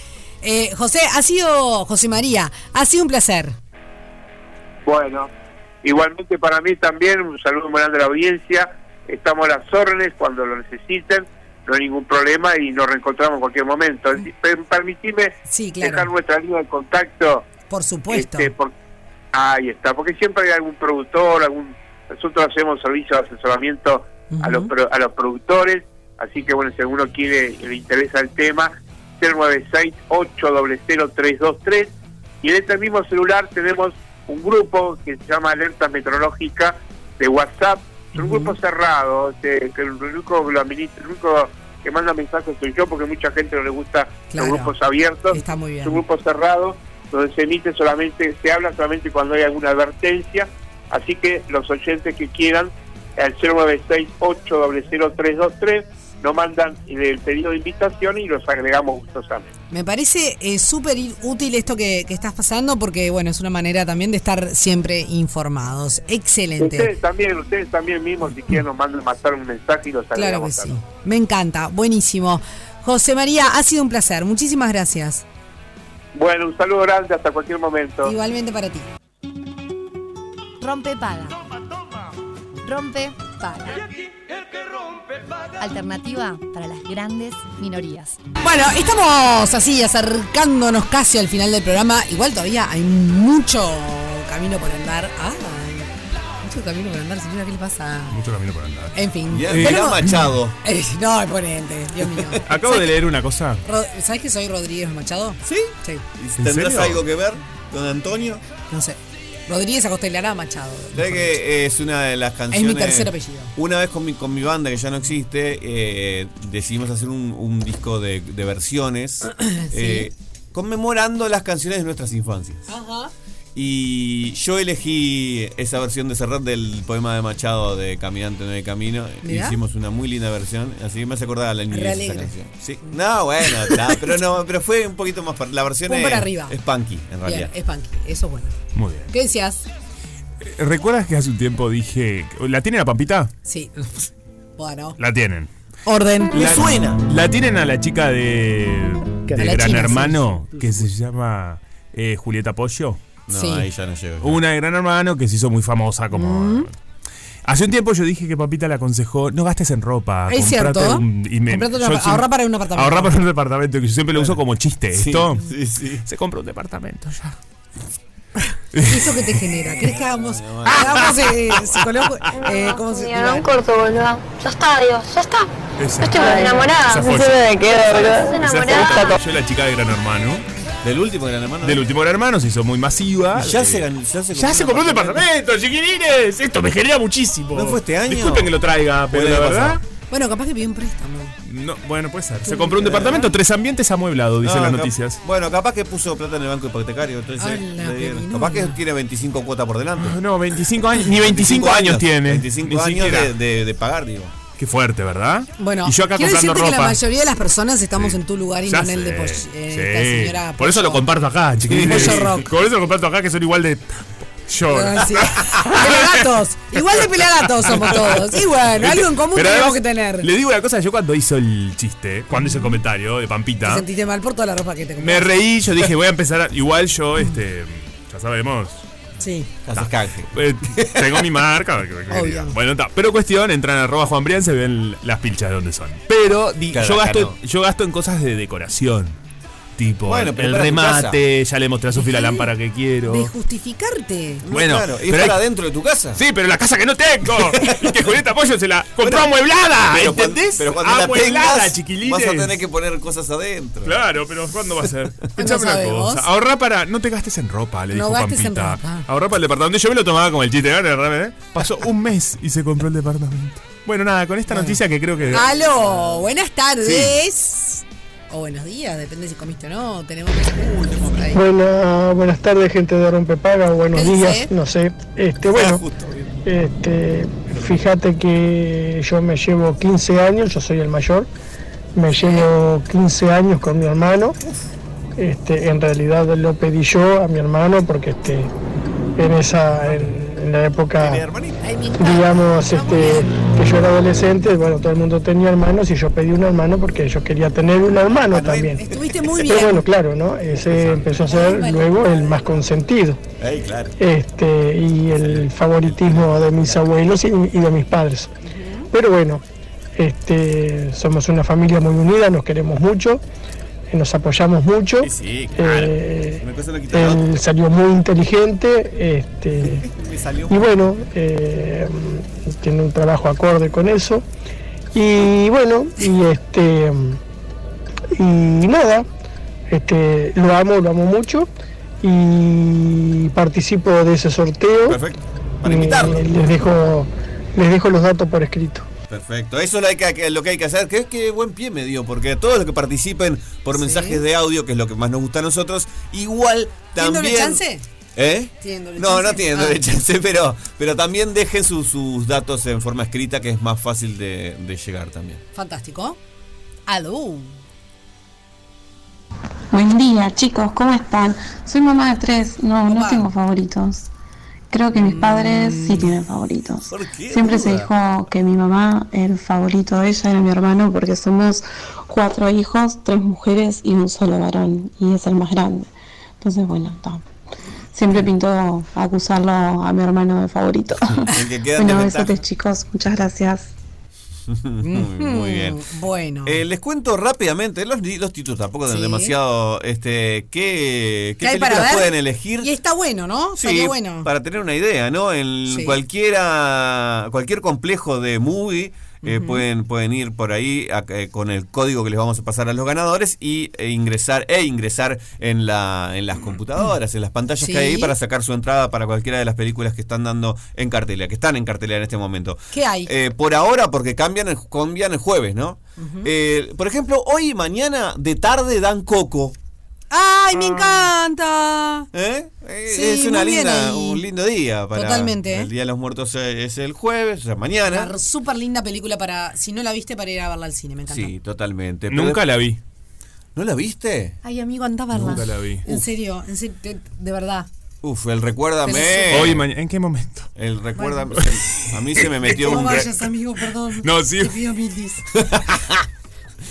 Speaker 4: Eh, José, ha sido, José María, ha sido un placer.
Speaker 15: Bueno, igualmente para mí también, un saludo muy grande a la audiencia. Estamos a las órdenes cuando lo necesiten, no hay ningún problema y nos reencontramos en cualquier momento. Per- Permitime
Speaker 4: claro.
Speaker 15: dejar nuestra línea de contacto.
Speaker 4: Por supuesto.
Speaker 15: Este, por- ahí está, porque siempre hay algún productor, algún nosotros hacemos servicio de asesoramiento a, los, pro- a los productores, así que bueno, si alguno quiere, le interesa el tema, 096 323 y en este mismo celular tenemos un grupo que se llama Alerta Meteorológica de WhatsApp, es un grupo cerrado, este, que el único que lo administra, el único que manda mensajes soy yo porque mucha gente no le gusta
Speaker 4: Claro.
Speaker 15: los grupos abiertos,
Speaker 4: Está muy bien.
Speaker 15: es un grupo cerrado donde se emite solamente, se habla solamente cuando hay alguna advertencia, así que los oyentes que quieran, al 096-800-323, nos mandan el pedido de invitación y los agregamos gustosamente.
Speaker 4: Me parece eh, súper i- útil esto que, que estás pasando porque, bueno, es una manera también de estar siempre informados. Excelente.
Speaker 15: Ustedes también, ustedes también mismos, si quieren, nos mandan mandar un mensaje y los
Speaker 4: Claro que
Speaker 15: agregamos
Speaker 4: sí.
Speaker 15: también.
Speaker 4: Me encanta. Buenísimo. José María, ha sido un placer. Muchísimas gracias.
Speaker 15: Bueno, un saludo grande hasta cualquier momento.
Speaker 4: Igualmente para ti.
Speaker 1: Rompe paga. Rompe paga. Alternativa para las grandes minorías.
Speaker 4: Bueno, estamos así acercándonos casi al final del programa. Igual todavía hay mucho camino por andar. Ah, mucho camino por andar, señora, ¿qué le pasa?
Speaker 5: Mucho camino para andar.
Speaker 4: En fin.
Speaker 5: Ya, mirá
Speaker 4: tenemos-
Speaker 5: Machado.
Speaker 4: [LAUGHS] Eh, no, imponente, Dios mío.
Speaker 5: Acabo de leer una cosa.
Speaker 4: ¿Sabes que soy Rodríguez Machado?
Speaker 6: Sí.
Speaker 4: Sí.
Speaker 5: ¿En
Speaker 6: ¿Tendrás
Speaker 5: serio?
Speaker 6: algo que ver con Antonio?
Speaker 4: No sé. Rodríguez Acostelará Machado.
Speaker 6: ¿Sabés que eh, es una de las
Speaker 4: Es
Speaker 6: canciones.
Speaker 4: mi tercer apellido.
Speaker 6: Una vez con mi, con mi banda, que ya no existe, eh, decidimos hacer un, un disco de, de versiones [CLEARS THROAT] eh, conmemorando las canciones de nuestras infancias.
Speaker 4: Ajá.
Speaker 6: Y yo elegí esa versión de Serrat del poema de Machado de Caminante no hay camino.
Speaker 4: Mirá.
Speaker 6: Hicimos una muy linda versión, así que me hace acordar a la niñez esa
Speaker 4: alegre.
Speaker 6: canción. Sí.
Speaker 4: [LAUGHS]
Speaker 6: No, bueno, está, pero no, pero fue un poquito más para la versión
Speaker 4: Un
Speaker 6: es,
Speaker 4: para arriba.
Speaker 6: es punky en
Speaker 4: Bien,
Speaker 6: realidad.
Speaker 4: es punky. Eso es bueno.
Speaker 5: Muy bien.
Speaker 4: ¿Qué decías?
Speaker 5: Eh, ¿Recuerdas que hace un tiempo dije. ¿La tiene la pampita?
Speaker 4: Sí. [LAUGHS] Bueno.
Speaker 5: La tienen.
Speaker 4: Orden.
Speaker 5: La- [LAUGHS] La tienen a la chica de, de
Speaker 4: A la
Speaker 5: Gran
Speaker 4: china,
Speaker 5: Hermano, que se llama eh, Julieta Pollo.
Speaker 6: No, Sí. ahí ya no llego.
Speaker 4: Mm.
Speaker 5: Una de Gran Hermano que se hizo muy famosa como... Hace un tiempo yo dije que papita le aconsejó, no gastes en ropa.
Speaker 4: Es
Speaker 5: comprate
Speaker 4: cierto.
Speaker 5: un- y me-
Speaker 4: Comprate una-
Speaker 5: yo siempre-
Speaker 4: ahorra para un apartamento.
Speaker 5: Ahorra para un departamento, que yo siempre lo uso como chiste.
Speaker 6: Sí,
Speaker 5: Esto
Speaker 6: sí, sí.
Speaker 5: se compra un departamento ya.
Speaker 4: ¿Eso que te genera? ¿Crees que hagamos, hagamos eh, psicólogo? Eh, ¿Cómo se
Speaker 14: Mira, un corto, boludo. Ya está, Dios, ya está.
Speaker 5: Esa.
Speaker 14: Yo estoy enamorada.
Speaker 5: Esa fue
Speaker 14: No sé
Speaker 5: yo.
Speaker 14: de qué, ¿verdad?
Speaker 5: Esa fue
Speaker 14: Enamorada.
Speaker 5: yo. Yo la chica de Gran Hermano.
Speaker 6: Del último Gran Hermano.
Speaker 5: Del último Gran Hermano se hizo muy masiva.
Speaker 6: Ya
Speaker 5: Eh,
Speaker 6: se gan- ya se
Speaker 5: ya se compró un departamento, chiquirines. Esto me genera muchísimo.
Speaker 6: ¿No fue este año?
Speaker 5: Disculpen que lo traiga, pero
Speaker 6: Puede
Speaker 5: la
Speaker 6: pasar.
Speaker 5: verdad.
Speaker 4: Bueno, capaz que pidió un préstamo.
Speaker 5: No, bueno, puede ser. Se compró un departamento, tres ambientes amueblados, dicen
Speaker 6: Eh, No,
Speaker 5: las
Speaker 6: cap-
Speaker 5: noticias.
Speaker 6: Bueno, capaz que puso plata en el banco hipotecario. Entonces, le dieron. capaz que tiene 25 cuotas por delante.
Speaker 5: Ah, No, 25 años. Ni 25, años, tiene.
Speaker 6: 25
Speaker 5: Ni
Speaker 6: años
Speaker 5: siquiera.
Speaker 6: de, de- de pagar, digo.
Speaker 5: Qué fuerte, ¿verdad?
Speaker 4: Bueno,
Speaker 5: y yo acá
Speaker 4: quiero
Speaker 5: comprando
Speaker 4: decirte
Speaker 5: ropa.
Speaker 4: que la mayoría de las personas estamos
Speaker 5: Sí.
Speaker 4: en tu lugar y
Speaker 5: Ya
Speaker 4: no en el de
Speaker 5: sé,
Speaker 4: Poch-
Speaker 5: sí.
Speaker 4: eh, esta señora.
Speaker 5: Por eso lo comparto acá, chiquilines.
Speaker 4: Pollo Rock.
Speaker 5: Por eso lo comparto acá, que son igual de. Yo.
Speaker 4: Ah, sí. Pelagatos. Igual de pelagatos somos todos. Y bueno, algo en común
Speaker 5: Pero
Speaker 4: tenemos
Speaker 5: además,
Speaker 4: que tener.
Speaker 5: Le digo una cosa, yo cuando hizo el chiste, cuando hizo el comentario
Speaker 4: Te
Speaker 5: de
Speaker 6: ¿Ah?
Speaker 5: Pampita,
Speaker 4: sentiste mal por toda la ropa que te
Speaker 5: me
Speaker 4: compraste.
Speaker 5: reí, yo dije, voy a empezar a- Igual yo, este. Ya sabemos.
Speaker 4: Sí.
Speaker 5: ta, eh, tengo mi marca. que- que-
Speaker 4: Obvio.
Speaker 5: Bueno, ta. pero cuestión, entran a arroba Juan Brián, se ven las pilchas de donde son. Pero di-
Speaker 6: Claro,
Speaker 5: yo,
Speaker 6: acá
Speaker 5: gasto, yo gasto en cosas de decoración. Tipo,
Speaker 6: Bueno,
Speaker 5: el-
Speaker 6: pero
Speaker 5: el
Speaker 6: para tu
Speaker 5: remate, ya le mostré a Sofi la lámpara que quiero.
Speaker 4: De justificarte.
Speaker 5: Bueno,
Speaker 6: claro, y
Speaker 5: pero
Speaker 6: para
Speaker 5: hay-
Speaker 6: dentro de tu casa.
Speaker 5: Sí, pero la casa que no tengo. [LAUGHS] y que Julieta Pollo se la compró amueblada.
Speaker 6: Pero cuan-
Speaker 5: ¿Entendés?
Speaker 6: pero cuando la
Speaker 5: amueblada,
Speaker 6: tengas,
Speaker 5: chiquilines.
Speaker 6: vas a tener que poner cosas adentro.
Speaker 5: Claro, pero ¿cuándo va a
Speaker 4: [LAUGHS]
Speaker 5: ser? Escuchame una
Speaker 6: sabemos.
Speaker 5: cosa. Ahorra para. No te gastes en ropa, le
Speaker 4: No
Speaker 5: dijo
Speaker 4: gastes en
Speaker 5: Pampita.
Speaker 4: ropa.
Speaker 5: Ahorra para el departamento. Yo me lo tomaba como el chiste, ¿verdad? ¿Eh? Pasó un mes y se compró el departamento. Bueno, nada, con esta noticia que creo que.
Speaker 4: Aló, buenas tardes. O buenos días, depende si comiste o no. Tenemos que. Uh, tenemos por ahí.
Speaker 16: Buena- ah, buenas tardes, gente de Rompepaga, buenos
Speaker 4: ¿Qué dice?
Speaker 16: días, no sé. Este, bueno, este, fíjate que yo me llevo 15 años, yo soy el mayor, me llevo 15 años con mi hermano. Este, en realidad lo pedí yo a mi hermano porque este, en esa, en, en la época digamos, este, que yo era adolescente, bueno, todo el mundo tenía hermanos y yo pedí un hermano porque yo quería tener un hermano también.
Speaker 4: Estuviste muy
Speaker 16: Pero
Speaker 4: bien.
Speaker 16: bueno, claro, ¿no? Ese empezó a ser luego el más consentido.
Speaker 6: Ey, claro.
Speaker 16: Este, y el favoritismo de mis abuelos y, y de mis padres. Pero bueno, este, somos una familia muy unida, nos queremos mucho, eh, nos apoyamos mucho. Eh,
Speaker 6: Una cosa no quita la
Speaker 16: él salió muy inteligente.
Speaker 6: [LAUGHS]
Speaker 16: Este,
Speaker 6: otra. Me salió.
Speaker 16: y bueno, eh, tiene un trabajo acorde con eso. Y bueno, y este y nada, este, lo amo, lo amo mucho y participo de ese sorteo.
Speaker 6: Perfecto.
Speaker 16: Eh, les dejo les dejo los datos por escrito.
Speaker 6: Perfecto, eso es lo que, que- lo que hay que hacer. Que, que buen pie me dio, porque a todos los que participen por mensajes de audio, que es lo que más nos gusta a nosotros, igual
Speaker 4: ¿Tiene
Speaker 6: también.
Speaker 4: doble chance?
Speaker 6: ¿Eh?
Speaker 4: ¿Tiene doble
Speaker 6: No,
Speaker 4: chance?
Speaker 6: no tienen doble
Speaker 4: Ah.
Speaker 6: chance, [LAUGHS] pero, pero también dejen sus- sus datos en forma escrita, que es más fácil de, de llegar también. [LAUGHS]
Speaker 4: Fantástico. Aló.
Speaker 17: Buen día, chicos, ¿cómo están? Soy mamá de tres, no, no tengo favoritos. Creo que mis padres sí tienen favoritos. Siempre se dijo que mi mamá, el favorito de ella era mi hermano, porque somos cuatro hijos, tres mujeres y un solo varón, y es el más grande. Entonces, bueno, está. Siempre pintó acusarlo a mi hermano de favorito.
Speaker 6: El que queda en
Speaker 17: bueno,
Speaker 6: desventaja.
Speaker 17: besotes, chicos, muchas gracias.
Speaker 6: muy, muy bien.
Speaker 4: Bueno.
Speaker 6: Eh, les cuento rápidamente los, li- los títulos, tampoco
Speaker 4: Sí.
Speaker 6: demasiado. Este,
Speaker 4: ¿Qué
Speaker 6: ¿Qué, qué
Speaker 4: hay para
Speaker 6: películas
Speaker 4: ver?
Speaker 6: pueden elegir?
Speaker 4: Y está bueno, ¿no? Salió bueno.
Speaker 6: para tener una idea, ¿no? En
Speaker 4: Sí.
Speaker 6: cualquiera, cualquier complejo de movie eh, pueden, pueden ir por ahí a- eh, con el código que les vamos a pasar a los ganadores y e ingresar e ingresar en la en las computadoras, en las pantallas
Speaker 4: Sí.
Speaker 6: que hay ahí para sacar su entrada para cualquiera de las películas que están dando en cartelera, que están en cartelera en este momento.
Speaker 4: ¿Qué hay?
Speaker 6: Eh, por ahora, porque cambian el, cambian el jueves, ¿no? Eh, por ejemplo, hoy y mañana de tarde dan Coco.
Speaker 4: ¡Ay, me encanta!
Speaker 6: ¿Eh? Eh,
Speaker 4: Sí,
Speaker 6: es una
Speaker 4: muy bien
Speaker 6: linda,
Speaker 4: ahí.
Speaker 6: un lindo día para
Speaker 4: Totalmente, ¿eh?
Speaker 6: el Día de los Muertos eh, es el jueves, o sea, mañana.
Speaker 4: Una súper linda película para. Si no la viste, para ir a verla al cine. Me encanta.
Speaker 6: Sí, totalmente.
Speaker 5: Nunca la vi.
Speaker 6: ¿No la viste?
Speaker 4: Ay, amigo, anda a verla.
Speaker 6: Nunca la vi.
Speaker 4: En
Speaker 6: Uf.
Speaker 4: serio, en serio, de, de verdad.
Speaker 6: Uf, el recuérdame.
Speaker 5: Hoy, mañana. ¿En qué momento?
Speaker 6: El recuérdame.
Speaker 4: [LAUGHS]
Speaker 6: se- A mí se me metió
Speaker 4: no
Speaker 6: un. re-
Speaker 4: vayas, amigo, perdón.
Speaker 6: No, sí.
Speaker 4: Te pido mil dis.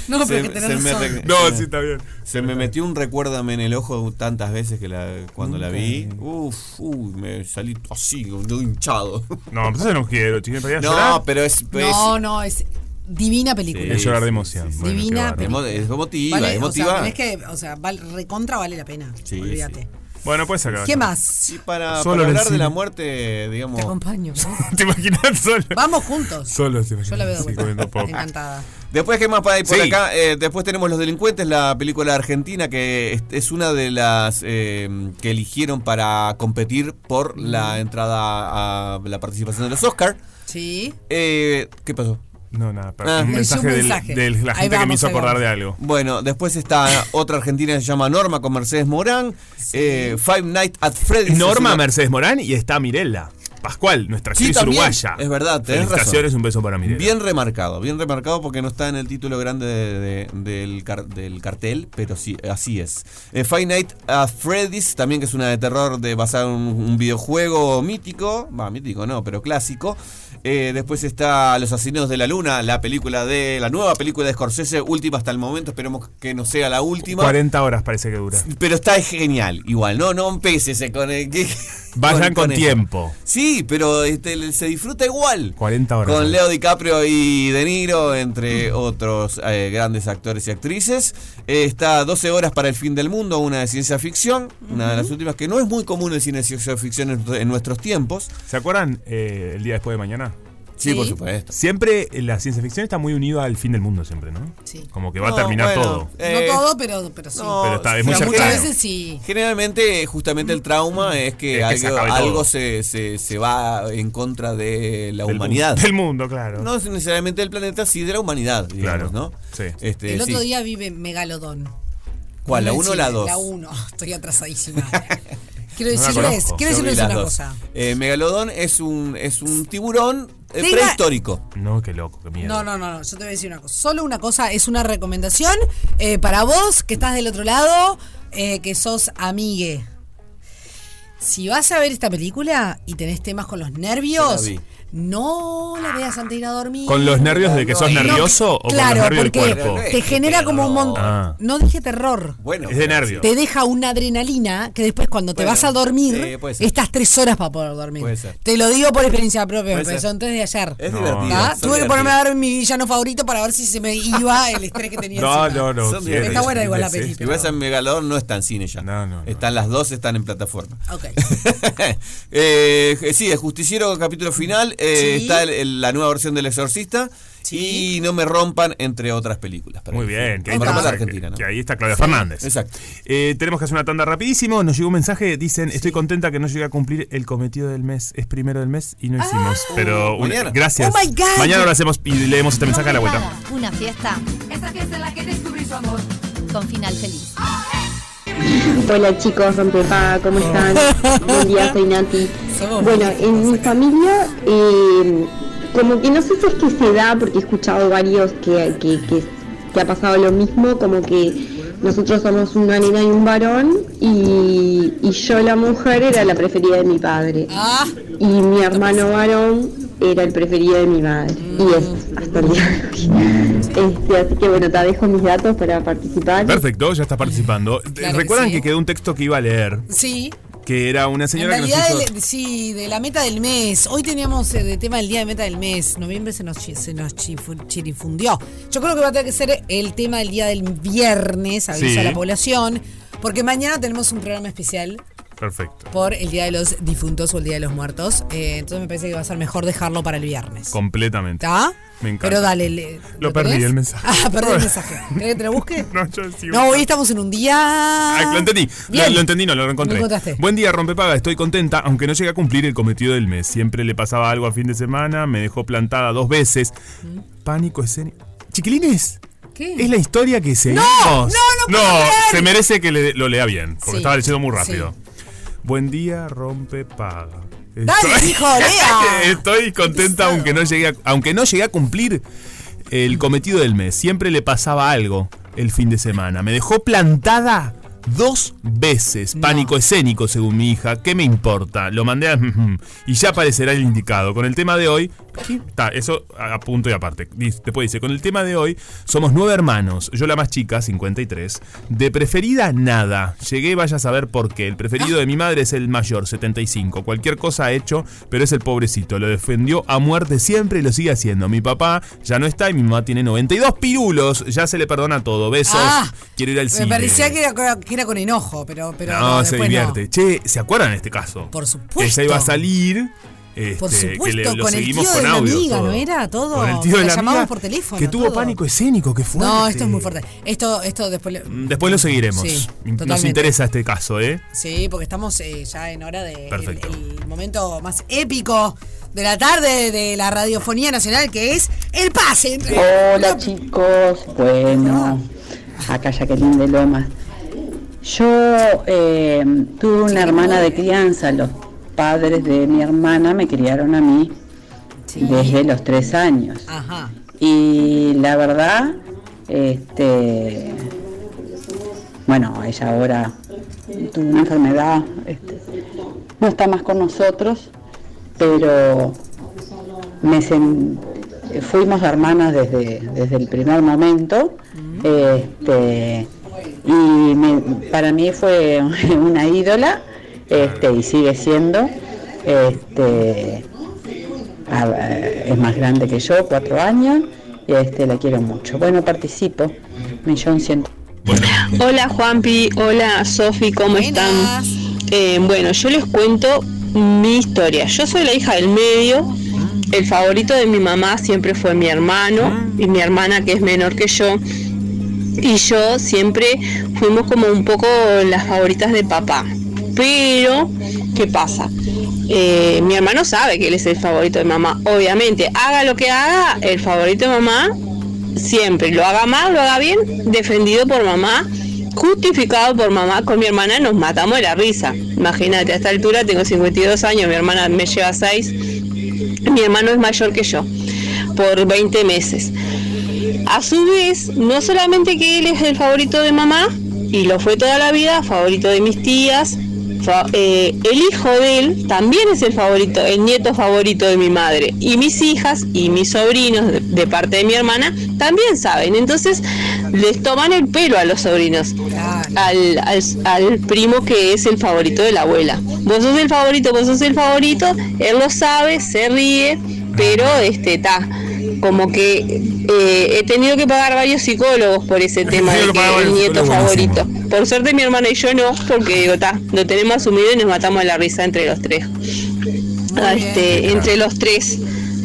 Speaker 4: No, pero que tenés razón.
Speaker 5: No, sí, está bien.
Speaker 6: Se me metió un recuérdame en el ojo tantas veces que la, cuando la vi. Uf, uy, me salí así, todo hinchado.
Speaker 5: No, pues entonces no quiero, chicos. ¿me podías llorar?
Speaker 6: No, pero es. es-
Speaker 4: No, no, es divina película.
Speaker 5: Es llorar de emoción. Bueno, qué
Speaker 4: Divina
Speaker 5: bárbaro.
Speaker 6: Emo- Es emotiva,
Speaker 4: Vale,
Speaker 6: es
Speaker 4: o sea,
Speaker 6: emotiva.
Speaker 4: tenés que, o sea, val- recontra vale la pena.
Speaker 6: Sí,
Speaker 4: Olvídate.
Speaker 5: Bueno, puedes sacar.
Speaker 4: ¿Qué más?
Speaker 6: Y para, para
Speaker 5: Solo en el
Speaker 6: hablar de
Speaker 5: cine.
Speaker 6: la muerte, digamos.
Speaker 4: Te acompaño.
Speaker 5: [LAUGHS] ¿Te imaginas solo?
Speaker 4: Vamos juntos.
Speaker 5: Solo te
Speaker 4: Yo la veo de
Speaker 5: imaginas, sí,
Speaker 4: vuelta.
Speaker 5: comiendo pop.
Speaker 4: Encantada.
Speaker 6: Después, ¿qué más para ir por
Speaker 5: Sí.
Speaker 6: acá? Eh, después tenemos Los Delincuentes, la película argentina que es, es una de las eh, que eligieron para competir por
Speaker 4: Mm.
Speaker 6: la entrada a la participación de los Oscar.
Speaker 4: Sí.
Speaker 6: Eh, ¿Qué pasó?
Speaker 5: No, nada, pero
Speaker 6: Ah.
Speaker 5: un
Speaker 6: Leyó un
Speaker 5: mensaje, del-
Speaker 6: mensaje.
Speaker 5: de la
Speaker 6: Ahí
Speaker 5: gente que me
Speaker 6: vamos,
Speaker 5: hizo
Speaker 6: ahí
Speaker 5: acordar
Speaker 6: vamos.
Speaker 5: de algo.
Speaker 6: Bueno, después está otra argentina que se llama Norma con Mercedes Morán. Eh, Five Nights at Freddy's.
Speaker 5: Norma,
Speaker 6: Es una-
Speaker 5: Mercedes Morán y está Mirella Pascual, nuestra
Speaker 6: Sí,
Speaker 5: actriz
Speaker 6: también.
Speaker 5: uruguaya.
Speaker 6: Es verdad, tenés
Speaker 5: Felicitaciones,
Speaker 6: razón.
Speaker 5: un beso para Mirella.
Speaker 6: Bien remarcado, bien remarcado porque no está en el título grande de- de- del, car- del cartel, pero sí, así es. Eh, Five Night at Freddy's, también que es una de terror de basada en un, un videojuego mítico, va, mítico no, pero clásico. Eh, después está Los Asesinos de la Luna, la película de la nueva película de Scorsese, última hasta el momento, esperemos que no sea la última.
Speaker 5: 40 horas parece que dura.
Speaker 6: Pero está genial, igual, no, no empeces con el que-
Speaker 5: Vayan con,
Speaker 6: eso.
Speaker 5: tiempo.
Speaker 6: Sí, pero este, se disfruta igual.
Speaker 5: 40 horas.
Speaker 6: Con Leo DiCaprio y De Niro, entre otros eh, grandes actores y actrices. Eh, está 12 horas para el fin del mundo, una de ciencia ficción, una de las últimas que no es muy común el cine de ciencia ficción en, en nuestros tiempos.
Speaker 5: ¿Se acuerdan eh, el día después de mañana?
Speaker 6: Sí, Sí. por supuesto.
Speaker 5: Siempre eh, la ciencia ficción está muy unida al fin del mundo, siempre, ¿no?
Speaker 4: Sí.
Speaker 5: Como que va
Speaker 6: No,
Speaker 5: a terminar
Speaker 6: bueno,
Speaker 5: todo.
Speaker 6: eh,
Speaker 4: no todo, pero, pero sí.
Speaker 6: no,
Speaker 5: Pero está- es muy
Speaker 6: sí,
Speaker 5: cercano.
Speaker 4: Muchas veces sí.
Speaker 6: Generalmente, justamente el trauma es que,
Speaker 5: Es que se
Speaker 6: algo,
Speaker 5: acabe todo.
Speaker 6: algo se, se- se va en contra de la
Speaker 5: Del
Speaker 6: humanidad.
Speaker 5: mundo- Del mundo, claro.
Speaker 6: No necesariamente del planeta, sí de la humanidad, digamos,
Speaker 5: Claro.
Speaker 6: ¿no?
Speaker 5: Sí.
Speaker 6: Este,
Speaker 4: El otro
Speaker 6: sí.
Speaker 4: día vive Megalodón.
Speaker 6: ¿Cuál, la
Speaker 4: Quiero
Speaker 6: uno o la
Speaker 4: decirle-
Speaker 6: dos?
Speaker 4: La 1, [LAUGHS] estoy
Speaker 6: [LAUGHS]
Speaker 4: atrasadísima. Quiero
Speaker 6: No la
Speaker 4: decirles,
Speaker 6: conozco.
Speaker 4: quiero
Speaker 6: Yo vi
Speaker 4: decirles
Speaker 6: las
Speaker 4: una
Speaker 6: dos.
Speaker 4: cosa.
Speaker 6: Eh, Megalodón es un, es un tiburón eh,
Speaker 4: Te iba-
Speaker 6: prehistórico.
Speaker 5: No, qué loco, qué miedo.
Speaker 4: No, no, no, no, yo te voy a decir una cosa. Solo una cosa es una recomendación eh, para vos que estás del otro lado, eh, que sos amigue. Si vas a ver esta película y tenés temas con los nervios,
Speaker 5: vi.
Speaker 4: no la veas antes de ir a dormir.
Speaker 5: ¿Con los nervios de que sos
Speaker 4: No,
Speaker 5: nervioso o con los
Speaker 4: claro,
Speaker 5: nervios del
Speaker 4: porque
Speaker 5: cuerpo?
Speaker 4: Te genera como un montón.
Speaker 5: Ah.
Speaker 4: No dije terror.
Speaker 6: Eh, Bueno,
Speaker 5: es de nervios.
Speaker 4: Te deja una adrenalina que después cuando te
Speaker 5: Bueno,
Speaker 4: vas a dormir,
Speaker 5: sí, puede ser.
Speaker 4: estás tres horas para poder dormir.
Speaker 5: Puede ser.
Speaker 4: Te lo digo por experiencia propia, me
Speaker 5: Puede
Speaker 4: pasó
Speaker 5: ser.
Speaker 4: antes de ayer.
Speaker 5: Es No. divertido,
Speaker 4: ¿Ah?
Speaker 5: son
Speaker 4: Tuve que ponerme
Speaker 5: divertidos.
Speaker 4: a ver mi villano favorito para ver si se me iba el estrés que tenía.
Speaker 5: No,
Speaker 4: encima.
Speaker 5: no, no.
Speaker 6: Son
Speaker 5: sí,
Speaker 6: divertidos.
Speaker 4: Está buena igual la peli, pero-
Speaker 6: Igual esa Megalodón no está en cine ya. Están las dos, están en plataforma. [LAUGHS]
Speaker 4: Ok.
Speaker 6: Eh, sí, el justiciero capítulo final. eh,
Speaker 4: Sí.
Speaker 6: Está el- el- la nueva versión del exorcista. Y No me rompan, entre otras películas. Para
Speaker 5: Muy
Speaker 6: que-
Speaker 5: bien, que ahí,
Speaker 6: No me rompan
Speaker 5: está,
Speaker 6: la Argentina,
Speaker 5: que-
Speaker 6: ¿no?
Speaker 5: que ahí está Claudia Fernández.
Speaker 6: Exacto.
Speaker 5: Eh, tenemos que hacer una tanda rapidísimo. Nos llegó un mensaje, dicen, estoy contenta que no llegué a cumplir el cometido del mes. Es primero del mes
Speaker 4: Ah.
Speaker 5: y no hicimos. Pero un-
Speaker 6: mañana.
Speaker 5: gracias.
Speaker 1: Oh my God.
Speaker 5: Mañana lo hacemos y leemos este mensaje a la vuelta.
Speaker 1: Una fiesta. Esa fiesta en la que descubrí su amor. Con final feliz.
Speaker 11: Hola chicos, rompepa, ¿cómo están? Buen día, soy Nati. Bueno, en mi familia, eh, como que no sé si es que se da, porque he escuchado varios que, que, que- que ha pasado lo mismo, como que nosotros somos una nena y un varón, y, y yo la mujer era la preferida de mi padre. Y mi hermano varón era el preferido de mi madre. Y es hasta el día de hoy. [LAUGHS] Este, así que bueno, te dejo mis datos para participar.
Speaker 5: Perfecto, ya estás participando.
Speaker 4: Claro que
Speaker 5: ¿Recuerdan
Speaker 4: sí.
Speaker 5: que quedó un texto que iba a leer?
Speaker 4: Sí.
Speaker 5: Que era una
Speaker 4: En
Speaker 5: señora que nos
Speaker 4: realidad,
Speaker 5: hizo...
Speaker 4: del- sí, de la meta del mes. Hoy teníamos eh, de tema del día de meta del mes. Noviembre se nos, chi- se nos chifu- chirifundió. Yo creo que va a tener que ser el tema del día del viernes, aviso
Speaker 5: Sí.
Speaker 4: a la población. Porque mañana tenemos un programa especial
Speaker 5: Perfecto.
Speaker 4: por el Día de los Difuntos o el Día de los Muertos. Eh, entonces me parece que va a ser mejor dejarlo para el viernes.
Speaker 5: Completamente.
Speaker 4: ¿Está?
Speaker 5: Me encanta.
Speaker 4: Pero dale, le-
Speaker 5: Lo perdí,
Speaker 4: tenés?
Speaker 5: el mensaje.
Speaker 4: Ah, perdí
Speaker 5: [LAUGHS]
Speaker 4: el mensaje. ¿Querés que te lo busque?
Speaker 5: no, yo sí.
Speaker 4: No, hoy estamos en un día.
Speaker 5: Ah, lo entendí,
Speaker 4: Bien.
Speaker 5: lo, lo entendí, no lo encontré.
Speaker 4: Lo encontraste.
Speaker 5: Buen día, rompepaga, estoy contenta, aunque no llegué a cumplir el cometido del mes. Siempre le pasaba algo a fin de semana, me dejó plantada dos veces. Pánico escénico. Chiquilines,
Speaker 4: ¿Qué?
Speaker 5: es la historia que seguimos.
Speaker 4: no, no puedo leer.
Speaker 5: se merece que le- lo lea bien, porque
Speaker 4: Sí,
Speaker 5: estaba leyendo muy rápido. Buen día, rompepaga.
Speaker 4: Dale, [LAUGHS] hijo,
Speaker 5: [LAUGHS]
Speaker 4: lea.
Speaker 5: Estoy contenta aunque no llegué a, aunque no llegué a cumplir el cometido del mes. Siempre le pasaba algo el fin de semana. Me dejó plantada dos veces. Pánico escénico, [LAUGHS] según mi hija. ¿Qué me importa? Lo mandé a... Y ya aparecerá el indicado. Con el tema de hoy, Está, eso a a punto y aparte. Dice- Después dice, con el tema de hoy, somos nueve hermanos, yo la más chica, 53, de preferida nada. Llegué, vaya a saber por qué. El preferido de mi madre es el mayor, 75. Cualquier cosa ha hecho, pero es el pobrecito. Lo defendió a muerte siempre y lo sigue haciendo. Mi papá ya no está y mi mamá tiene 92 pirulos. Ya se le perdona todo. Besos.
Speaker 4: Ah,
Speaker 5: Quiero ir al
Speaker 4: Me
Speaker 5: cine.
Speaker 4: parecía que era, con- que era con enojo, pero, pero
Speaker 5: no, se
Speaker 4: después no.
Speaker 5: divierte. Che, ¿se acuerdan de este caso? Por
Speaker 4: supuesto.
Speaker 5: Ella iba a salir. este,
Speaker 4: Por
Speaker 5: que le-
Speaker 4: supuesto,
Speaker 5: lo
Speaker 4: con el
Speaker 5: seguimos
Speaker 4: tío de
Speaker 5: con
Speaker 4: la
Speaker 5: audio.
Speaker 4: amiga, ¿no era? Todo.
Speaker 5: Con el tío de
Speaker 4: La
Speaker 5: la
Speaker 4: llamamos
Speaker 5: amiga
Speaker 4: por teléfono,
Speaker 5: Que tuvo
Speaker 4: todo.
Speaker 5: pánico escénico, que fue.
Speaker 4: No, esto es muy fuerte. Esto, esto después. le-
Speaker 5: Mm, Después lo seguiremos.
Speaker 4: Sí,
Speaker 5: Nos
Speaker 4: totalmente.
Speaker 5: interesa este caso, ¿eh?
Speaker 4: Sí, porque estamos eh, ya en hora de
Speaker 5: Perfecto.
Speaker 4: el momento más épico de la tarde de la radiofonía nacional, que es el pase. entre-
Speaker 18: Hola chicos, bueno, acá Jacqueline de Lomas. Yo eh, tuve una hermana de crianza, los padres de mi hermana me criaron a mí desde los tres años.
Speaker 4: Ajá.
Speaker 18: Y la verdad, este, bueno, ella ahora tuvo una enfermedad, este, no está más con nosotros, pero me sen- fuimos hermanas desde, desde el primer momento. este, y me- para mí fue [LAUGHS] una ídola este, y sigue siendo. Este, a- es más grande que yo, cuatro años, y este, la quiero mucho. Bueno, participo, millón ciento.
Speaker 19: Hola Juanpi, hola Sofi, ¿cómo están? Eh, bueno, yo les cuento mi historia. Yo soy la hija del medio. El favorito de mi mamá siempre fue mi hermano y mi hermana que es menor que yo. Y yo siempre fuimos como un poco las favoritas de papá. Pero, ¿qué pasa? Eh, mi hermano sabe que él es el favorito de mamá. Obviamente, haga lo que haga, el favorito de mamá siempre, lo haga mal, lo haga bien, defendido por mamá, justificado por mamá, con mi hermana nos matamos de la risa. Imagínate, a esta altura tengo 52 años, mi hermana me lleva 6, mi hermano es mayor que yo, por 20 meses. A su vez, no solamente que él es el favorito de mamá, y lo fue toda la vida, favorito de mis tías, fa- eh, el hijo de él también es el favorito, el nieto favorito de mi madre. Y mis hijas y mis sobrinos de, de parte de mi hermana también saben. Entonces les toman el pelo a los sobrinos, al, al- al primo que es el favorito de la abuela. Vos sos el favorito, vos sos el favorito, él lo sabe, se ríe, pero este, está. Como que eh, he tenido que pagar varios psicólogos por ese tema de que el nieto favorito. Por suerte mi hermana y yo no, porque digo, ta, lo tenemos asumido y nos matamos de la risa entre los tres. Este, entre los tres,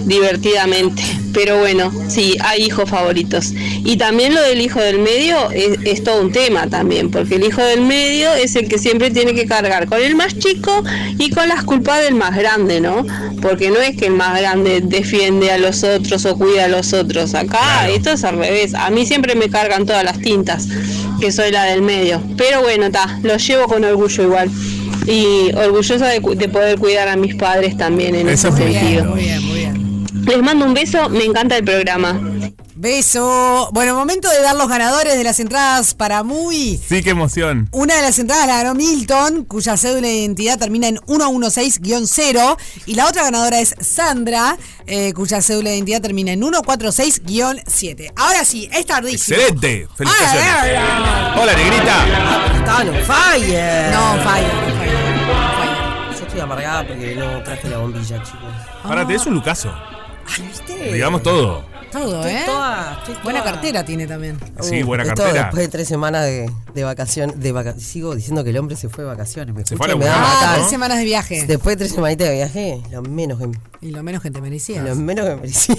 Speaker 19: divertidamente. Pero bueno, sí, hay hijos favoritos. Y también lo del hijo del medio es, es todo un tema también, porque el hijo del medio es el que siempre tiene que cargar con el más chico y con las culpas del más grande, ¿no? Porque no es que el más grande defiende a los otros o cuida a los otros. Acá esto es al revés. A mí siempre me cargan todas las tintas, que soy la del medio. Pero bueno, ta, lo llevo con orgullo igual. Y orgullosa de, cu- de poder cuidar a mis padres también en ese sentido. Les mando un beso, me encanta el programa.
Speaker 4: Beso. Bueno, momento de dar los ganadores de las entradas para Muy.
Speaker 5: Sí, qué emoción.
Speaker 4: Una de las entradas la ganó Milton, cuya cédula de identidad termina en 116-0. Y la otra ganadora es Sandra, eh, cuya cédula de identidad termina en 146-7. Ahora sí, es tardísimo.
Speaker 5: ¡Excelente!
Speaker 20: Ah,
Speaker 5: ¡Felicitaciones! ¡Hola, negrita!
Speaker 20: Estaba on fire.
Speaker 4: No, on fire, on
Speaker 20: fire, on fire. Yo estoy amargada porque no traje la bombilla, chicos.
Speaker 5: Párate,
Speaker 4: Ah.
Speaker 5: es un lucaso.
Speaker 20: ¿Viste?
Speaker 5: Digamos todo.
Speaker 4: Todo,
Speaker 20: Estoy
Speaker 4: ¿eh?
Speaker 20: toda-
Speaker 4: Buena cartera tiene también.
Speaker 5: Sí, buena
Speaker 20: esto
Speaker 5: cartera.
Speaker 20: Uh, después de tres semanas de, de vacaciones. De vaca- Sigo diciendo que el hombre se fue de vacaciones. Me
Speaker 5: Se fue a
Speaker 20: escuchan? me
Speaker 5: laburar,
Speaker 20: da
Speaker 5: Ah,
Speaker 20: matar.
Speaker 4: tres semanas de viaje.
Speaker 20: Después de tres semanitas de viaje, lo menos que,
Speaker 4: Y lo menos que te merecías.
Speaker 20: lo menos
Speaker 4: [LAUGHS]
Speaker 20: que merecía.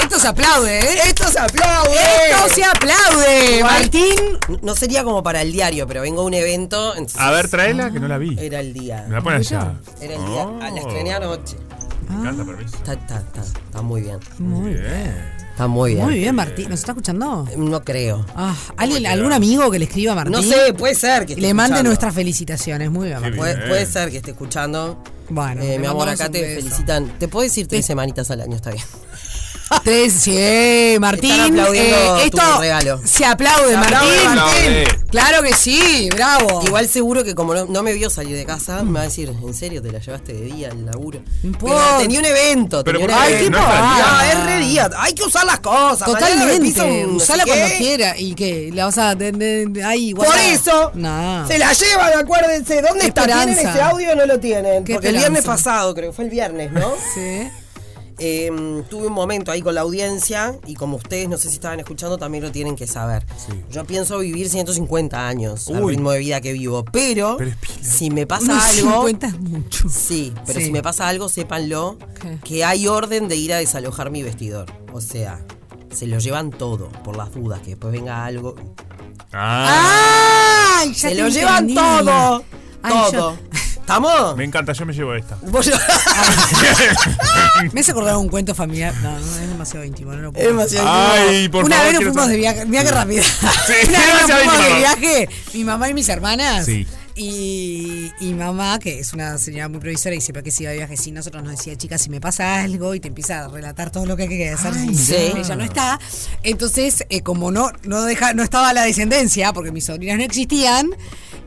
Speaker 4: Esto se aplaude, ¿eh?
Speaker 20: Esto se aplaude.
Speaker 4: Esto se aplaude.
Speaker 20: Igual,
Speaker 4: Martín.
Speaker 20: No sería como para el diario, pero vengo a un evento. entonces-
Speaker 5: A ver, tráela, que no la vi.
Speaker 20: Era el día.
Speaker 5: Me la pones allá. Oh.
Speaker 20: Era el día. ah, La estrené anoche.
Speaker 5: Me encanta, permiso.
Speaker 20: Está, está, está, está muy bien.
Speaker 4: Muy
Speaker 5: bien.
Speaker 20: Está muy bien.
Speaker 4: Muy bien, Martín. ¿Nos está escuchando?
Speaker 20: No creo.
Speaker 4: Ah, ¿alguien, ¿Algún amigo que le escriba a Martín?
Speaker 20: No sé, puede ser que
Speaker 4: Y
Speaker 20: esté
Speaker 4: le mande
Speaker 20: escuchando.
Speaker 4: nuestras felicitaciones. Muy bien, Martín.
Speaker 20: Puede, puede ser que esté escuchando.
Speaker 4: Bueno,
Speaker 20: Eh,
Speaker 4: le
Speaker 20: mi amor,
Speaker 4: mandamos
Speaker 20: acá
Speaker 4: un
Speaker 20: te
Speaker 4: beso.
Speaker 20: felicitan. Te puedo decir tres semanitas al año, está bien.
Speaker 4: Tres, sí, Martín.
Speaker 20: Están aplaudiendo
Speaker 4: eh,
Speaker 20: tu
Speaker 4: esto
Speaker 20: regalo.
Speaker 4: se aplaude,
Speaker 20: Se
Speaker 4: Martín.
Speaker 20: aplaude, Martín.
Speaker 4: Claro que sí, bravo.
Speaker 20: Igual seguro que como no, no me vio salir de casa, me va a decir, ¿en serio te la llevaste de día al laburo? No
Speaker 4: importa.
Speaker 20: Tenía un evento,
Speaker 4: Pero
Speaker 20: tenía un
Speaker 4: ¿por qué?
Speaker 20: evento.
Speaker 4: Ay, qué pavada.
Speaker 20: No, es re día. Hay que usar las cosas.
Speaker 4: Totalmente. Usala
Speaker 20: Usala
Speaker 4: cuando quiera. ¿Y qué? La vas a tener ahí
Speaker 21: Por
Speaker 4: guardada.
Speaker 21: eso,
Speaker 4: No.
Speaker 21: Se la llevan, acuérdense. ¿Dónde
Speaker 20: Ah. Qué
Speaker 21: está? ¿Tienen
Speaker 20: esperanza.
Speaker 21: ese audio o no lo tienen?
Speaker 20: Qué
Speaker 21: Porque el
Speaker 20: esperanza.
Speaker 21: viernes pasado, creo, fue el viernes, ¿no?
Speaker 4: [LAUGHS] sí.
Speaker 20: Em, tuve un momento ahí con la audiencia y como ustedes no sé si estaban escuchando también lo tienen que saber. Yo pienso vivir 150 años al
Speaker 4: Uy.
Speaker 20: ritmo de vida que vivo, pero, si me pasa
Speaker 4: Unos
Speaker 20: algo,
Speaker 4: 50 es mucho.
Speaker 20: Sí, pero
Speaker 4: Sí.
Speaker 20: si me pasa algo, sépanlo
Speaker 4: ¿Qué?
Speaker 20: que hay orden de ir a desalojar mi vestidor. O sea, se lo llevan todo por las dudas, que después venga algo.
Speaker 4: ¡Ay! ya
Speaker 20: se
Speaker 4: te
Speaker 20: lo llevan
Speaker 4: entendí.
Speaker 20: todo.
Speaker 4: Ay,
Speaker 20: todo. ¿Estamos?
Speaker 5: Me encanta, yo me llevo esta.
Speaker 4: [LAUGHS]
Speaker 20: Ah.
Speaker 4: Me hace acordar un cuento familiar. No, no, es demasiado íntimo. No lo puedo.
Speaker 5: Es demasiado Ay, íntimo. por
Speaker 4: Una
Speaker 5: favor,
Speaker 4: vez nos
Speaker 5: quiero
Speaker 4: fuimos de
Speaker 5: saber.
Speaker 4: viaje. Mira qué rápido. [LAUGHS]
Speaker 5: es
Speaker 4: Una vez nos
Speaker 5: demasiado
Speaker 4: fuimos de
Speaker 5: íntimo.
Speaker 4: viaje, mi mamá y mis hermanas.
Speaker 5: Sí.
Speaker 4: Y, y mamá, que es una señora muy provisora y siempre que se iba de viaje sin nosotros, nos decía, chicas, si me pasa algo y te empieza a relatar todo lo que hay que hacer.
Speaker 20: Ay,
Speaker 4: si
Speaker 20: sí.
Speaker 4: Ella no está. Entonces, eh, como no, no, deja, no estaba la descendencia, porque mis sobrinas no existían,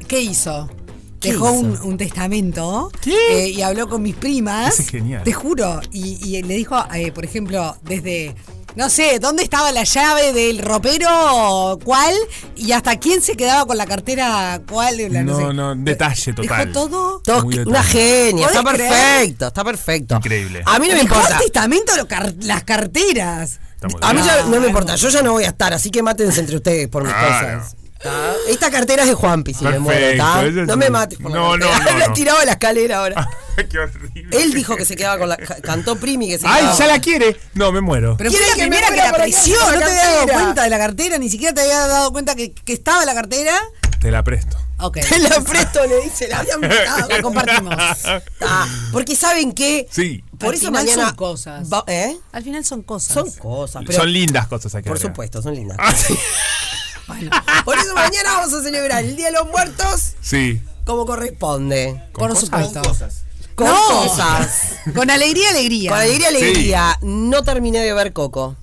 Speaker 4: ¿qué hizo?
Speaker 20: ¿Qué
Speaker 4: Dejó un,
Speaker 20: hizo?
Speaker 4: un testamento eh, y habló con mis primas.
Speaker 20: Eso es genial.
Speaker 4: ¿Ah? Te juro. Y, y le dijo, eh, por ejemplo, desde, no sé, ¿dónde estaba la llave del ropero? ¿Cuál? Y hasta quién se quedaba con la cartera, cuál. La, no,
Speaker 5: No,
Speaker 4: sé.
Speaker 5: no, detalle total.
Speaker 4: Dejó todo.
Speaker 20: Todo-
Speaker 5: Muy
Speaker 20: una genia, está
Speaker 4: ¿Podés creer?
Speaker 20: perfecto, está perfecto.
Speaker 5: Increíble.
Speaker 20: A mí no me
Speaker 4: Dejó
Speaker 20: importa.
Speaker 4: el testamento lo car- las carteras.
Speaker 20: A mí ya no me importa, yo ya no voy a estar, así que mátense entre ustedes por mis
Speaker 4: Ah,
Speaker 5: Claro.
Speaker 20: cosas. ¿tá? Esta cartera es de Juanpi, si me
Speaker 5: Perfecto,
Speaker 20: muero, ¿tá?
Speaker 5: eso es
Speaker 20: No me
Speaker 5: un-
Speaker 20: mates por
Speaker 5: No,
Speaker 20: la cartera. [LAUGHS]
Speaker 5: no, no,
Speaker 20: Me han
Speaker 5: no.
Speaker 20: tirado a la escalera ahora.
Speaker 5: [LAUGHS] Qué horrible.
Speaker 20: Él dijo que se quedaba con la... ca- Cantó Primi que se
Speaker 5: ¡Ay,
Speaker 20: quedaba...
Speaker 5: ya la quiere! No, me muero.
Speaker 4: Pero fue la
Speaker 20: que me
Speaker 4: primera que
Speaker 20: muera
Speaker 4: la
Speaker 20: por acá,
Speaker 4: apreció,
Speaker 20: por
Speaker 4: no
Speaker 20: la
Speaker 4: te había dado
Speaker 20: cartera.
Speaker 4: cuenta de la cartera, ni siquiera te había dado cuenta que, que estaba la cartera.
Speaker 5: Te la
Speaker 20: Ah,
Speaker 5: presto.
Speaker 4: [LAUGHS] Ok.
Speaker 20: Te la presto, le dice, la
Speaker 4: [LAUGHS]
Speaker 20: habían matado. La compartimos. Tá, Porque ¿saben qué?
Speaker 5: Sí.
Speaker 20: Por
Speaker 4: Al
Speaker 20: eso
Speaker 4: final
Speaker 20: mañana...
Speaker 4: son cosas.
Speaker 20: va- ¿Eh?
Speaker 4: Al final son cosas.
Speaker 20: Son cosas, pero...
Speaker 5: son lindas cosas acá.
Speaker 20: Por
Speaker 5: acá.
Speaker 20: supuesto, son lindas.
Speaker 4: Por
Speaker 20: eso mañana vamos a celebrar el Día de los Muertos
Speaker 5: Sí.
Speaker 20: como corresponde.
Speaker 4: Por supuesto.
Speaker 20: Con
Speaker 4: No.
Speaker 20: cosas.
Speaker 4: Con alegría, alegría.
Speaker 20: Con alegría, alegría. No terminé de ver Coco.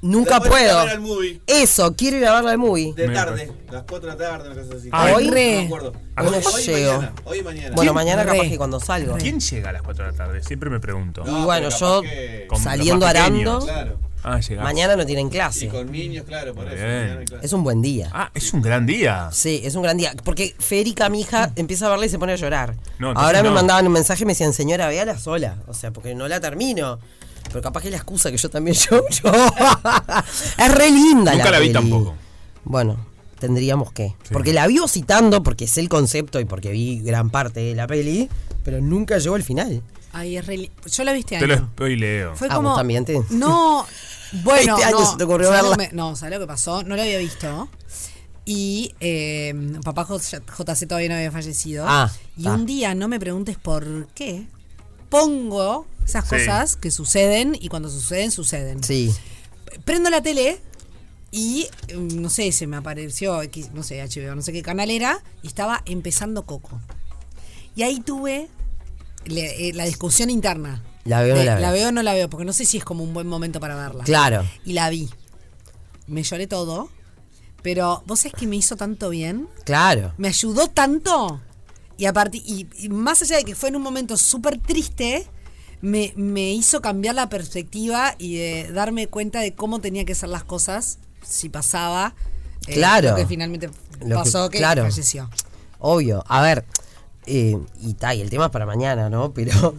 Speaker 20: Nunca
Speaker 6: Después de ir a
Speaker 20: puedo.
Speaker 6: ver al movie.
Speaker 20: Eso, quiero ir a verla al movie.
Speaker 6: De tarde, las 4 de la tarde, una cosa así.
Speaker 20: Ah, hoy
Speaker 6: No
Speaker 20: re.
Speaker 6: me acuerdo.
Speaker 20: Hoy no
Speaker 6: y
Speaker 20: llego.
Speaker 6: mañana, hoy y mañana.
Speaker 20: Bueno, mañana capaz que cuando salgo.
Speaker 5: ¿Quién llega a las 4 de la tarde? Siempre me pregunto.
Speaker 20: Y bueno, yo
Speaker 5: Con
Speaker 20: saliendo
Speaker 5: los más
Speaker 20: arando.
Speaker 5: pequeños. Ah, llegamos.
Speaker 20: Mañana no tienen clase.
Speaker 6: Y con niños, claro, por eso.
Speaker 5: Bien.
Speaker 6: mañana hay clase.
Speaker 20: Es un buen día.
Speaker 5: Ah, es un gran día.
Speaker 20: Sí, es un gran día. Porque Federica, mi hija, empieza a verla y se pone a llorar.
Speaker 5: No, entonces
Speaker 20: Ahora me
Speaker 5: no.
Speaker 20: mandaban un mensaje y me decían, señora, véala sola. O sea, porque no la termino. Pero capaz que es la excusa que yo también [LAUGHS] yo. es re linda
Speaker 5: Nunca la vi
Speaker 20: peli.
Speaker 5: tampoco.
Speaker 20: Bueno, tendríamos que. Porque la vivo citando, porque sé el concepto y porque vi gran parte de la peli, pero nunca llegó al final.
Speaker 4: Ay, es re- Yo la viste
Speaker 5: Te lo
Speaker 4: año.
Speaker 5: spoileo.
Speaker 4: Fue
Speaker 20: Ah,
Speaker 4: como.
Speaker 20: vos también te-
Speaker 4: No. Bueno,
Speaker 20: Este año
Speaker 4: no,
Speaker 20: se te ocurrió
Speaker 4: ¿sabes lo
Speaker 20: verla.
Speaker 4: que me- no, ¿sabes lo que pasó? No la había visto. Y eh, papá J- JC todavía no había fallecido.
Speaker 20: Ah,
Speaker 4: y
Speaker 20: está.
Speaker 4: un día, no me preguntes por qué, pongo esas
Speaker 20: Sí.
Speaker 4: cosas que suceden y cuando suceden, suceden.
Speaker 20: [LAUGHS] Sí.
Speaker 4: Prendo la tele y, mm, no sé, se me apareció, X, no sé, HBO, no sé qué canal era, y estaba empezando Coco. Y ahí tuve le- eh, la discusión interna.
Speaker 20: La veo,
Speaker 4: De,
Speaker 20: no la veo.
Speaker 4: o no Eh, la veo, porque no sé si es como un buen momento para verla.
Speaker 20: Claro.
Speaker 4: Y la vi. Me lloré todo, pero vos sabés que me hizo tanto bien,
Speaker 20: Claro.
Speaker 4: me ayudó tanto. Y, a partir- y, y más allá de que fue en un momento súper triste, me, me hizo cambiar la perspectiva y de darme cuenta de cómo tenía que ser las cosas si pasaba. eh,
Speaker 20: Claro.
Speaker 4: Lo que finalmente
Speaker 20: Lo que-
Speaker 4: pasó, que,
Speaker 20: claro.
Speaker 4: falleció.
Speaker 20: Obvio. A ver, eh, y tal, el tema es para mañana, ¿no? [LAUGHS] Pero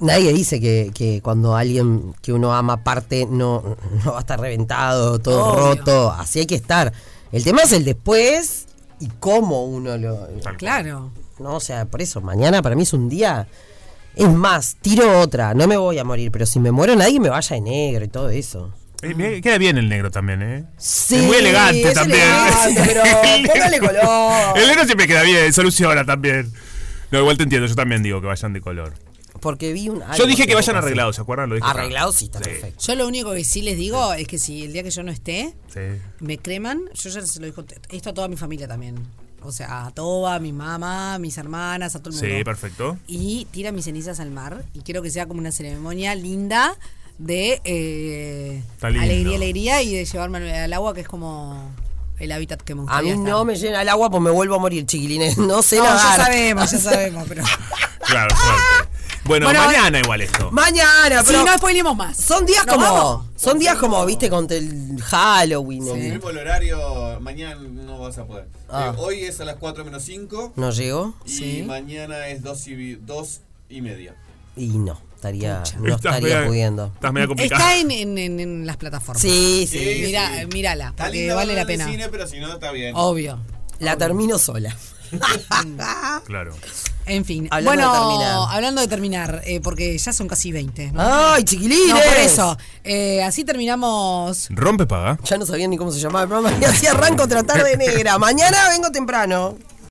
Speaker 20: nadie dice que, que cuando alguien que uno ama parte no, no va a estar reventado, todo
Speaker 4: Obvio.
Speaker 20: roto. Así hay que estar. El tema es el después y cómo uno lo.
Speaker 4: Claro.
Speaker 20: No, o sea, por eso, mañana para mí es un día. Es más, tiro otra, no me voy a morir, pero si me muero nadie me vaya de negro y todo eso.
Speaker 5: Eh, me- queda bien el negro también, ¿eh?
Speaker 20: Sí,
Speaker 5: es muy elegante
Speaker 20: es
Speaker 5: también.
Speaker 20: elegante,
Speaker 5: [LAUGHS]
Speaker 20: pero póngale color.
Speaker 5: El negro siempre queda bien, soluciona también. No, igual te entiendo, yo también digo que vayan de color.
Speaker 20: Porque vi un... algo
Speaker 5: Yo dije que vayan
Speaker 20: así.
Speaker 5: arreglados, ¿se acuerdan? Lo dije acá.
Speaker 20: Arreglados sí, está
Speaker 5: Sí.
Speaker 20: perfecto.
Speaker 4: Yo lo único que sí les digo es que si el día que yo no esté,
Speaker 5: Sí.
Speaker 4: me creman, yo ya se lo digo esto a toda mi familia también. O sea, a Toba, a mi mamá, a mis hermanas, a todo el mundo.
Speaker 5: Sí, perfecto.
Speaker 4: Y tira mis cenizas al mar. Y quiero que sea como una ceremonia linda de eh,
Speaker 20: Está lindo.
Speaker 4: alegría, alegría y de llevarme al agua, que es como el hábitat que me gusta.
Speaker 20: A mí no me llena el agua, pues me vuelvo a morir, chiquilines. [LAUGHS] No sé nadar.
Speaker 4: ya sabemos,
Speaker 20: [LAUGHS]
Speaker 4: ya sabemos, pero.
Speaker 5: Claro, fuerte. Bueno,
Speaker 20: Bueno,
Speaker 5: mañana igual esto.
Speaker 20: Mañana,
Speaker 4: Si
Speaker 20: pero
Speaker 4: no spoilemos más.
Speaker 20: son días
Speaker 4: ¿Nos
Speaker 20: como.
Speaker 4: vamos?
Speaker 20: Son días como, viste, con el Halloween.
Speaker 6: Si
Speaker 20: el-
Speaker 6: vivimos el horario, mañana no vas a poder.
Speaker 20: Ah.
Speaker 6: Eh, hoy es a las 4 menos 5
Speaker 20: No llegó.
Speaker 6: y mañana es 2 y, vi- dos y media.
Speaker 20: Y no, estaría,
Speaker 6: Pucha.
Speaker 20: no
Speaker 6: Estás
Speaker 20: estaría
Speaker 6: media-
Speaker 20: pudiendo.
Speaker 6: estás
Speaker 5: media
Speaker 4: Está en, en- en- en las plataformas.
Speaker 20: Sí, sí. Sí,
Speaker 4: Mirá,
Speaker 20: sí.
Speaker 4: Mírala,
Speaker 20: Está
Speaker 4: porque
Speaker 20: lindo
Speaker 4: vale la
Speaker 20: verla en el
Speaker 4: pena.
Speaker 20: cine,
Speaker 4: [LAUGHS]
Speaker 6: Pero si no, está bien.
Speaker 4: Obvio.
Speaker 20: La termino sola.
Speaker 5: Claro.
Speaker 4: En fin.
Speaker 20: Hablando
Speaker 4: Mm. bueno,
Speaker 20: de terminar.
Speaker 4: hablando de terminar, eh, porque ya son casi 20. ¿no?
Speaker 20: ¡Ay, chiquilines!
Speaker 4: No, por eso. Eh, así terminamos.
Speaker 5: Rompe paga.
Speaker 20: [LAUGHS]
Speaker 4: [LAUGHS]
Speaker 20: Ya no sabía ni cómo se llamaba el programa y así arranco otra tarde negra. Mañana vengo temprano.